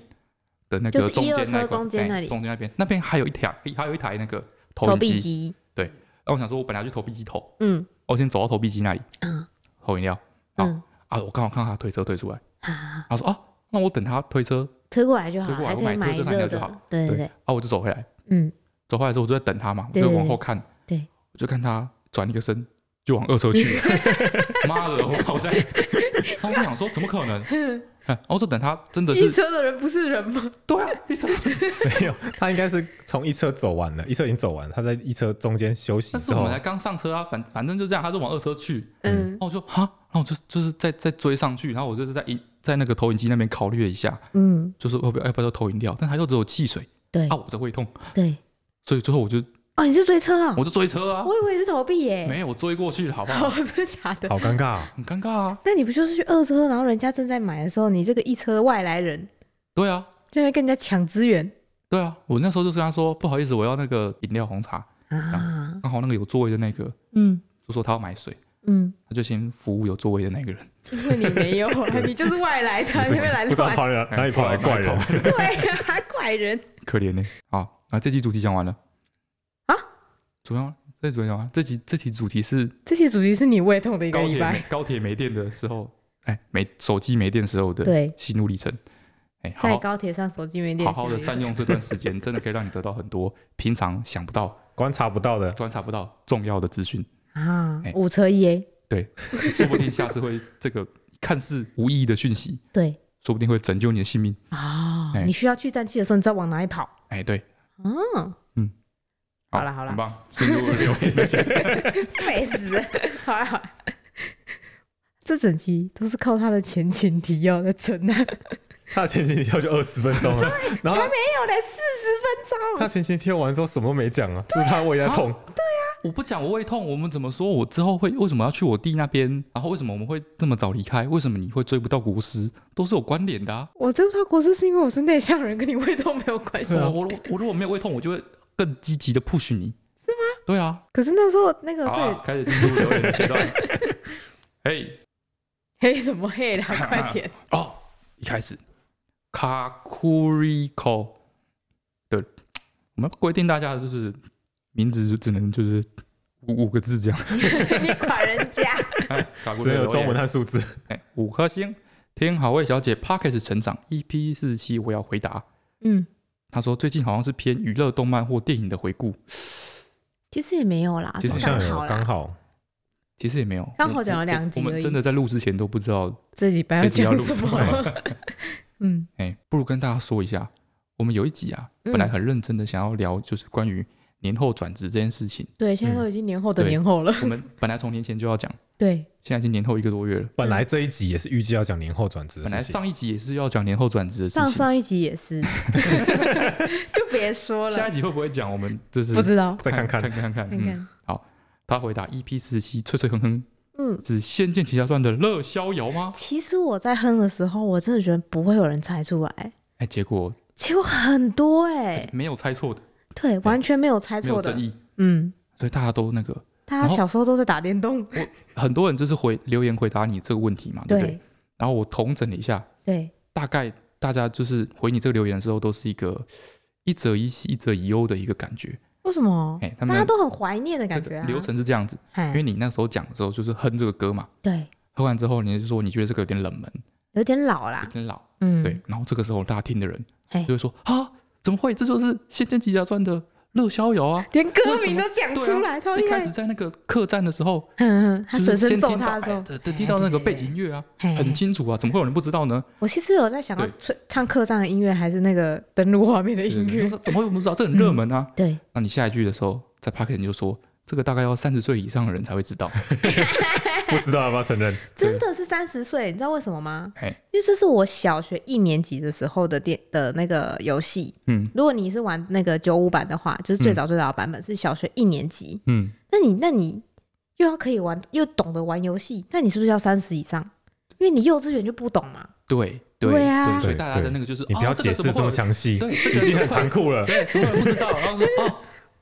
Speaker 2: 的那
Speaker 1: 就
Speaker 2: 个
Speaker 1: 是
Speaker 2: 中
Speaker 1: 一
Speaker 2: 间
Speaker 1: 二
Speaker 2: 那一
Speaker 1: 车
Speaker 2: 块
Speaker 1: 中间那里
Speaker 2: 哎中间那边，那边还有一台还有一台那个投
Speaker 1: 投
Speaker 2: 影
Speaker 1: 币
Speaker 2: 机，
Speaker 1: 机。
Speaker 2: 然后我想说我本来要去投币机投，
Speaker 1: 嗯
Speaker 2: 我哦先走到投币机那里
Speaker 1: 嗯
Speaker 2: 投饮料好
Speaker 1: 嗯，
Speaker 2: 啊，我刚好看到他推车推出来，
Speaker 1: 啊，
Speaker 2: 然后说啊，那我等他推车，
Speaker 1: 推过来就好，
Speaker 2: 推过来
Speaker 1: 还可以
Speaker 2: 我买
Speaker 1: 买
Speaker 2: 推车
Speaker 1: 热
Speaker 2: 就
Speaker 1: 的
Speaker 2: 好。
Speaker 1: 对对
Speaker 2: 对
Speaker 1: 对，
Speaker 2: 啊，我就走回来。
Speaker 1: 嗯，
Speaker 2: 走回来之后，我就在等他嘛，我
Speaker 1: 对
Speaker 2: 就
Speaker 1: 对
Speaker 2: 往后看，
Speaker 1: 对对
Speaker 2: 我就看他转一个身就往二 车去了。妈的，我好像，然后我就想说，怎么可 能？然后我就等他真的
Speaker 1: 一
Speaker 2: 是
Speaker 1: 车的人不是人 吗？
Speaker 2: 对啊，一车，
Speaker 3: 没有，他应该是从一车走完了，一车已经走完，他在一车中间休息
Speaker 2: 但是
Speaker 3: 之
Speaker 2: 我
Speaker 3: 后
Speaker 2: 们才，刚上车啊，反反正就这样，他就往二车去，
Speaker 1: 嗯
Speaker 2: 然后我就哈，然后我就就是再再追上去，然后我就是在影在那个投影机那边考虑了一下，
Speaker 1: 嗯，
Speaker 2: 就是要不要要不要投饮料，但他就只有汽水
Speaker 1: 对
Speaker 2: 啊，我这胃痛，
Speaker 1: 对。
Speaker 2: 所以最后我就
Speaker 1: 哦，你是追车啊？
Speaker 2: 我就追车啊，
Speaker 1: 我以为是投币耶。
Speaker 2: 没有我追过去了，好不
Speaker 1: 哦
Speaker 2: 好？，
Speaker 1: 真的假的？
Speaker 3: 好尴尬、啊，
Speaker 2: 很尴尬啊，
Speaker 1: 那你不就是去二车，然后人家正在买的时候，你这个一车的外来人
Speaker 2: 对啊，
Speaker 1: 就会跟人家抢资源
Speaker 2: 对啊，我那时候就是跟他说，不好意思，我要那个饮料红茶，
Speaker 1: 啊？
Speaker 2: 刚好那个有座位的那个
Speaker 1: 嗯
Speaker 2: 就说他要买水，
Speaker 1: 嗯，
Speaker 2: 他就先服务有座位的那个人。
Speaker 1: 因为你没有啊，你就是外来的，你会来
Speaker 3: 不知道
Speaker 1: 乱，
Speaker 3: 跑
Speaker 2: 哎
Speaker 3: 哪哪里跑来怪人，
Speaker 1: 对啊，怪人。
Speaker 2: 可怜呢、好，那这期主题讲完了
Speaker 1: 啊？
Speaker 2: 主要这主题讲完，这集这期主题是
Speaker 1: 这些主题是你胃痛的一个
Speaker 2: 高
Speaker 1: 礼
Speaker 2: 铁没
Speaker 1: 拜，
Speaker 2: 高铁没电的时候，哎，没手机没电时候的
Speaker 1: 对，
Speaker 2: 心路历程。哎，好
Speaker 1: 在
Speaker 2: 好
Speaker 1: 高铁上手机没电，
Speaker 2: 好好的善用这段时间，真的可以让你得到很多平常想不到、
Speaker 3: 观察 不到的，
Speaker 2: 观察不到重要的资讯。
Speaker 1: 啊
Speaker 2: 哎，
Speaker 1: 五车一 A，
Speaker 2: 说不定下次会这个看似无意义的讯息，
Speaker 1: 对
Speaker 2: 说不定会拯救你的性命。
Speaker 1: 啊，
Speaker 2: 哎
Speaker 1: 你需要去站器的时候，你知道往哪里跑。
Speaker 2: 哎，对，哦
Speaker 1: 嗯，好啦好啦
Speaker 2: 很棒，进入留言的阶段。
Speaker 1: 累死了， 好啦好啦，哦 这整集都是靠他的前情提要在撑啊。
Speaker 3: 他的前情提要就二十分钟了，然后
Speaker 1: 才没有嘞，四十分
Speaker 3: 他
Speaker 1: 钟。
Speaker 3: 前情提要完之后什么都没讲啊，就是他胃在痛，
Speaker 2: 我不讲我胃痛，我们怎么说？我之后会为什么要去我弟那边？然后为什么我们会这么早离开？为什么你会追不到国师？都是有关联的啊！
Speaker 1: 我追不到国师是因为我是内向人，跟你胃痛没有关系。
Speaker 2: 我我我如果没有胃痛，我就会更积极的 push 你，是吗？对啊，
Speaker 1: 可是那时候那个
Speaker 2: 好
Speaker 1: 所以
Speaker 2: 啊，开始进入留言的阶段。嘿，
Speaker 1: 黑什么黑啦，快点！
Speaker 2: 哦，一开始卡库里口的，我们规定大家的就是名字就只能就是五五个字这样。
Speaker 1: 你管人家，
Speaker 2: 哎，卡库
Speaker 3: 只
Speaker 2: 里
Speaker 3: 有
Speaker 2: 口
Speaker 3: 中文和数字。
Speaker 2: 哎，五颗星。听好味小姐 Pockets 成长 EP 四十七，我要回答。
Speaker 1: 嗯，
Speaker 2: 她说最近好像是偏娱乐、动漫或电影的回顾，
Speaker 1: 其实也没有啦，
Speaker 2: 其实
Speaker 1: 是
Speaker 3: 好
Speaker 1: 刚
Speaker 3: 像有
Speaker 1: 好
Speaker 3: 刚
Speaker 1: 啦，
Speaker 3: 好，
Speaker 2: 其实也没有。
Speaker 1: 刚好讲了两集
Speaker 2: 我我
Speaker 1: 而
Speaker 2: 我们
Speaker 1: 已
Speaker 2: 真的在录之前都不知道，
Speaker 1: 哎这几班
Speaker 2: 这集要
Speaker 1: 讲
Speaker 2: 录
Speaker 1: 什
Speaker 2: 什
Speaker 1: 么？
Speaker 2: 么。
Speaker 1: 嗯，
Speaker 2: 哎，不如跟大家说一下，我们有一集啊，
Speaker 1: 嗯
Speaker 2: 本来很认真的想要聊，就是关于年后转职这件事情。
Speaker 1: 对，现在都已经年后的
Speaker 2: 嗯对
Speaker 1: 年 后了。
Speaker 2: 我们本来从年前就要讲，
Speaker 1: 对，
Speaker 2: 现在已经年后一个多月了。
Speaker 3: 本来这一集也是预计要讲年后转职的
Speaker 2: 本来
Speaker 3: 事情，
Speaker 2: 上一集也是要讲年后转职的事
Speaker 1: 上
Speaker 2: 情，
Speaker 1: 上一集也是， 就别说
Speaker 2: 下
Speaker 1: 了
Speaker 2: 一，集会不会讲？我们就是
Speaker 1: 不知道，
Speaker 3: 再看
Speaker 2: 看
Speaker 3: 看
Speaker 2: 看看看。
Speaker 1: 看
Speaker 2: 嗯，
Speaker 1: 看，
Speaker 2: 他回答 EP 四十七，脆脆哼哼，
Speaker 1: 嗯。
Speaker 2: 是《仙剑奇侠传》的乐逍遥吗？
Speaker 1: 其实我在哼的时候，我真的觉得不会有人猜出来，
Speaker 2: 哎，结果
Speaker 1: 结果很多哎、
Speaker 2: 没有猜错的，
Speaker 1: 对，完全没有猜
Speaker 2: 没
Speaker 1: 错
Speaker 2: 有
Speaker 1: 的
Speaker 2: 争，议，
Speaker 1: 嗯，
Speaker 2: 所以大家都那个，
Speaker 1: 大家
Speaker 2: 然后
Speaker 1: 小时候都在打电动，
Speaker 2: 很多人就是回留言回答你这个问题嘛，对不对？
Speaker 1: 对
Speaker 2: 然后我统整了一下，
Speaker 1: 对，
Speaker 2: 大概大家就是回你这个留言的时候，都是一个一则一喜，一则一忧的一个感觉。
Speaker 1: 为什么？
Speaker 2: 哎，他
Speaker 1: 大家
Speaker 2: 们
Speaker 1: 都很怀念的
Speaker 2: 这
Speaker 1: 感觉
Speaker 2: 个
Speaker 1: 啊，
Speaker 2: 流程是这样子，因为
Speaker 1: 哎，
Speaker 2: 你那时候讲的时候就是哼这个歌嘛，
Speaker 1: 对，
Speaker 2: 哼完之后你就说你觉得这个有点冷门，
Speaker 1: 有点老
Speaker 2: 有
Speaker 1: 啦，
Speaker 2: 点老，
Speaker 1: 嗯，
Speaker 2: 对。然后这个时候大家听的人
Speaker 1: 嘿
Speaker 2: 就会说啊，怎么会？这就是《仙剑奇侠传》的乐逍遥啊！
Speaker 1: 连歌
Speaker 2: 为什
Speaker 1: 名
Speaker 2: 么
Speaker 1: 都讲
Speaker 2: 对啊
Speaker 1: 出来，超
Speaker 2: 一
Speaker 1: 厉害
Speaker 2: 开始。在那个客栈的时候，
Speaker 1: 嗯，嗯他
Speaker 2: 就是
Speaker 1: 婶
Speaker 2: 先
Speaker 1: 婶揍
Speaker 2: 听到
Speaker 1: 他的时候
Speaker 2: 哎，对对，听到那个背景音乐啊，
Speaker 1: 嘿
Speaker 2: 很清楚啊，怎么会有人不知道呢？
Speaker 1: 我其实有在想要
Speaker 2: 对
Speaker 1: 吹唱客栈的音乐，还是那个登录画面的音
Speaker 2: 你就
Speaker 1: 乐嗯
Speaker 2: 说。怎么会不知道？这很热门啊！
Speaker 1: 对，
Speaker 2: 那你下一句的时候，在 p o c k e t 你就说，这个大概要三十岁以上的人才会知 道。
Speaker 3: 不知道要不要承认？
Speaker 1: 真的是三十岁，你知道为什么吗？
Speaker 2: 哎，
Speaker 1: 因为这是我小学一年级的时候的电的那个游戏。
Speaker 2: 嗯
Speaker 1: 如果你是玩那个九五版的话，就是最早最早的版本、是小学一年级，
Speaker 2: 嗯，
Speaker 1: 那你那你又要可以玩，又懂得玩游戏，那你是不是要三十以上？因为你幼稚园就不懂嘛。
Speaker 2: 对
Speaker 1: 对啊
Speaker 2: 所以大家的那个就是，
Speaker 3: 你不要
Speaker 2: 哦
Speaker 3: 解
Speaker 2: 这个
Speaker 3: 释这
Speaker 2: 怎
Speaker 3: 么
Speaker 2: 么会有
Speaker 3: 详细，
Speaker 2: 对， 这个
Speaker 3: 已经
Speaker 2: 怎么会
Speaker 3: 很残酷了。
Speaker 2: 对，怎么会不知道？然后说哦，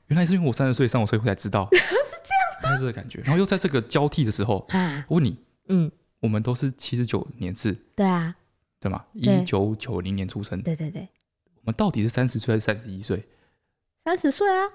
Speaker 2: 原来是因为我三十岁以上，我所以我才 知道，是这样，大概是这个感觉。然后又在这个交替的时候，
Speaker 1: 啊，
Speaker 2: 我问你，
Speaker 1: 嗯，
Speaker 2: 我们都是七十九年次
Speaker 1: 对啊，
Speaker 2: 对吗？
Speaker 1: 对
Speaker 2: 一九九零年出生，
Speaker 1: 对对对，
Speaker 2: 我们到底是三十岁还是三十一岁？
Speaker 1: 三十岁啊，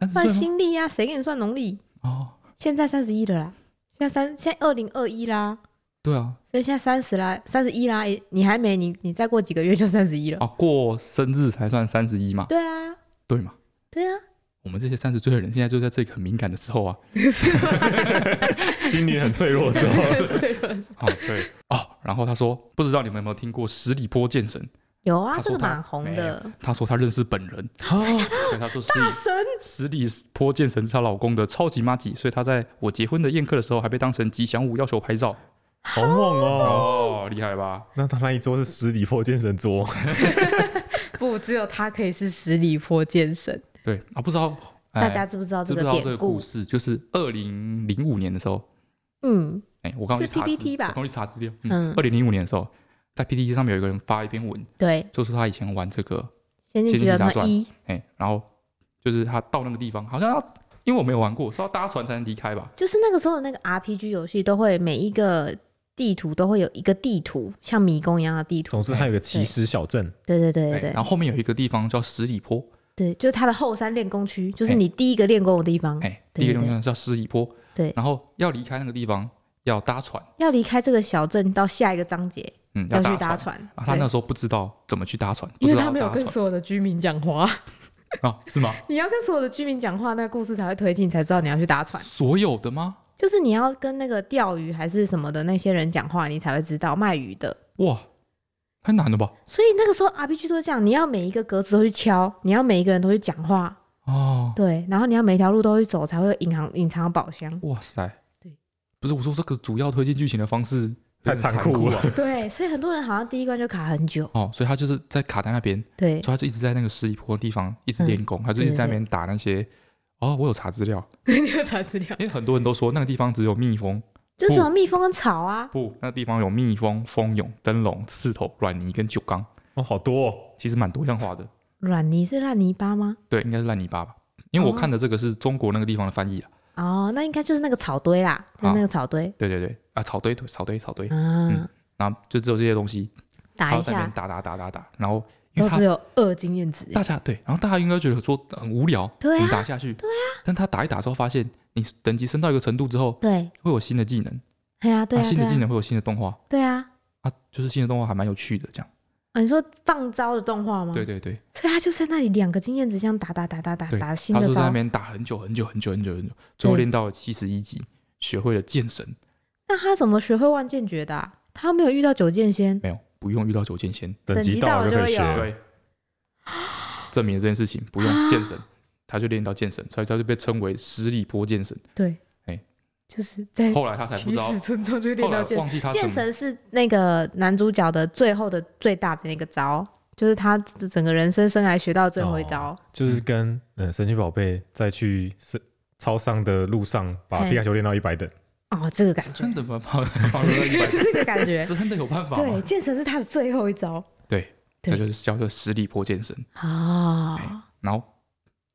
Speaker 2: 三十
Speaker 1: 算
Speaker 2: 岁吗
Speaker 1: 新历啊，谁给你算农历？
Speaker 2: 哦，
Speaker 1: 现在三十一了啦，现在三现在二零二一啦，
Speaker 2: 对啊，
Speaker 1: 所以现在三十啦，三十一啦，也你还没你你再过几个月就三十一了。
Speaker 2: 啊，过生日才算三十一嘛，
Speaker 1: 对啊，
Speaker 2: 对嘛？
Speaker 1: 对啊，
Speaker 2: 我们这些三十岁的人，现在就在这个很敏感的时候啊。
Speaker 1: 是吧？
Speaker 3: 心灵很脆弱的 时候，
Speaker 1: 最后是
Speaker 2: 哦，对， 哦，然后他说，不知道你们有没有听过十里坡剑神？
Speaker 1: 有啊，
Speaker 2: 他
Speaker 1: 这
Speaker 2: 说
Speaker 1: 个
Speaker 2: 他
Speaker 1: 蛮红的，
Speaker 2: 他说他认识本 人，所以他说十里
Speaker 1: 大神
Speaker 2: 十里坡剑神是她老公的超级妈吉，所以她在我结婚的宴客的时候还被当成吉祥物要求拍照。
Speaker 3: 好猛哦！
Speaker 2: 哦，厉害吧？
Speaker 3: 那他那一桌是十里破健身桌，
Speaker 1: 不，只有他可以是十里坡剑神。
Speaker 2: 对啊，不知道
Speaker 1: 大
Speaker 2: 哎
Speaker 1: 家知不知道这
Speaker 2: 知不
Speaker 1: 个
Speaker 2: 知道这
Speaker 1: 典
Speaker 2: 个故
Speaker 1: 故？
Speaker 2: 事？就是二零零五年的时候，
Speaker 1: 嗯，
Speaker 2: 哎，我刚刚去
Speaker 1: 是
Speaker 2: 查资
Speaker 1: PPT 吧
Speaker 2: 我刚去查资料，
Speaker 1: 嗯
Speaker 2: 嗯，二零零五年的时候，在 PPT 上面有一个人发了一篇文，
Speaker 1: 对，
Speaker 2: 就说他以前玩这个，
Speaker 1: 《仙剑奇侠传
Speaker 2: 仙剑奇侠》传
Speaker 1: 一
Speaker 2: 哎，然后就是他到那个地方，好像要因为我没有玩过，是要搭船才能离开吧？
Speaker 1: 就是那个时候的那个 RPG 游戏，都会每一个地图都会有一个地图，像迷宫一样的地图。
Speaker 3: 总之他有个奇石小镇，
Speaker 1: 对对对对
Speaker 2: 哎
Speaker 1: 对哦
Speaker 2: 然后后面有一个地方叫十里坡，
Speaker 1: 对，就是它的后山练功区，就是你第一个练功的地方。
Speaker 2: 哎，
Speaker 1: 对
Speaker 2: 第一个
Speaker 1: 对
Speaker 2: 地方叫十里坡，
Speaker 1: 对
Speaker 2: 然后要离开那个地方要搭船，
Speaker 1: 要离开这个小镇到下一个章节，
Speaker 2: 嗯，
Speaker 1: 要去
Speaker 2: 搭
Speaker 1: 搭
Speaker 2: 船。
Speaker 1: 船。
Speaker 2: 啊，他
Speaker 1: 对
Speaker 2: 那时候不知道怎么去搭船，
Speaker 1: 因为
Speaker 2: 不知
Speaker 1: 他
Speaker 2: 道
Speaker 1: 没有
Speaker 2: 搭
Speaker 1: 跟
Speaker 2: 船
Speaker 1: 所有的居民讲话，
Speaker 2: 啊，是吗？
Speaker 1: 你要跟所有的居民讲话，那个故事才会推进，你才知道你要去搭船。
Speaker 2: 所有的吗？
Speaker 1: 就是你要跟那个钓鱼还是什么的那些人讲话，你才会知道卖鱼的。
Speaker 2: 哇，太难了吧？
Speaker 1: 所以那个时候 RPG 都是这样，你要每一个格子都去敲，你要每一个人都去讲话，
Speaker 2: 哦，
Speaker 1: 对，然后你要每一条路都去走，才会有隐藏隐藏的宝箱。
Speaker 2: 哇塞，
Speaker 1: 对，
Speaker 2: 不是我说这个主要推进剧情的方式
Speaker 3: 太
Speaker 2: 有点残
Speaker 3: 残酷
Speaker 2: 了。
Speaker 1: 对，所以很多人好像第一关就卡很久。
Speaker 2: 哦，所以他就是在卡在那边，
Speaker 1: 对
Speaker 2: 所以他就一直在那个十一坡的地方
Speaker 1: 嗯
Speaker 2: 一直练功，他就一直在那边打那些。哦，我有查资料，
Speaker 1: 你有查资料？
Speaker 2: 因为很多人都说那个地方只有蜜蜂，
Speaker 1: 就是有蜜蜂跟草啊，
Speaker 2: 不，那个地方有蜜蜂、蜂蛹、灯笼、刺头、软泥跟酒缸，
Speaker 3: 哦，好多、哦，
Speaker 2: 其实蛮多样化的。
Speaker 1: 软泥是烂泥巴吗？
Speaker 2: 对，应该是烂泥巴吧，因为我
Speaker 1: 哦
Speaker 2: 看的这个是中国那个地方的翻译啊。
Speaker 1: 哦，那应该就是那个草堆啦，就那个草堆
Speaker 2: 对对对，啊，草堆，草堆，草堆，
Speaker 1: 啊
Speaker 2: 嗯，然后就只有这些东西，
Speaker 1: 打
Speaker 2: 然
Speaker 1: 一
Speaker 2: 后在那边
Speaker 1: 下
Speaker 2: 打打打打打，然后因
Speaker 1: 都
Speaker 2: 为他
Speaker 1: 只有二经验值欸。
Speaker 2: 大家对，然后大家应该觉得说很无聊，
Speaker 1: 对啊
Speaker 2: 你打下去，对啊，但他打一打之后发现，你等级升到一个程度之后，
Speaker 1: 对，
Speaker 2: 会有新的技能，
Speaker 1: 哎呀，对
Speaker 2: 那
Speaker 1: 啊，
Speaker 2: 新
Speaker 1: 对
Speaker 2: 的技
Speaker 1: 啊，
Speaker 2: 能会有新的动画，
Speaker 1: 对啊。
Speaker 2: 啊，就是新的动画还蛮有趣的，这样，
Speaker 1: 啊你说放招的动画吗？
Speaker 2: 对，对对
Speaker 1: 所以他就在那里两个经验值这样打打打打打
Speaker 2: 对，
Speaker 1: 打
Speaker 2: 他
Speaker 1: 新的
Speaker 2: 就在那
Speaker 1: 招。
Speaker 2: 边打很久很久很久很久很久，最后
Speaker 1: 对
Speaker 2: 练到了七十一级，学会了剑神，
Speaker 1: 那他怎么学会万剑诀的啊？他又没有遇到九剑仙，
Speaker 2: 没有，不用遇到九剑仙，
Speaker 3: 等
Speaker 1: 级
Speaker 3: 级
Speaker 1: 到
Speaker 3: 了
Speaker 1: 了就
Speaker 3: 可
Speaker 1: 会
Speaker 3: 以学
Speaker 1: 有
Speaker 3: 了。
Speaker 2: 对，证明了这件事情，不
Speaker 1: 啊
Speaker 2: 用剑神，他就练到剑神，所以他就被称为十里坡剑神，
Speaker 1: 对，
Speaker 2: 哎
Speaker 1: 就是在
Speaker 2: 后来他才不
Speaker 1: 起
Speaker 2: 知道
Speaker 1: 始。村庄就
Speaker 2: 后
Speaker 1: 哎练
Speaker 2: 来
Speaker 1: 到剑
Speaker 2: 忘记他怎
Speaker 1: 剑
Speaker 2: 么
Speaker 1: 神是那个男主角的最后的最大的那个招，就是他整个人生生涯学到最后一招。
Speaker 2: 哦
Speaker 3: 就是跟呃神奇宝贝再去是超商的路上把
Speaker 1: 嘿
Speaker 3: 皮卡丘练到一百等，
Speaker 1: 哦，这 个感觉
Speaker 2: 真，的吗？跑跑到一百，
Speaker 1: 这个感 觉，
Speaker 2: 真的有办法
Speaker 1: 对，
Speaker 2: 吗？
Speaker 1: 剑神是他的最后一招
Speaker 2: 对，
Speaker 1: 对
Speaker 2: 这就是叫做十里坡剑神。
Speaker 1: 啊。
Speaker 2: 然后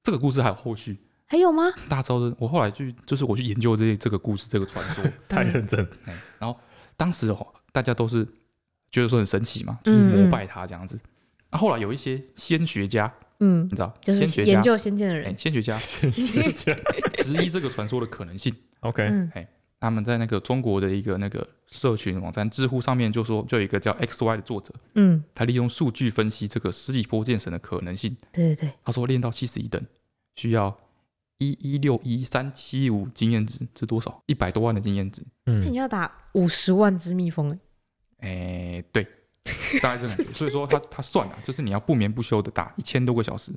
Speaker 2: 这个故事还有后续，
Speaker 1: 还有吗？
Speaker 2: 大招的。我后来去就是我去研究这这个故事这个传 说，
Speaker 3: 太认真。
Speaker 2: 哎然后当时哦大家都是觉得说很神奇嘛，
Speaker 1: 嗯
Speaker 2: 就是膜拜他这样子。那后来有一些仙学家，
Speaker 1: 嗯
Speaker 2: 你，知道，
Speaker 1: 就是
Speaker 2: 仙学
Speaker 1: 研
Speaker 2: 家，
Speaker 1: 究仙剑的人
Speaker 2: 哎，，仙学 家质疑这个传说的可能性。
Speaker 3: OK，
Speaker 1: 嗯
Speaker 2: 他们在那个中国的一个那个社群网站知乎上面就说，就有一个叫 X Y 的作者，
Speaker 1: 嗯，
Speaker 2: 他利用数据分析这个十里坡剑神的可能性。
Speaker 1: 对对对，
Speaker 2: 他说练到七十一等需要一一六一三七五经验值，这多少？一百多万的经验值。
Speaker 1: 那
Speaker 3: 嗯
Speaker 1: 你，要打五十万只蜜蜂哎，
Speaker 2: 哎、对，大概这 样。所以说他他算啊，就是你要不眠不休的打一千多个小时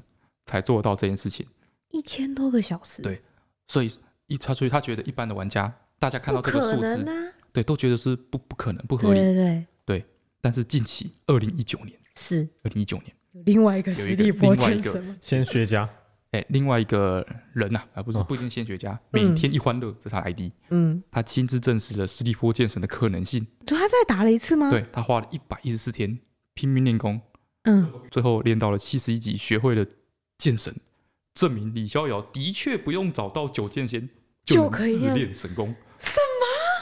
Speaker 2: 才做得到这件事情。
Speaker 1: 一千多个小时，
Speaker 2: 对所以一他所以他觉得一般的玩家，大家看
Speaker 1: 不
Speaker 2: 到这个
Speaker 1: 可
Speaker 2: 数
Speaker 1: 能
Speaker 2: 字，
Speaker 1: 啊！
Speaker 2: 对，都觉得是不不可能不合
Speaker 1: 对
Speaker 2: 理。
Speaker 1: 对对，
Speaker 2: 但是近期二零一九年，
Speaker 1: 是
Speaker 2: 二零一九年，
Speaker 1: 有另外一个
Speaker 2: 有
Speaker 1: 实
Speaker 2: 一个
Speaker 1: 力波
Speaker 2: 另外
Speaker 1: 剑
Speaker 2: 一个
Speaker 1: 神吗，
Speaker 3: 先学家
Speaker 2: 哎、另外一个人呐、啊，而不是
Speaker 3: 哦
Speaker 2: 不一定仙学家，
Speaker 1: 嗯
Speaker 2: 每天一欢乐，这是他的 ID，
Speaker 1: 嗯，
Speaker 2: 他亲自证实了斯利波剑神的可能性。
Speaker 1: 就他再打了一次吗？，
Speaker 2: 对他花了一百一十四天拼命练功，
Speaker 1: 嗯，
Speaker 2: 最后练到了七十一级，学会了剑神，证明李逍遥的确不用找到九剑仙
Speaker 1: 就
Speaker 2: 能
Speaker 1: 可以
Speaker 2: 自
Speaker 1: 练
Speaker 2: 练神功。
Speaker 1: 什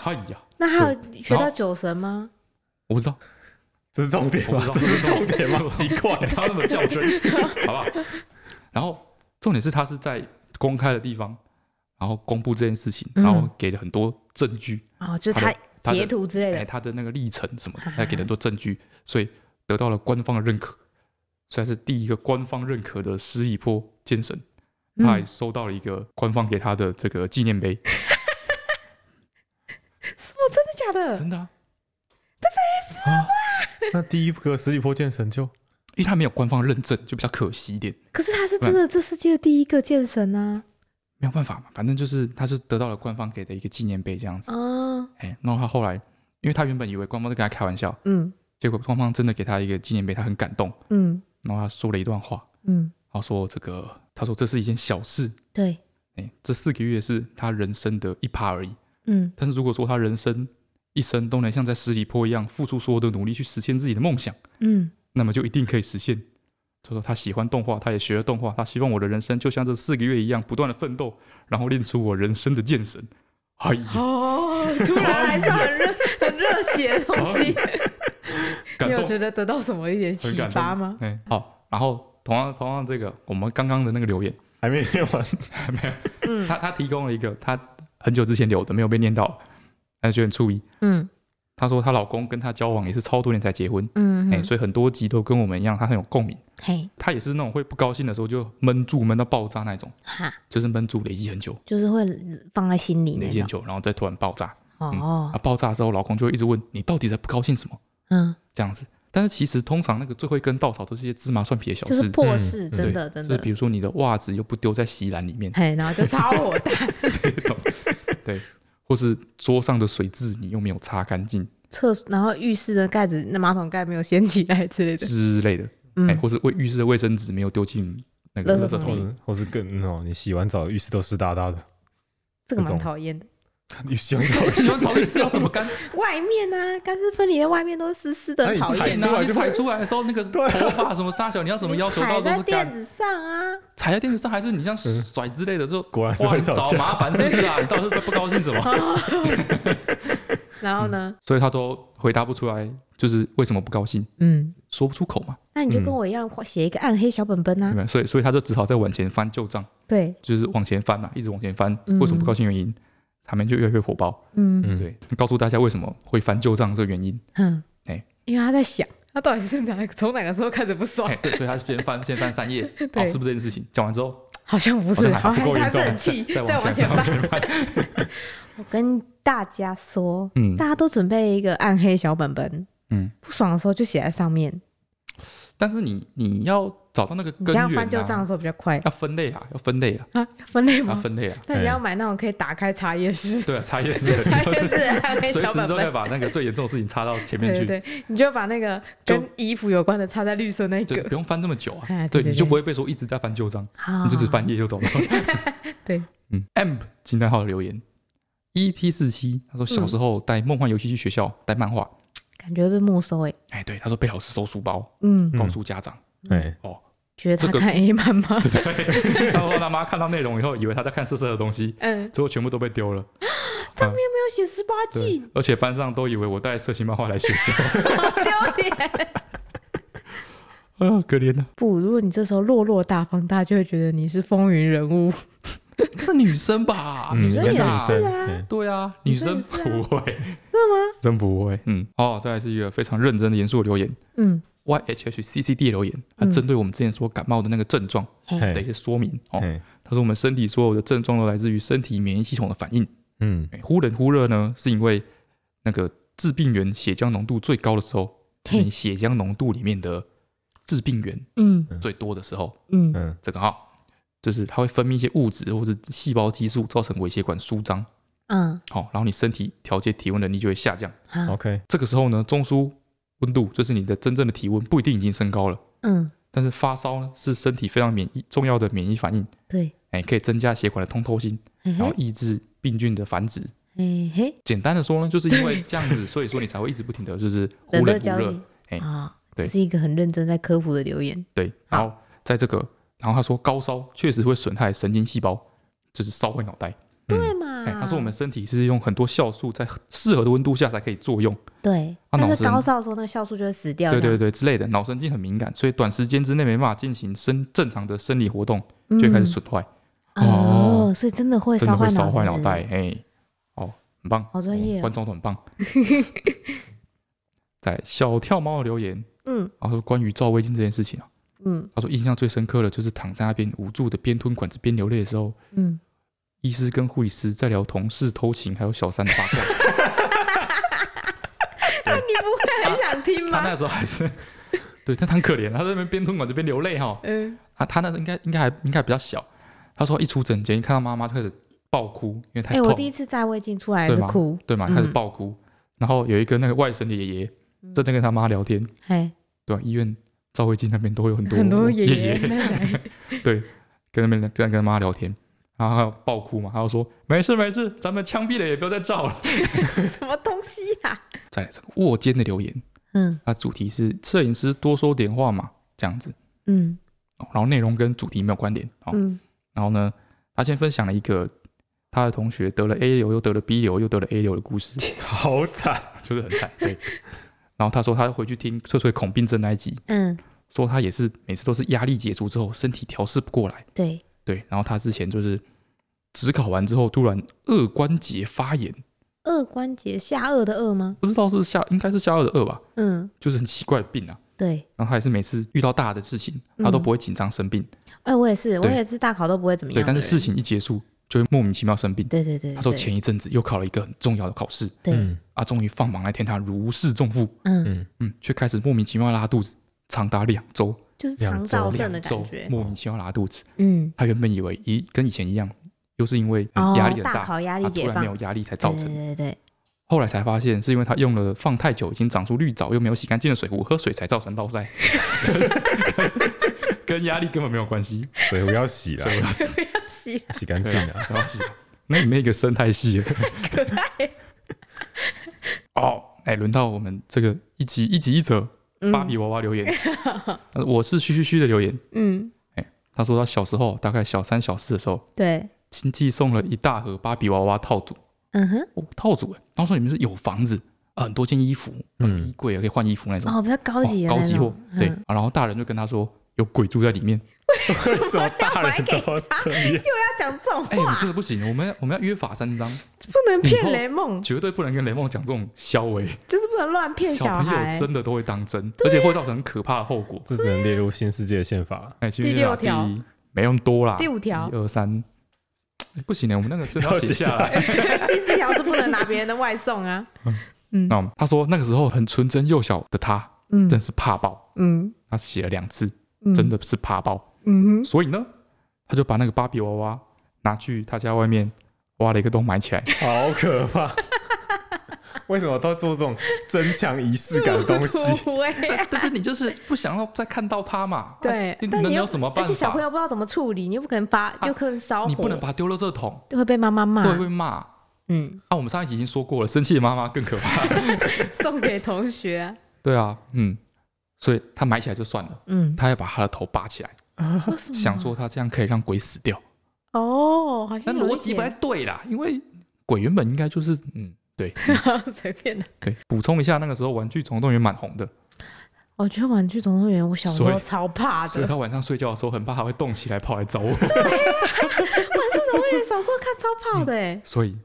Speaker 2: 么？哎呀，
Speaker 1: 那还有学到酒神吗？
Speaker 2: 我 不知道，
Speaker 3: 这是重点
Speaker 2: 我
Speaker 3: 吧？
Speaker 2: 不
Speaker 3: 这
Speaker 2: 知道
Speaker 3: 是重点 吗？
Speaker 2: 这
Speaker 3: 奇
Speaker 2: 是
Speaker 3: 怪，
Speaker 2: 不要那么较真，好不好？然后重点是他是在公开的地方，然后公布这件事情，
Speaker 1: 嗯
Speaker 2: 然后给了很多证据，
Speaker 1: 哦，就是
Speaker 2: 他
Speaker 1: 他
Speaker 2: 的他
Speaker 1: 截
Speaker 2: 的
Speaker 1: 图之类
Speaker 2: 哎，
Speaker 1: 的，
Speaker 2: 他的那个历程什么的，
Speaker 1: 啊
Speaker 2: 他给了很多证据，所以得到了官方的认可，算是第一个官方认可的失忆坡剑神。他还
Speaker 1: 嗯，
Speaker 2: 收到了一个官方给他的这个纪念碑，
Speaker 1: 什么真的假的？
Speaker 2: 真的、啊，
Speaker 3: 那第一个十里坡剑神就
Speaker 2: 因为他没有官方认证，就比较可惜一点，
Speaker 1: 可是他是真的
Speaker 2: 嗯
Speaker 1: 这世界的第一个剑神啊！
Speaker 2: 没有办法嘛，反正就是他是得到了官方给的一个纪念碑这样子，
Speaker 1: 啊，
Speaker 2: 哎、然后他后来，因为他原本以为官方在跟他开玩笑，
Speaker 1: 嗯
Speaker 2: 结果官方真的给他一个纪念碑，他很感动，
Speaker 1: 嗯
Speaker 2: 然后他说了一段话，
Speaker 1: 嗯，
Speaker 2: 他说这个，他说这是一件小事，
Speaker 1: 对，
Speaker 2: 哎、这四个月是他人生的一趴而已，
Speaker 1: 嗯
Speaker 2: 但是如果说他人生一生都能像在十里坡一样付出所有的努力去实现自己的梦想。
Speaker 1: 嗯，
Speaker 2: 那么就一定可以实现。他说他喜欢动画，他也学了动画，他希望我的人生就像这四个月一样，不断的奋斗，然后练出我人生的剑神。哎呀，
Speaker 1: 哦，突然来上很热很热血的东 西，
Speaker 2: 感
Speaker 1: 你有
Speaker 2: 动，
Speaker 1: 觉得得到什么一点启
Speaker 2: 很感
Speaker 1: 发
Speaker 2: 动
Speaker 1: 吗？？
Speaker 2: 嗯，好。然后同样同样这个，我们刚刚的那个留言，
Speaker 3: 还没练完，
Speaker 1: 嗯
Speaker 2: 他他提供了一个他很久之前留的，没有被念到，他觉得很注意。
Speaker 1: 嗯
Speaker 2: 她说她老公跟她交往也是超多年才结婚，
Speaker 1: 嗯，
Speaker 2: 哎、
Speaker 1: 嗯
Speaker 2: 所以很多集都跟我们一样，她很有共鸣。
Speaker 1: 嘿
Speaker 2: 她也是那种会不高兴的时候就闷住，闷到爆炸那种，
Speaker 1: 哈，
Speaker 2: 就是闷住累积很久，
Speaker 1: 就是会放在心里
Speaker 2: 累
Speaker 1: 那
Speaker 2: 积很
Speaker 1: 种。
Speaker 2: 久，然后再突然爆炸。
Speaker 1: 哦
Speaker 2: 啊，，爆炸之后，老公就会一直问你到底在不高兴什么
Speaker 1: 嗯，
Speaker 2: 这样子。但是其实通常那个最后一根稻草都是一些芝麻蒜皮的小
Speaker 1: 就
Speaker 2: 事，
Speaker 1: 是破事，
Speaker 3: 嗯
Speaker 1: 真的真
Speaker 2: 就是
Speaker 1: 的
Speaker 2: 比。如说你的袜子又不丢在洗衣篮 里面
Speaker 1: 嘿，然后就超火大，
Speaker 2: 这种，对，或是桌上的水渍你又没有擦干净，
Speaker 1: 厕所然后浴室的盖子那马桶盖没有掀起来之类的，
Speaker 2: 之类的，哎、
Speaker 1: 嗯，
Speaker 2: 或是卫浴室的卫生纸没有丢进那个
Speaker 1: 垃
Speaker 2: 垃
Speaker 1: 圾桶
Speaker 2: 圾
Speaker 3: 或
Speaker 2: 桶里，
Speaker 3: 者或是更哦，你洗完澡浴室都湿哒哒的，
Speaker 1: 这个蛮
Speaker 3: 这种
Speaker 1: 讨厌的。
Speaker 3: 你洗完澡浴
Speaker 2: 洗
Speaker 3: 室
Speaker 2: 完澡浴室要怎么干？
Speaker 1: 外面啊，干湿分离的外面都湿湿的，很
Speaker 3: 那你
Speaker 1: 讨
Speaker 3: 踩
Speaker 1: 厌
Speaker 2: 哎你
Speaker 1: 啊。
Speaker 3: 出
Speaker 2: 拿
Speaker 3: 来
Speaker 2: 你
Speaker 3: 就会
Speaker 2: 踩出来的时候，那个头发什么沙小，你要怎么要求到
Speaker 1: 你踩
Speaker 2: 都是
Speaker 1: 在垫
Speaker 2: 干？
Speaker 1: 子上啊，
Speaker 2: 踩在垫子上，还是你像
Speaker 3: 嗯
Speaker 2: 甩之类的时候，
Speaker 3: 果然是
Speaker 2: 哇，
Speaker 3: 会
Speaker 2: 你
Speaker 3: 吵
Speaker 2: 找
Speaker 3: 架，
Speaker 2: 麻烦是不是啊？你到底是不高兴什么？
Speaker 1: 然后呢，
Speaker 2: 所以他都回答不出来，就是为什么不高兴，
Speaker 1: 嗯，
Speaker 2: 说不出口嘛，
Speaker 1: 那你就跟我一样写一个暗黑小本本
Speaker 2: 对
Speaker 1: 啊
Speaker 2: 不，对？所以所以他就只好再往前翻旧账，
Speaker 1: 对，
Speaker 2: 就是往前翻嘛，一直往前翻，
Speaker 1: 嗯
Speaker 2: 为什么不高兴原因，场面就越来越火爆。
Speaker 1: 嗯
Speaker 3: 嗯，
Speaker 2: 对，告诉大家为什么会翻旧账这个原因。
Speaker 1: 哼，
Speaker 2: 哎
Speaker 1: 因为他在想，他到底是哪从哪个时候开始不爽
Speaker 2: 哎，，对，所以他先翻先翻三页，
Speaker 1: 对
Speaker 2: 哦，是不是这件事情？讲完之后，
Speaker 1: 好像不
Speaker 2: 好
Speaker 1: 是，
Speaker 2: 像还
Speaker 1: 好像
Speaker 3: 不够
Speaker 1: 还是他
Speaker 3: 严
Speaker 1: 很气，
Speaker 2: 再
Speaker 1: 再往
Speaker 2: 往
Speaker 1: 前
Speaker 2: 再往
Speaker 1: 翻。
Speaker 2: 前翻，
Speaker 1: 我跟大家说，
Speaker 2: 嗯
Speaker 1: 大家都准备一个暗黑小本本，
Speaker 2: 嗯。
Speaker 1: 不爽的时候就写在上面，
Speaker 2: 但是你你要找到那个
Speaker 1: 你
Speaker 2: 根
Speaker 1: 这样
Speaker 2: 源、
Speaker 1: 翻旧账的
Speaker 2: 啊，
Speaker 1: 时候比较快
Speaker 2: 要分类啊，要分类啊，
Speaker 1: 啊，要分类
Speaker 2: 要
Speaker 1: 吗？
Speaker 2: 分类啊。
Speaker 1: 那你要买那种可以打开茶叶式，
Speaker 2: 对啊，查也是
Speaker 1: 茶叶式的暗黑
Speaker 2: 随
Speaker 1: 小
Speaker 2: 时
Speaker 1: 本
Speaker 2: 都
Speaker 1: 本
Speaker 2: 要。把那个最严重的事情插到前面
Speaker 1: 对
Speaker 2: 去，
Speaker 1: 对对，你就把那个
Speaker 2: 就
Speaker 1: 跟衣服有关的插在绿色那一
Speaker 2: 对，
Speaker 1: 个，
Speaker 2: 不用翻那么久啊。
Speaker 1: 哎，
Speaker 2: 对，
Speaker 1: 对，
Speaker 2: 你就不会被说一直在翻旧账，
Speaker 1: 好，
Speaker 2: 你就只翻页就走了。
Speaker 1: 对，
Speaker 2: 嗯，amp 惊叹号的留言，EP 四七，
Speaker 1: 嗯
Speaker 2: 他说小时候带梦幻游戏去学校带漫画，
Speaker 1: 感觉被没收哎，
Speaker 2: 哎，对，他说被老师收书包，
Speaker 1: 嗯，
Speaker 2: 告诉家长，
Speaker 3: 哎，
Speaker 1: 觉得他
Speaker 2: 这个
Speaker 1: 看 A 漫吗？
Speaker 2: 对，他说他妈看到内容以后，以为他在看色色的东西，
Speaker 1: 嗯，
Speaker 2: 最后全部都被丢了。
Speaker 1: 没有写十八
Speaker 2: 对
Speaker 1: 禁，，
Speaker 2: 而且班上都以为我带色情漫画来学校，
Speaker 1: 好丢脸。
Speaker 2: 啊，可怜呐、
Speaker 1: 不，如果你这时候落落大方，大家就会觉得你是风云人物。
Speaker 2: 这是女生吧？
Speaker 3: 嗯，应
Speaker 1: 也
Speaker 3: 该是女
Speaker 2: 吧
Speaker 3: 生
Speaker 1: 是啊，
Speaker 3: 嗯
Speaker 2: 对啊，
Speaker 1: 女
Speaker 2: 女
Speaker 1: 生
Speaker 2: 生
Speaker 1: 也是啊
Speaker 2: 不会，
Speaker 1: 真的吗？
Speaker 2: 真不会。嗯，哦，再来是一个非常认真的、严肃的留言
Speaker 1: 嗯，
Speaker 2: ，Y H H C C D 的留言，它
Speaker 1: 嗯
Speaker 2: 针对我们之前说感冒的那个症状
Speaker 3: 嘿
Speaker 2: 的一些说明哦。
Speaker 3: 嘿
Speaker 2: 他说我们身体所有的症状都来自于身体免疫系统的反应，
Speaker 3: 嗯，
Speaker 2: 哎忽冷忽热呢，是因为那个致病源血浆浓度最高的时候，
Speaker 1: 嘿
Speaker 2: 你血浆浓度里面的致病源
Speaker 1: 嗯
Speaker 2: 最多的时候，
Speaker 1: 嗯
Speaker 3: 嗯
Speaker 2: 这个哈、就是它会分泌一些物质或者细胞激素，造成微血管舒张，
Speaker 1: 嗯，
Speaker 2: 好、然后你身体调节体温能力就会下降。
Speaker 1: 好，
Speaker 3: ，OK，
Speaker 2: 这个时候呢，中枢温度就是你的真正的体温不一定已经升高了，
Speaker 1: 嗯，
Speaker 2: 但是发烧呢是身体非常免疫重要的免疫反应，
Speaker 1: 对，哎
Speaker 2: 哎，可以增加血管的通透性，
Speaker 1: 嘿
Speaker 2: 然后
Speaker 1: 嘿
Speaker 2: 抑制病菌的繁殖。
Speaker 1: 嘿嘿，
Speaker 2: 简单的说呢，就是因为这 样子，所以说你才会一直不停的就是
Speaker 1: 冷
Speaker 2: 忽
Speaker 1: 热
Speaker 2: 冷忽
Speaker 1: 交
Speaker 2: 热
Speaker 1: 易，
Speaker 2: 哎
Speaker 1: 啊，
Speaker 2: 对
Speaker 1: 是一个很认真在科普的留言。
Speaker 2: 对。然后在这个，然后他说高烧确实会损害神经细胞，就是烧毁脑袋。
Speaker 1: 对嘛
Speaker 2: 哎、？他说我们身体是用很多酵素在适合的温度下才可以作用，
Speaker 1: 对，
Speaker 2: 啊
Speaker 1: 但
Speaker 2: 脑
Speaker 1: 是
Speaker 2: 神
Speaker 1: 高烧的时候，那个酵素就会死掉。
Speaker 2: 对对对之类的，脑神经很敏感，所以短时间之内没办法进行生正常的生理活动，
Speaker 1: 对
Speaker 2: 就会开始损坏，
Speaker 1: 哦，所以真的会
Speaker 2: 真的会
Speaker 1: 脑
Speaker 2: 烧
Speaker 1: 子
Speaker 2: 坏脑袋。。哎、哦，很棒，
Speaker 1: 好专业哦
Speaker 2: 观众都很棒。 在小跳猫的留言，
Speaker 1: 嗯
Speaker 2: 然后说关于照胃镜这件事情啊，
Speaker 1: 嗯
Speaker 2: 他说印象最深刻的就是躺在那边无助的边吞管子边流泪的时候，
Speaker 1: 嗯，
Speaker 2: 医师跟护理师在聊同事偷情还有小三的 八卦。
Speaker 1: 那你不 会很想听
Speaker 2: 他那？时候 还是对，但他很可怜，他在那边边吞管子边流泪哈。
Speaker 1: 嗯，
Speaker 2: 啊，他那时候应该应该还应该比较小，他说一出诊间看到妈妈就开始爆哭，因为太
Speaker 1: 哎，
Speaker 2: 痛，
Speaker 1: 我第一次在胃镜出来也是
Speaker 2: 对吗
Speaker 1: 哭，
Speaker 2: 对嘛，开始
Speaker 1: 嗯
Speaker 2: 爆哭。然后有一个那个外省的爷爷
Speaker 1: 嗯
Speaker 2: 正在跟他妈聊天，
Speaker 1: 哎，
Speaker 2: 对吧、医院照胃镜那边都会有很多
Speaker 1: 很多爷
Speaker 2: 爷
Speaker 1: 爷奶奶，
Speaker 2: 跟那边在跟他妈聊天，然后还有爆哭嘛，他就说没事没事，咱们枪毙了也不要再照了。
Speaker 1: 什么东西啊呀？
Speaker 2: 在这个卧间的留言，
Speaker 1: 嗯
Speaker 2: 它主题是摄影师多说点话嘛，这样子，
Speaker 1: 嗯
Speaker 2: 哦然后内容跟主题没有关联哦。
Speaker 1: 嗯
Speaker 2: 然后呢，他先分享了一个他的同学得了 A 流，又得了 B 流，又得了 A 流的故 事，
Speaker 3: 好惨，
Speaker 2: 就是很惨。对。然后他说他回去听翠翠恐病症那一集，
Speaker 1: 嗯，
Speaker 2: 说他也是每次都是压力解除之后身体调试不过来，
Speaker 1: 对，
Speaker 2: 对。然后他之前就是只考完之后突然颚关节发炎，
Speaker 1: 颚关节下颚的颚吗？
Speaker 2: 不知道是下应该是下颚的颚吧，
Speaker 1: 嗯，
Speaker 2: 就是很奇怪的病啊。
Speaker 1: 对。
Speaker 2: 然后他也是每次遇到大的事情，他都不会紧张生病，
Speaker 1: 哎，我也是，我
Speaker 2: 对
Speaker 1: 也是大考都不会怎么样
Speaker 2: 对。
Speaker 1: 的
Speaker 2: 但
Speaker 1: 人。
Speaker 2: 是事情一结束就会莫名其妙生病。
Speaker 1: 对，对对对，
Speaker 2: 他说前一阵子又考了一个很重要的考试，
Speaker 1: 对，
Speaker 3: 嗯
Speaker 2: 啊，终于放榜那天，他如释重负，
Speaker 1: 嗯，
Speaker 3: 嗯，
Speaker 2: 嗯，却开始莫名其妙拉肚子，长达两周，
Speaker 1: 就是
Speaker 3: 两
Speaker 1: 肠
Speaker 3: 周
Speaker 1: 燥症
Speaker 2: 两
Speaker 1: 的
Speaker 2: 周
Speaker 1: 感觉。
Speaker 2: 莫名其妙拉肚子。
Speaker 1: 嗯，
Speaker 2: 他原本以为一跟以前一样，又是因为
Speaker 1: 哦
Speaker 2: 压力，很
Speaker 1: 大
Speaker 2: 大，
Speaker 1: 考压
Speaker 2: 他
Speaker 1: 力
Speaker 2: 突
Speaker 1: 解
Speaker 2: 然没
Speaker 1: 放
Speaker 2: 有压力才造
Speaker 1: 对
Speaker 2: 成。
Speaker 1: 对对对，
Speaker 2: 后来才发现是因为他用了放太久已经长出绿藻又没有洗干净的水壶喝水才造成落塞，跟 压力根本没有关系。
Speaker 3: 水壶要洗啦，
Speaker 1: 啊
Speaker 4: 不要洗，
Speaker 3: 洗干净
Speaker 2: 对
Speaker 3: 啦。
Speaker 2: 啊，然后是那里面一个生态 系。
Speaker 4: 可爱。
Speaker 2: 哦，哎，轮到我们这个一集一集一则
Speaker 4: 嗯
Speaker 2: 芭比娃娃 留言，呃我是嘘嘘嘘的留言。哎
Speaker 4: 嗯，
Speaker 2: 他说他小时候大概小三小四的时候，
Speaker 4: 对，
Speaker 2: 亲戚送了一大盒芭比娃娃套组，
Speaker 4: 嗯哼，
Speaker 2: 哦，套组哎，然后说里面是有房子，啊很多件衣服，
Speaker 3: 嗯
Speaker 2: 嗯，衣柜啊可以换衣服那种，
Speaker 4: 哦，比较高级的
Speaker 2: 高
Speaker 4: 那
Speaker 2: 级货
Speaker 4: 种，，
Speaker 2: 对、
Speaker 4: 嗯
Speaker 2: 啊然后大人就跟他说有鬼住在里面，
Speaker 3: 为什么大人都这 样？
Speaker 4: 要讲这种
Speaker 2: 哎、你这个不行，我们我们要约法三章，
Speaker 4: 不能
Speaker 2: 以
Speaker 4: 骗
Speaker 2: 后
Speaker 4: 雷梦，
Speaker 2: 绝对不能跟雷梦讲这种消委，
Speaker 4: 就是不能乱骗
Speaker 2: 小朋
Speaker 4: 孩啊
Speaker 2: 友。真的都会当真，而且会造成很可怕的后果。
Speaker 3: 这只能列入新世界宪法，
Speaker 2: 哎、其
Speaker 4: 第
Speaker 2: 实
Speaker 4: 六
Speaker 2: 啊
Speaker 4: 条
Speaker 2: 第一没用多啦，
Speaker 4: 第五条
Speaker 2: 一二三，哎不行的，我们那个真的要写下来。
Speaker 3: 来。
Speaker 4: 第四条是不能拿别人的外送啊。嗯
Speaker 2: 那他说那个时候很纯真幼小的他，
Speaker 4: 嗯
Speaker 2: 真是怕爆，
Speaker 4: 嗯
Speaker 2: 他写了两次，
Speaker 4: 嗯
Speaker 2: 真的是怕爆。
Speaker 4: 嗯哼，
Speaker 2: 所以呢，他就把那个芭比娃娃拿去他家外面挖了一个洞埋起来。
Speaker 3: 好可怕！为什么都做这种增强仪式感的东 西？
Speaker 4: 哎，
Speaker 2: 但是你就是不想要再看到它 嘛？
Speaker 4: 对
Speaker 2: 哎你，
Speaker 4: 但
Speaker 2: 能
Speaker 4: 你
Speaker 2: 有
Speaker 4: 又
Speaker 2: 什么办
Speaker 4: 而且小朋
Speaker 2: 法？
Speaker 4: 友不知道怎么处理，你又不可能把，又可能烧火，
Speaker 2: 你不能把它丢垃圾桶，
Speaker 4: 会被妈妈骂。
Speaker 2: 对，会骂。
Speaker 4: 嗯，
Speaker 2: 啊，我们上一集已经说过了，生气的妈妈更可怕。
Speaker 4: 送给同学。
Speaker 2: 对啊，嗯，所以他埋起来就算了，
Speaker 4: 嗯，
Speaker 2: 他还把他的头拔起来，
Speaker 4: 为什么
Speaker 2: 想说他这样可以让鬼死掉。
Speaker 4: 哦，好
Speaker 2: 但
Speaker 4: 像有
Speaker 2: 逻
Speaker 4: 一
Speaker 2: 辑不太
Speaker 4: 点
Speaker 2: 对啦，因为鬼原本应该就是嗯，对
Speaker 4: 随便的。
Speaker 2: 对。补充一下，那个时候《玩具总动员》蛮红的，
Speaker 1: 哦
Speaker 4: 我觉得《玩具总动员》，我小时
Speaker 2: 所
Speaker 4: 候
Speaker 2: 以
Speaker 4: 超怕的，
Speaker 2: 所以他晚上睡觉的时候很怕他会动起来跑来 找我。
Speaker 4: 玩具总动员小时候看超胖的哎、
Speaker 2: 所以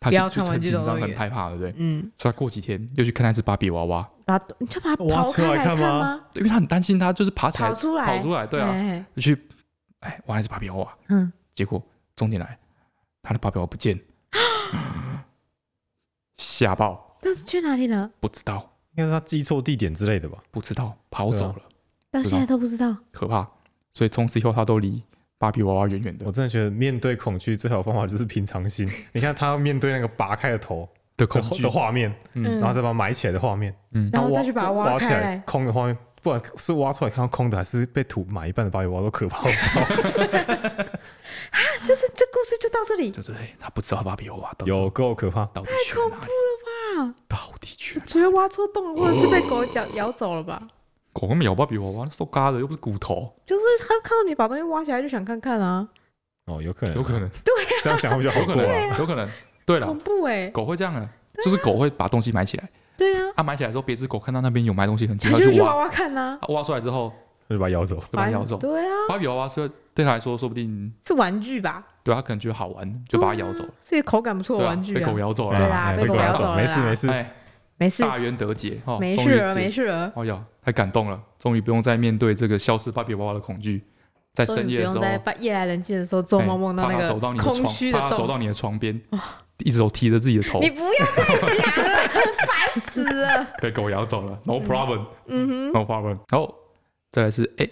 Speaker 2: 他
Speaker 4: 不
Speaker 2: 就
Speaker 4: 要看
Speaker 2: 就
Speaker 4: 玩
Speaker 2: 很
Speaker 4: 具
Speaker 2: 紧
Speaker 4: 总动
Speaker 2: 张、
Speaker 4: 员
Speaker 2: 很害怕，对不对？
Speaker 4: 嗯，
Speaker 2: 所以他过几天又去看那只芭比娃娃，
Speaker 4: 把它你就把它
Speaker 3: 挖
Speaker 4: 刨
Speaker 3: 出
Speaker 4: 开
Speaker 3: 来看
Speaker 4: 看
Speaker 3: 吗
Speaker 4: 吗？
Speaker 2: 因为他很担心他就是爬起来
Speaker 4: 跑出来，
Speaker 2: 跑出来，对啊，
Speaker 4: 哎
Speaker 2: 就去哎玩那只芭比娃娃，
Speaker 4: 嗯，
Speaker 2: 结果重点来，他的芭比娃娃 不见，吓爆，
Speaker 4: 但是去哪里了？
Speaker 2: 不知道
Speaker 3: 应该是他记错地点之类的吧？
Speaker 2: 不知道跑走了，
Speaker 4: 到现在都不知道。
Speaker 2: 可怕，所以从此以后他都离芭比娃娃远远的
Speaker 3: 我真的觉得面对恐惧最好的方法就是平常 心。你看他面对那个拔开的头
Speaker 2: 的
Speaker 3: 的
Speaker 2: 恐惧
Speaker 3: 的，画面，
Speaker 4: 嗯
Speaker 2: 嗯，
Speaker 3: 然后再把它埋起来的画面，
Speaker 2: 嗯
Speaker 4: 然后
Speaker 3: 挖
Speaker 4: 再去把它
Speaker 3: 挖
Speaker 4: 挖
Speaker 3: 起
Speaker 4: 开来
Speaker 3: 空的画面，不管是挖出来看到空的，还是被土埋一半的芭比娃娃都可 怕。
Speaker 4: 就是这故事就到这里，
Speaker 2: 对对对，他不知道芭比娃娃到
Speaker 3: 有够可怕！
Speaker 2: 到底去哪里
Speaker 4: 吧，
Speaker 2: 到底去哪里？
Speaker 4: 觉得挖错洞或者是被狗咬咬走了吧？
Speaker 2: 狗根本咬芭比娃娃，受嘎的又不是骨头，
Speaker 4: 就是他看到你把东西挖起来就想看看啊，
Speaker 3: 哦，有可能，
Speaker 2: 有可 能。
Speaker 3: 这样想会比较好
Speaker 2: 有可
Speaker 3: 过啊。
Speaker 2: 能，有可能。对了
Speaker 4: 恐，怖哎、
Speaker 2: 狗会这样的，就是狗会把东西埋起来。
Speaker 4: 对啊，
Speaker 2: 它埋起来之后，别只狗看到那边有埋东西痕迹，
Speaker 4: 你
Speaker 2: 它
Speaker 4: 就去挖
Speaker 2: 挖。啊
Speaker 4: 挖看呐、
Speaker 2: 它挖出来之后，
Speaker 3: 那就把它咬走。
Speaker 2: 就把它咬走。
Speaker 4: 对啊，
Speaker 2: 芭比娃娃虽然对它来说，说不定
Speaker 4: 是玩具吧？
Speaker 2: 对它可能觉得好玩，就把它咬走。
Speaker 4: 是一个口感不错的
Speaker 2: 对啊
Speaker 4: 玩具、
Speaker 2: 被
Speaker 4: 啊
Speaker 2: 狗。咬走
Speaker 4: 对
Speaker 2: 了。
Speaker 4: 啦
Speaker 3: 哎
Speaker 4: 被
Speaker 3: 被
Speaker 4: 狗
Speaker 3: 狗
Speaker 4: 咬
Speaker 3: 咬
Speaker 4: 走了
Speaker 3: 没事
Speaker 4: 啦
Speaker 3: 没事，
Speaker 2: 哎，
Speaker 4: 没事，
Speaker 2: 大冤得解哦，
Speaker 4: 没
Speaker 2: 终于
Speaker 4: 事了，
Speaker 2: 解
Speaker 4: 没。事啊了。
Speaker 2: 哎呀，太感动了，终于不用再面对这个消失芭比娃娃的恐惧，在
Speaker 4: 终
Speaker 2: 深
Speaker 4: 于
Speaker 2: 夜
Speaker 4: 不
Speaker 2: 的时
Speaker 4: 用
Speaker 2: 候，
Speaker 4: 在
Speaker 2: 哎
Speaker 4: 半夜来人静的时候做梦梦到
Speaker 2: 怕
Speaker 4: 那
Speaker 2: 它走
Speaker 4: 个
Speaker 2: 到你的
Speaker 4: 空虚
Speaker 2: 床，
Speaker 4: 的
Speaker 2: 怕它走到
Speaker 4: 洞。
Speaker 2: 你的床边，一直都提着自己的头
Speaker 4: 你不要再讲 了，烦死了。
Speaker 2: 被狗咬走了，no problem。
Speaker 4: 嗯哼，
Speaker 2: No problem。好，再来是 A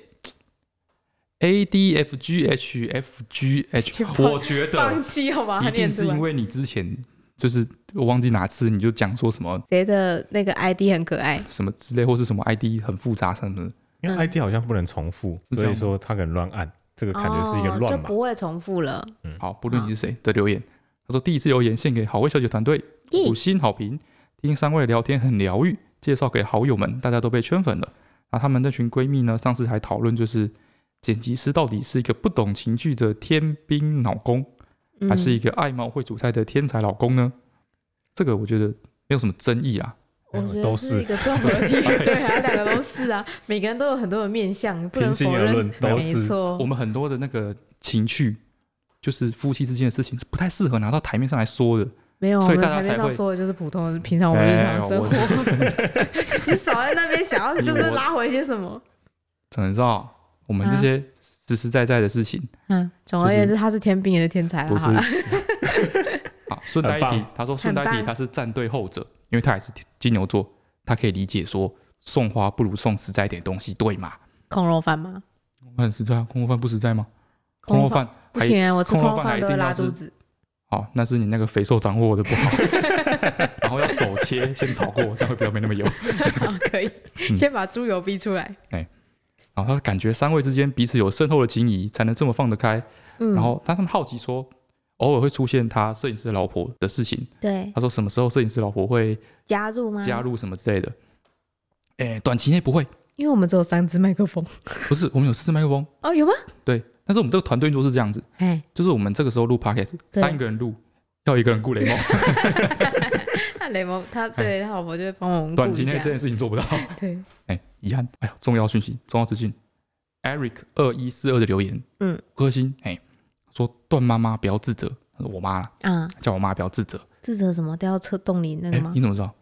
Speaker 2: A D F G H F G
Speaker 4: 你
Speaker 2: H，
Speaker 4: 放
Speaker 2: 我觉
Speaker 4: 放
Speaker 2: 得
Speaker 4: 弃好吗？他
Speaker 2: 一
Speaker 4: 念
Speaker 2: 定
Speaker 4: 出
Speaker 2: 是
Speaker 4: 来
Speaker 2: 因。为你之前就是我忘记哪次你就讲说什么
Speaker 4: 谁的那个 ID 很可爱？
Speaker 2: 什么之类，或是什么 ID 很复杂什么的。
Speaker 3: 因为 ID 好像不能重复，
Speaker 2: 是这
Speaker 3: 所
Speaker 2: 样
Speaker 3: 以
Speaker 2: 吗
Speaker 3: 说他可能乱按，这个感觉是一个
Speaker 4: 哦
Speaker 3: 乱
Speaker 4: 就
Speaker 3: 码。
Speaker 4: 不会重复了。
Speaker 2: 好，不论你是谁的留言，他说第一次留言献给好味小姐团队，
Speaker 4: 耶
Speaker 2: 五星好评，听三位聊天很疗愈，介绍给好友们，大家都被圈粉了。那她们那群闺蜜呢，上次还讨论就是剪辑师到底是一个不懂情绪的天兵脑工。
Speaker 4: 嗯
Speaker 2: 还是一个爱猫会煮菜的天才老公呢？这个我觉得没有什么争议啊。
Speaker 4: 我觉得
Speaker 3: 哎都
Speaker 4: 是
Speaker 3: 是
Speaker 4: 一个综合体， 对啊，两个都是啊，每个人都有很多的面相，不能
Speaker 3: 平心
Speaker 4: 否
Speaker 3: 而
Speaker 4: 认
Speaker 3: 论，都
Speaker 4: 没
Speaker 3: 是
Speaker 4: 错
Speaker 2: 我。们很多的那个情趣，就是夫妻之间的事情，是不太适合拿到台面上来说的。
Speaker 4: 没有啊，我
Speaker 2: 所以
Speaker 4: 们
Speaker 2: 大家
Speaker 4: 台面
Speaker 2: 才
Speaker 4: 上
Speaker 2: 会
Speaker 4: 说的就是普通的，平常我们日常的
Speaker 2: 哎
Speaker 4: 生
Speaker 2: 我
Speaker 4: 活。 你少在那边想要就是
Speaker 2: 我
Speaker 4: 拉回一些什么？
Speaker 2: 可能知道我们这些实实在在的事情，
Speaker 4: 嗯，总而言之，他是天兵也是天才
Speaker 2: 不
Speaker 4: 啦。
Speaker 2: 是
Speaker 4: 好 啦。
Speaker 2: 啊。顺带一
Speaker 3: 很
Speaker 2: 提
Speaker 3: 棒，
Speaker 2: 他说顺带一
Speaker 4: 很
Speaker 2: 提，
Speaker 4: 棒
Speaker 2: 他是站队后者，因为他也是金牛座，他可以理解说送花不如送实在一点东西，对吗？
Speaker 4: 空肉饭吗？
Speaker 2: 很实在啊，空肉饭不实在吗？
Speaker 4: 空
Speaker 2: 空
Speaker 4: 肉
Speaker 2: 肉
Speaker 4: 饭
Speaker 2: 饭
Speaker 4: 不
Speaker 2: 还
Speaker 4: 行，我吃
Speaker 2: 空
Speaker 1: 啊
Speaker 4: 空
Speaker 2: 肉
Speaker 4: 肉
Speaker 2: 饭
Speaker 4: 饭
Speaker 2: 还
Speaker 4: 都
Speaker 2: 一
Speaker 4: 会
Speaker 2: 定
Speaker 4: 拉
Speaker 2: 要
Speaker 4: 肚
Speaker 2: 是
Speaker 4: 子。
Speaker 2: 好，那是你那个肥瘦掌握的不好， 然后要手切先炒过，这样会比较没那么油。
Speaker 1: 好，可以，
Speaker 2: 嗯
Speaker 1: 先把猪油逼出来，
Speaker 2: 然后他感觉三位之间彼此有深厚的情谊，才能这么放得开。
Speaker 1: 嗯，
Speaker 2: 然后他他们好奇说，偶尔会出现他摄影师的老婆的事情。
Speaker 1: 对
Speaker 2: 他说什么时候摄影师老婆会
Speaker 1: 加入吗？
Speaker 2: 加，入什么之类的？哎、短期内不会，
Speaker 1: 因为我们只有三支麦克风
Speaker 2: 不是我们有四支麦克风，
Speaker 1: 哦，有吗？
Speaker 2: 对。但是我们这个团队运作是这样子，
Speaker 1: 哎，
Speaker 2: 就是我们这个时候录 podcast，
Speaker 1: 对
Speaker 2: 三个人录，要一个人 顾雷蒙。
Speaker 1: 那雷蒙他对他老婆就会帮我们
Speaker 2: 哎短
Speaker 1: 顾
Speaker 2: 期
Speaker 1: 一
Speaker 2: 内
Speaker 1: 下
Speaker 2: 这件事情做不到。
Speaker 1: 对，
Speaker 2: 哎，遗憾，哎呦，重要讯息，重要资讯，Eric 二一四二的留言，
Speaker 1: 嗯，
Speaker 2: 五颗星，哎，说段妈妈不要自责，他说我妈啦，
Speaker 1: 啊，
Speaker 2: 叫我妈不要自责。
Speaker 1: 自责什么掉到车洞里那个
Speaker 2: 哎，
Speaker 1: 吗
Speaker 2: 你？怎么知道？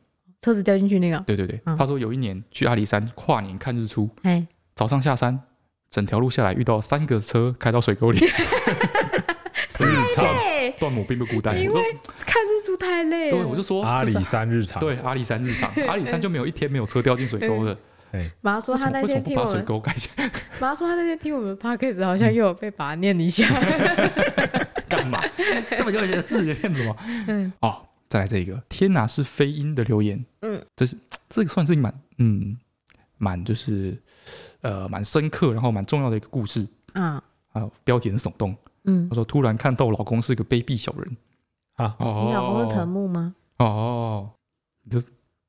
Speaker 1: 车子掉进去那个？
Speaker 2: 对对对，
Speaker 1: 嗯
Speaker 2: 他说有一年去阿里山跨年看日出，
Speaker 1: 哎，
Speaker 2: 早上下山，整条路下来遇到三个车开到水沟里， 所以段
Speaker 1: 对，
Speaker 2: 段母并不孤单。
Speaker 1: 因
Speaker 2: 我说，
Speaker 1: 看日出太累
Speaker 2: 对，我就说
Speaker 3: 阿里
Speaker 2: 这是
Speaker 3: 山日常，
Speaker 2: 对阿里山 日常，阿里山就没有一天没有车掉进水沟的。
Speaker 1: 妈嗯说
Speaker 2: 为什
Speaker 1: 他
Speaker 2: 么
Speaker 1: 那
Speaker 2: 为什么
Speaker 1: 天
Speaker 2: 不
Speaker 1: 听
Speaker 2: 把
Speaker 1: 我
Speaker 2: 水嗯
Speaker 1: 们，
Speaker 2: 沟盖起来？
Speaker 1: 妈说他那天听我们 podcast 好像又有被把念一下，
Speaker 2: 干嘛？根本就有些事情骗什么？
Speaker 1: 嗯，
Speaker 2: 哦，再来这一个，天哪是飞鹰的留言，
Speaker 1: 嗯，
Speaker 2: 就是这个算是蛮嗯蛮就是呃蛮深刻，然后蛮重要的一个故事，
Speaker 1: 啊，
Speaker 2: 还有标题很耸动。
Speaker 1: 嗯
Speaker 2: 他，说突然看到我老公是个卑鄙小人
Speaker 3: 啊
Speaker 2: 哦，
Speaker 1: 你老公是藤木吗？
Speaker 2: 哦，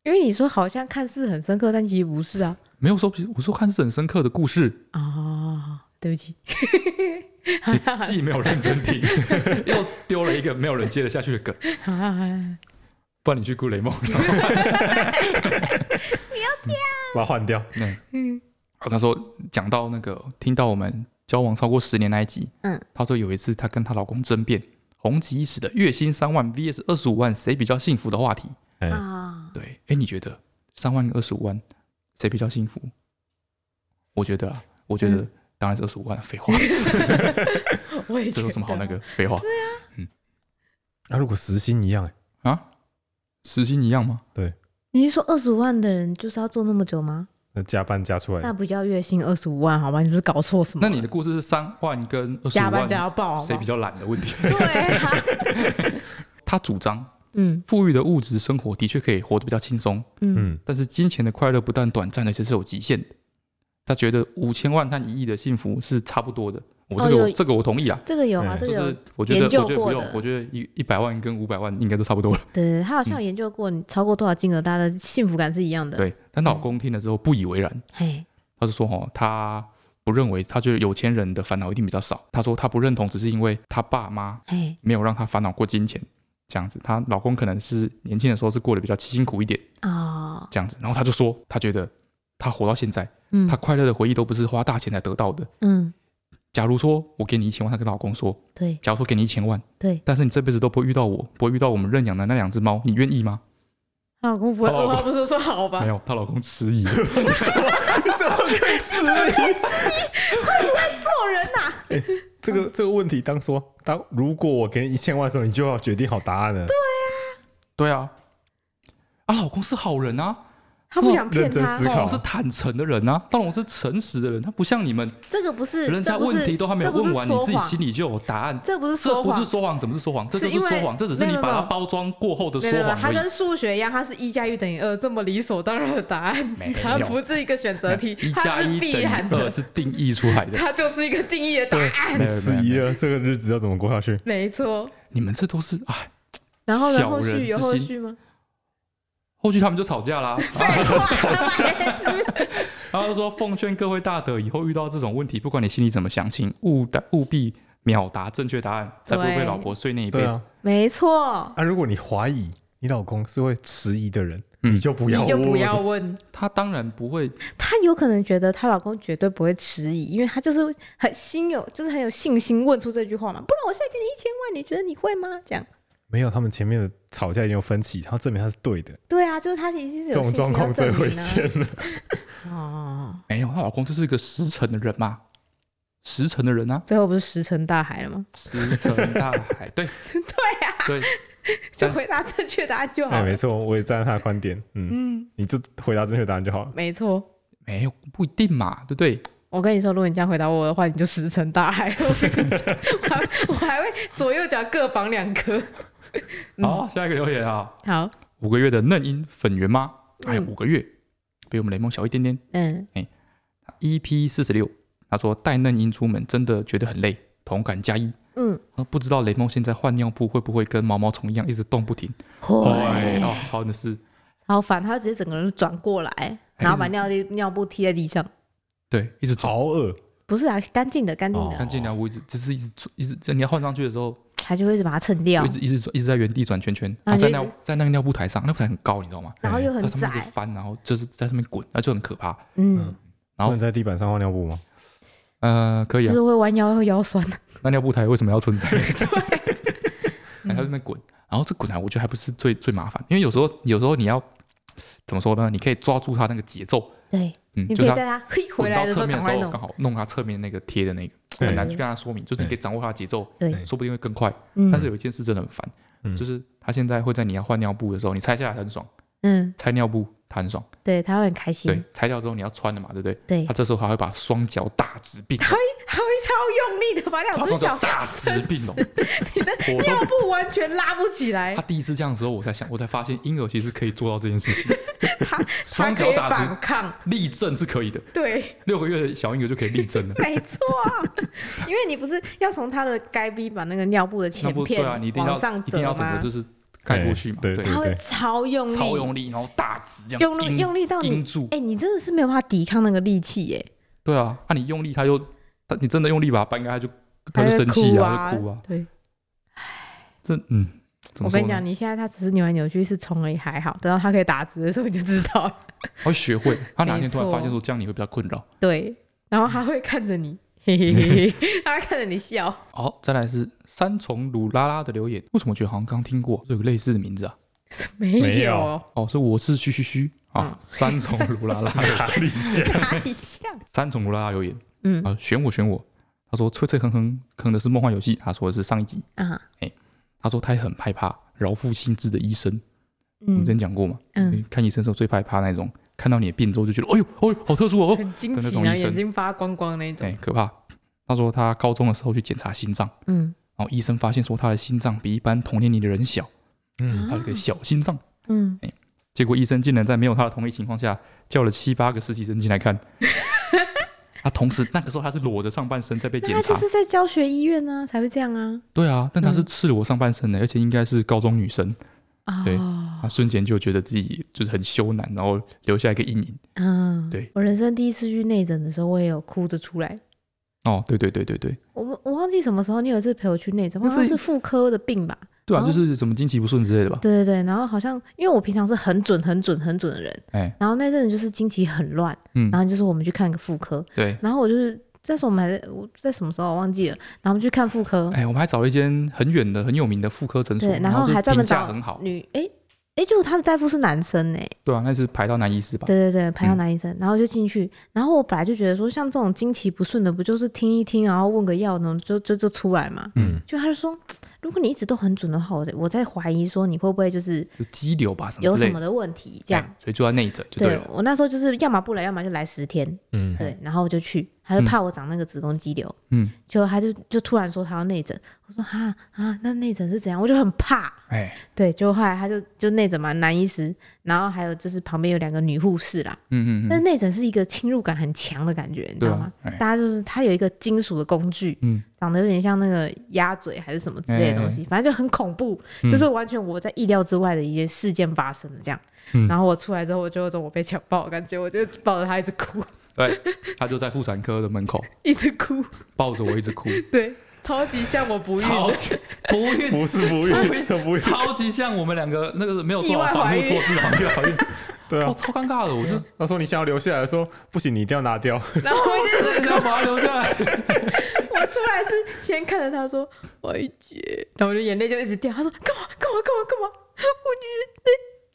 Speaker 1: 因为你说好像看似很深刻，但其实不是啊。
Speaker 2: 没有说不是，我说看似很深刻的故事，
Speaker 1: 哦，对不起，
Speaker 2: 你既没有认真听， 又丢了一个没有人接得下去的梗，
Speaker 1: 啊
Speaker 2: 不然你去顾 雷梦。
Speaker 3: 把它换掉。
Speaker 2: 嗯，
Speaker 1: 嗯
Speaker 2: 哦，他说讲到那个听到我们交往超过十年那一集，
Speaker 1: 嗯，
Speaker 2: 他说有一次她跟她老公争辩红极一时的月薪三万 VS 二十五万谁比较幸福的话题。
Speaker 3: 哎，
Speaker 1: 啊，
Speaker 2: 对，哎，你觉得三万跟二十五万谁比较幸福？我觉得啊，我觉得
Speaker 1: 嗯
Speaker 2: 当然是二十五万，废话，
Speaker 1: 我也觉
Speaker 2: 这
Speaker 1: 得
Speaker 2: 有
Speaker 1: 啊
Speaker 2: 什么好那个废话？
Speaker 3: 那啊如果时薪一样，哎，
Speaker 2: 时薪一样吗？
Speaker 1: 你是说二十五万的人就是要做那么久吗？
Speaker 3: 那加班加出
Speaker 1: 那
Speaker 3: 来，
Speaker 1: 不叫月薪二十五万好吗？你是不是搞错什么
Speaker 2: 那
Speaker 1: 了？
Speaker 2: 你的故事是三万跟二十
Speaker 1: 加
Speaker 2: 五
Speaker 1: 班加到
Speaker 2: 万
Speaker 1: 爆好
Speaker 2: 谁
Speaker 1: 吗
Speaker 2: 比？较懒的 问题。
Speaker 1: 对啊，
Speaker 2: 他主张
Speaker 1: 嗯
Speaker 2: 富裕的物质生活的确可以活得比较轻松，
Speaker 1: 嗯
Speaker 3: 嗯，
Speaker 2: 但是金钱的快乐不但短暂，而且是有极限的。他觉得五千万和一亿的幸福是差不多的，我
Speaker 1: 哦
Speaker 2: 这个、
Speaker 1: 有
Speaker 2: 这个我同意啊，
Speaker 1: 这个有啊，
Speaker 3: 嗯
Speaker 1: 这
Speaker 2: 就
Speaker 1: 个有
Speaker 2: 是，我觉得
Speaker 1: 研
Speaker 2: 我
Speaker 1: 究
Speaker 2: 觉得不
Speaker 1: 过
Speaker 2: 用
Speaker 1: 的，
Speaker 2: 我觉得一一百万跟五百万应该都差不多了。
Speaker 1: 对他好
Speaker 2: 嗯
Speaker 1: 像有研究过，你超过多少金额，大家的幸福感是一样的。，嗯
Speaker 2: 对，但老公听了之后不以为然，
Speaker 1: 嘿，
Speaker 2: 他就说哦，他不认为，他觉得有钱人的烦恼一定比较少。他说他不认同，只是因为他爸妈
Speaker 1: 嘿，
Speaker 2: 没有让她烦恼过金钱，这样子，她老公可能是年轻的时候是过得比较辛苦一点，
Speaker 1: 哦，
Speaker 2: 这样子，然后她就说，她觉得她活到现在，
Speaker 1: 嗯
Speaker 2: 她快乐的回忆都不是花大钱才得到的。
Speaker 1: 嗯，
Speaker 2: 假如说我给你一千万，她跟老公说，
Speaker 1: 对
Speaker 2: 假如说给你一千万，
Speaker 1: 对，
Speaker 2: 但是你这辈子都不会遇到我，不会遇到我们认养的那两只猫，你愿意吗？
Speaker 1: 她老啊公不会
Speaker 2: 她老
Speaker 1: 二
Speaker 2: 公
Speaker 1: 话不说说好吧
Speaker 2: 没？有，她老公迟疑了，
Speaker 1: 做人呐，
Speaker 4: 啊
Speaker 3: 哎这
Speaker 4: 嗯
Speaker 3: 个这个问题，当说当如果我给你一千万的时候，你就要决定好答案了。对，
Speaker 2: 对啊，啊，老公是好人啊，
Speaker 1: 他不想骗
Speaker 3: 认真
Speaker 1: 他哦
Speaker 3: 思，
Speaker 2: 大
Speaker 3: 考
Speaker 2: 龙是坦诚的人啊，大龙是诚实的人，他不像你们，
Speaker 1: 这个不是，
Speaker 2: 人家
Speaker 1: 这不是
Speaker 2: 问题都还没有
Speaker 1: 这不
Speaker 2: 问
Speaker 1: 是
Speaker 2: 完，你
Speaker 1: 说
Speaker 2: 自己
Speaker 1: 谎
Speaker 2: 心里就有答案，
Speaker 1: 这不是
Speaker 2: 这
Speaker 1: 说
Speaker 2: 不
Speaker 1: 谎
Speaker 2: 是，说谎，怎么是说谎？这
Speaker 1: 是
Speaker 2: 就是
Speaker 1: 因为
Speaker 2: 说谎，这只是
Speaker 1: 没
Speaker 2: 你
Speaker 1: 有
Speaker 2: 把
Speaker 1: 没
Speaker 2: 它
Speaker 1: 有
Speaker 2: 包装过后的
Speaker 1: 没
Speaker 2: 说
Speaker 1: 有没有，
Speaker 2: 谎
Speaker 1: 它
Speaker 2: 而已。
Speaker 1: 跟数学一样，它是一加一等于二这么理所当然的答案
Speaker 2: 没，有
Speaker 1: 它不是一个选择题
Speaker 2: 一，
Speaker 1: 它
Speaker 2: 加
Speaker 1: 是
Speaker 2: 一
Speaker 1: 必
Speaker 2: 等于
Speaker 1: 然
Speaker 2: 二
Speaker 1: 的，
Speaker 2: 是定义出来的。
Speaker 1: 它就是一个定义的答案，
Speaker 2: 没有没有没有
Speaker 3: 迟疑了，这个日子要怎么过下去？
Speaker 1: 没错。
Speaker 2: 你们这都是哎，
Speaker 1: 然后呢？
Speaker 2: 小
Speaker 1: 后
Speaker 2: 人
Speaker 1: 续有
Speaker 2: 之
Speaker 1: 后
Speaker 2: 心
Speaker 1: 续吗？
Speaker 2: 后续他们就吵架啦。 啊
Speaker 1: 废 话，白痴！
Speaker 2: 然后就说奉劝各位大德，以后遇到这种问题，不管你心里怎么想，请务的务必秒答正确答案，才不会被
Speaker 1: 对
Speaker 2: 老婆碎念一辈
Speaker 3: 对
Speaker 2: 子
Speaker 3: 啊。，
Speaker 1: 没错，
Speaker 3: 啊，如果你怀疑你老公是会迟疑的人，
Speaker 2: 嗯
Speaker 3: 你就不要
Speaker 1: 你就不
Speaker 3: 问
Speaker 1: 要问。
Speaker 2: 她当然不会，
Speaker 1: 她有可能觉得她老公绝对不会迟疑，因为她就是很心有，就是很有信心问出这句话嘛。不然我现在给你一千万，你觉得你会吗？这样。
Speaker 3: 没有，他们前面的吵架已经有分歧，他证明他是对的，
Speaker 1: 对啊，就是她其实是有
Speaker 3: 这种
Speaker 1: 信
Speaker 3: 状
Speaker 1: 心
Speaker 3: 况
Speaker 1: 要
Speaker 3: 最
Speaker 1: 证
Speaker 3: 危
Speaker 1: 明啊。
Speaker 3: 险了。
Speaker 1: 哦，
Speaker 2: 没有，她老公就是一个实诚的人嘛，实诚的人啊，
Speaker 1: 最后不是石沉大海了吗？
Speaker 2: 石沉大海，对
Speaker 1: 对啊呀、
Speaker 2: 对，
Speaker 1: 就回答正确答案就好
Speaker 3: 哎，
Speaker 1: 了。
Speaker 3: 没错，我也站在他的观点，嗯，
Speaker 1: 嗯，
Speaker 3: 你就回答正确答案就好了。
Speaker 1: 没错，
Speaker 2: 没有不一定嘛，对不对？
Speaker 1: 我跟你说，如果你这样回答我的话，你就石沉大海。我跟你讲，我还我还会左右脚各绑两颗。嗯
Speaker 2: 好，下一个留言啊，
Speaker 1: 好，
Speaker 2: 五个月的嫩鹰粉圆妈，还有
Speaker 1: 嗯
Speaker 2: 五个月，比我们雷蒙小一点点。
Speaker 1: 嗯，
Speaker 2: EP 四十六，他说带嫩鹰出门真的觉得很累，同感加一。
Speaker 1: 嗯，
Speaker 2: 啊不知道雷蒙现在换尿布会不会跟毛毛虫一样一直动不停？哎，哦，操的是，
Speaker 1: 超烦，他会直接整个人转过来，然后把尿地尿布踢在地上。
Speaker 2: 对，一直走，
Speaker 3: 好恶，
Speaker 1: 不是啊，干净的，干净
Speaker 3: 哦
Speaker 1: 的，
Speaker 2: 看见了，我一直就是一直走一直，你要换上去的时候，
Speaker 1: 他就会一直把它蹭掉
Speaker 2: 就一，直一直走一直在原地转圈圈。
Speaker 1: 啊
Speaker 2: 啊、在
Speaker 1: 就一直
Speaker 2: 尿在那个尿布台上，尿布台很高，你知道吗？
Speaker 1: 然后又很
Speaker 2: 它上面一直
Speaker 1: 窄。
Speaker 2: 翻，然后就是在上面滚，那就很可怕。
Speaker 1: 嗯，
Speaker 2: 好
Speaker 3: 不能在地板上换尿布吗？
Speaker 2: 呃，可以
Speaker 1: 就
Speaker 2: 啊
Speaker 1: 是，会弯腰，会腰酸。
Speaker 2: 那尿布台为什么要存在？ 然后在那
Speaker 1: 嗯
Speaker 2: 边滚，然后这滚来啊我觉得还不是最最麻烦，因为有时候有时候你要怎么说呢？你可以抓住它那个节奏，
Speaker 1: 对，
Speaker 2: 嗯，
Speaker 1: 你
Speaker 2: 就
Speaker 1: 可
Speaker 2: 是
Speaker 1: 以
Speaker 2: 它
Speaker 1: 在他嘿回
Speaker 2: 滚
Speaker 1: 来
Speaker 2: 到
Speaker 1: 的时
Speaker 2: 侧
Speaker 1: 候
Speaker 2: 面
Speaker 1: 赶快
Speaker 2: 的时候
Speaker 1: 弄。
Speaker 2: 刚好弄它侧面那个贴的那个，
Speaker 3: 对
Speaker 2: 很难去跟他说明，就是你可以掌握它的节奏，
Speaker 1: 对，
Speaker 2: 说不定会更快。
Speaker 1: 嗯
Speaker 2: 但是有一件事真的很烦，
Speaker 3: 嗯
Speaker 2: 就是他现在会在你要换尿布的时候，你拆下来很爽，
Speaker 1: 嗯，
Speaker 2: 拆尿布他很爽，
Speaker 1: 对，他会很开
Speaker 2: 对
Speaker 1: 心。，
Speaker 2: 拆掉之后你要穿了嘛，对不对？
Speaker 1: 对
Speaker 2: 他，这时候还会把双脚大直 并
Speaker 1: 他
Speaker 2: 拢，
Speaker 1: 会他会超用力的把两
Speaker 2: 他
Speaker 1: 只
Speaker 2: 双
Speaker 1: 脚
Speaker 2: 脚大直并 拢，我
Speaker 1: 尿
Speaker 2: 都
Speaker 1: 布完全拉不起来
Speaker 2: 他，第一次这样的时候，我才想，我才发现婴儿其实可以做到这件事情，
Speaker 1: 他他
Speaker 2: 双
Speaker 1: 可
Speaker 2: 脚
Speaker 1: 以
Speaker 2: 打直
Speaker 1: 反抗，
Speaker 2: 立正是可以的，
Speaker 1: 对，
Speaker 2: 六个月的小婴儿就可以 立正了。
Speaker 1: 没错啊，因为你不是要从他的该逼把那个尿布的
Speaker 2: 那
Speaker 1: 前
Speaker 2: 不对
Speaker 1: 片
Speaker 2: 啊，你一定要
Speaker 1: 往上
Speaker 2: 一定
Speaker 1: 折
Speaker 2: 要整
Speaker 1: 吗
Speaker 2: 个就？是盖过去嘛，
Speaker 3: 哎对
Speaker 1: 他会超用力，
Speaker 2: 超用力，然后大直这样
Speaker 1: 用力
Speaker 2: 盯
Speaker 1: 用力到你
Speaker 2: 盯，住。
Speaker 1: 哎，你真的是没有办法抵抗那个力气耶，
Speaker 2: 对啊，那、你用力，他又，他你真的用力把它掰开，他就
Speaker 1: 他
Speaker 2: 他就
Speaker 1: 会
Speaker 2: 生气
Speaker 1: 哭
Speaker 2: 啊，
Speaker 1: 啊
Speaker 2: 就哭啊。
Speaker 1: 对。
Speaker 2: 这嗯，
Speaker 1: 我
Speaker 2: 怎么说
Speaker 1: 跟你讲，
Speaker 2: 呢？
Speaker 1: 你现在他只是扭来扭去是冲而已，还好。等到他可以打直的时候，你就知道 了。
Speaker 2: 他会学会，他哪
Speaker 1: 没
Speaker 2: 天突然发
Speaker 1: 错
Speaker 2: 现说这样你会比较困扰。
Speaker 1: 对，然后他会看着你，嘿嘿嘿 嘿，他会看着你笑。
Speaker 2: 好，再来是三重鲁拉拉的留言，为什么觉得好像刚听过，这有个类似的名字啊？
Speaker 1: 没有，
Speaker 3: 没
Speaker 2: 哦，是我是嘘嘘嘘啊，
Speaker 1: 嗯
Speaker 2: 三重鲁拉拉，
Speaker 3: 哪 里像？
Speaker 1: 太像。
Speaker 2: 三重鲁拉拉留言
Speaker 1: 嗯
Speaker 2: 啊，选我选我。他说脆脆哼哼哼的是梦幻游戏，他说的是上一集。哎
Speaker 1: 啊，
Speaker 2: 他说他也很害怕饶富心智的医生，我们之前
Speaker 1: 嗯
Speaker 2: 讲过嘛，
Speaker 1: 嗯，
Speaker 2: 看医生的时候最害怕那种看到你的病之后就觉得，哎呦，哎呦，好特殊哦，哦
Speaker 1: 很惊
Speaker 2: 的那
Speaker 1: 奇，
Speaker 2: 种
Speaker 1: 然后
Speaker 2: 医
Speaker 1: 眼
Speaker 2: 生
Speaker 1: 睛发光光那
Speaker 2: 哎、
Speaker 1: 种。
Speaker 2: 可怕。他说他高中的时候去检查心脏，
Speaker 1: 嗯
Speaker 2: 然后医生发现说他的心脏比一般同年龄的人小，
Speaker 1: 啊
Speaker 3: 嗯，
Speaker 2: 他有一个小心脏。
Speaker 1: 嗯，
Speaker 2: 结果医生竟然在没有他的同意情况下，叫了七八个实习生进 来看。他同时那个时候他是裸着上半身在被
Speaker 1: 那
Speaker 2: 检
Speaker 1: 他
Speaker 2: 查
Speaker 1: 就，是在教学医院呢才会这样啊。
Speaker 2: 对啊，但他是赤裸上半身的，而且应该是高中女生，
Speaker 1: 啊，
Speaker 2: 对他瞬间就觉得自己就是很羞赧，然后留下一个阴影。
Speaker 1: 嗯，
Speaker 2: 对。
Speaker 1: 我人生第一次去内诊的时候，我也有哭着出来。
Speaker 2: 哦，对对对对对，
Speaker 1: 我们我忘记什么时候，你有一次陪我去内诊，好像
Speaker 2: 那是
Speaker 1: 是妇科的病吧？
Speaker 2: 对啊，
Speaker 1: 哦
Speaker 2: 就是什么经期不顺之类的吧？
Speaker 1: 对对对，然后好像因为我平常是很准、很准、很准的人，
Speaker 2: 哎，
Speaker 1: 然后那阵子就是经期很乱，
Speaker 2: 嗯
Speaker 1: 然，后就是我们去看个妇科，
Speaker 2: 对。
Speaker 1: 然后我就是那时候我们还在我在什么时候我忘记了，然后我们去看妇科，
Speaker 2: 哎，我们还找了一间很远的、很有名的妇科诊所，
Speaker 1: 对，然后
Speaker 2: 就
Speaker 1: 还专门
Speaker 2: 评价
Speaker 1: 找
Speaker 2: 很好，
Speaker 1: 女，哎、哎，结果他的大夫是男生呢、
Speaker 2: 对啊，那是排到男医师吧？
Speaker 1: 对对对，排到男医
Speaker 2: 嗯
Speaker 1: 生，然后就进去，然后我本来就觉得说像这种经期不顺的，不就是听一听，然后问个药呢，就就就出来嘛。
Speaker 3: 嗯，
Speaker 1: 就他就说，如果你一直都很准的话，我在我在怀疑说你会不会就是
Speaker 2: 就肌瘤吧，什
Speaker 1: 有
Speaker 2: 么之
Speaker 1: 什
Speaker 2: 类
Speaker 1: 么
Speaker 2: 的，
Speaker 1: 的问题这样。
Speaker 2: 哎所以就要内诊就
Speaker 1: 对
Speaker 2: 了。
Speaker 1: 我那时候就是要么不来，要么就来十天，
Speaker 3: 嗯，
Speaker 1: 对，然后我就去，他就怕我长那个子宫肌瘤，
Speaker 2: 嗯，
Speaker 1: 就他就就突然说他要内诊，我说哈啊，那内诊是怎样？我就很怕，
Speaker 2: 哎，
Speaker 1: 对，就后来他就就内诊嘛，男医师，然后还有就是旁边有两个女护士啦，
Speaker 2: 嗯嗯
Speaker 1: 但
Speaker 2: 嗯，
Speaker 1: 是内诊是一个侵入感很强的感觉，你知
Speaker 2: 对
Speaker 1: 道吗
Speaker 2: 啊？，哎，
Speaker 1: 大家就是它有一个金属的工具，
Speaker 2: 嗯，哎
Speaker 1: 长得有点像那个鸭嘴还是什么之类的东西，反正就很恐怖，
Speaker 2: 嗯
Speaker 1: 就是完全我在意料之外的一些事件发生了这样。
Speaker 2: 嗯
Speaker 1: 然后我出来之后，我就有种我被强暴的感觉，我就抱着他一直哭，
Speaker 2: 对，他就在妇产科的门口
Speaker 1: 一直哭，
Speaker 2: 抱着我一直哭，
Speaker 1: 对，超级像我不孕
Speaker 2: 超
Speaker 1: 的，
Speaker 2: 级不孕，
Speaker 3: 不是 不孕，这不孕，
Speaker 2: 超级像我们两个那个没有做好
Speaker 1: 意外
Speaker 2: 防
Speaker 1: 怀
Speaker 2: 护
Speaker 1: 孕
Speaker 2: 措施的，
Speaker 3: 越好越对
Speaker 2: 哦，
Speaker 3: 啊。
Speaker 2: 超尴尬的，我就
Speaker 3: 他说你想要留下来，说不行，你一定要拿 掉。
Speaker 1: 然后我就一直
Speaker 2: 真
Speaker 1: 哭
Speaker 2: 的要把它留下来。
Speaker 1: 我出来是先看着他说歪姐，然后我就眼泪就一直掉。他说干嘛干嘛干嘛干嘛？我觉得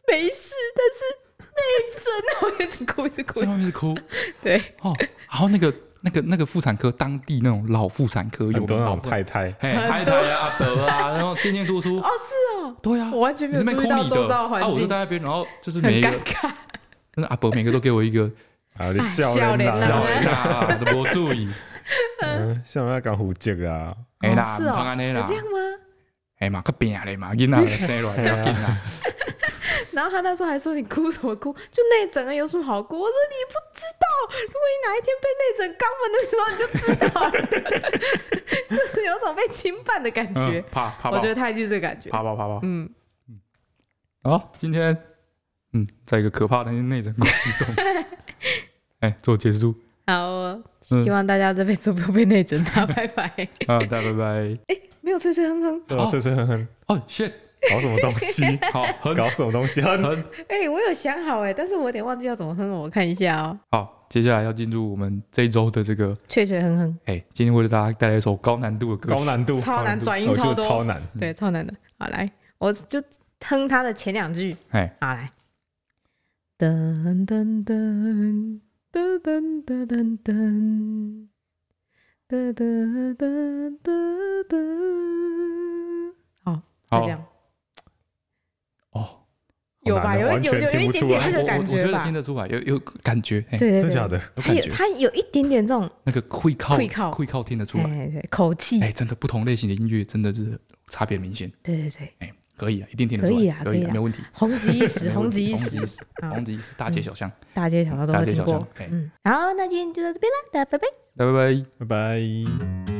Speaker 1: 没事，但是那一针啊， 我一直哭一直哭
Speaker 2: 在。外面一直哭
Speaker 1: 对，
Speaker 2: 哦，然后那个那个那个妇产科当地那种老妇产科有
Speaker 3: 很多那
Speaker 2: 老
Speaker 3: 种
Speaker 2: 妇产
Speaker 3: 太太，
Speaker 2: 嘿，拍台啊、阿伯啊，然后进进出 出
Speaker 1: 哦，，是哦，
Speaker 2: 对啊，
Speaker 1: 我完全没有
Speaker 2: 你在那
Speaker 1: 注意到
Speaker 2: 边哭你
Speaker 1: 周
Speaker 2: 的，
Speaker 1: 遭环
Speaker 2: 啊，我就
Speaker 1: 境，
Speaker 2: 在那边，然后就是
Speaker 1: 很
Speaker 2: 每一个
Speaker 1: 尴尬。
Speaker 2: 那阿伯每个都给我一个
Speaker 3: 啊，就
Speaker 1: 啊
Speaker 3: 笑
Speaker 4: 少
Speaker 3: 人
Speaker 4: 年
Speaker 2: 小
Speaker 3: 啦，
Speaker 4: 人
Speaker 2: 的啦，都无注
Speaker 1: 哦
Speaker 2: 意，
Speaker 3: 嗯笑人要讲胡椒啊，
Speaker 2: 哎啦，
Speaker 4: 哦
Speaker 2: 唔
Speaker 4: 是
Speaker 2: 通
Speaker 4: 哦
Speaker 2: 安尼
Speaker 4: 有
Speaker 2: 啦
Speaker 4: 这，样吗？
Speaker 2: 哎嘛，个病咧嘛，囡仔就生落来要紧啦，
Speaker 4: 然后他那时候还说你哭什么哭，就内诊啊，有什么好哭？我说你不知道，如果你哪一天被内诊肛门的时候，你就知道了， 就是有种被侵犯的感觉
Speaker 2: 嗯。怕怕
Speaker 4: 我
Speaker 2: 爆
Speaker 4: 觉，得他一定是这个感觉。
Speaker 2: 怕爆怕爆。
Speaker 4: 嗯，
Speaker 2: 好，今天嗯，在一个可怕的内诊故事中，哎，做结束
Speaker 4: 好、哦，
Speaker 2: 嗯
Speaker 4: 希望大家这辈子不要被内诊打拜拜。
Speaker 2: 啊，大家拜拜。
Speaker 4: 没有吹吹哼哼，
Speaker 3: 对啊，
Speaker 2: 哦
Speaker 3: 吹吹哼哼，
Speaker 2: 哦，shit，
Speaker 3: 搞什么东西？
Speaker 2: 好，很
Speaker 3: 搞什么东西？哼
Speaker 2: 很
Speaker 4: 哎、我有想好哎，但是我有点忘记要怎么哼了，我看一下哦。
Speaker 2: 好。接下来要进入我们这一周的这个，
Speaker 4: 吹吹哼哼，
Speaker 2: 哎，今天为了大家带来一首高难度的歌曲，
Speaker 3: 高难度，
Speaker 4: 超难转音
Speaker 2: 哦
Speaker 3: 我觉
Speaker 4: 超
Speaker 3: 得
Speaker 4: 多
Speaker 3: 超难。
Speaker 4: 对，超难的。好来，我就哼他的前两句。
Speaker 2: 哎，
Speaker 4: 好来，噔噔噔噔噔噔噔噔。哒哒哒哒哒，就
Speaker 2: 好
Speaker 4: 这，样，
Speaker 2: 哦，
Speaker 4: 有
Speaker 3: 好
Speaker 4: 吧？
Speaker 3: 难
Speaker 4: 有
Speaker 3: 哦完
Speaker 4: 一有
Speaker 3: 全
Speaker 4: 有
Speaker 3: 听
Speaker 4: 一
Speaker 3: 不
Speaker 4: 点
Speaker 3: 出来
Speaker 4: 点这个
Speaker 2: 我我
Speaker 4: 感
Speaker 2: 我觉得
Speaker 4: 吧
Speaker 2: 听？得出来，有有感觉，哎，
Speaker 4: 对对
Speaker 3: 真
Speaker 4: 对，
Speaker 3: 假的？
Speaker 2: 有
Speaker 4: 他
Speaker 2: 感
Speaker 4: 有
Speaker 2: 觉，
Speaker 4: 他有一点点这种
Speaker 2: 那个会靠
Speaker 4: 会靠
Speaker 2: 会靠听得出
Speaker 4: 哎
Speaker 2: 来，
Speaker 4: 对口气，
Speaker 2: 哎，真的不同类型的音乐真的就是差别明显，
Speaker 4: 对对对，
Speaker 2: 可以啊，一定听得出
Speaker 4: 可以
Speaker 2: 来，
Speaker 4: 啊
Speaker 2: 可以
Speaker 4: 可以
Speaker 2: 啊，
Speaker 4: 啊
Speaker 2: 没有问题。
Speaker 4: 红极一时，
Speaker 2: 没有
Speaker 4: 红
Speaker 2: 问
Speaker 4: 极
Speaker 2: 题
Speaker 4: 一
Speaker 2: 哎红
Speaker 4: 时
Speaker 2: 极一，时，
Speaker 4: 啊嗯
Speaker 2: 红极一时，大街小巷，
Speaker 4: 大街小巷都
Speaker 2: 大
Speaker 4: 会
Speaker 2: 街
Speaker 4: 听
Speaker 2: 小巷
Speaker 4: 过。，
Speaker 2: 哎，
Speaker 4: 嗯，好，那今天就到这边啦，大家拜拜。
Speaker 2: 来拜拜。
Speaker 3: 拜拜。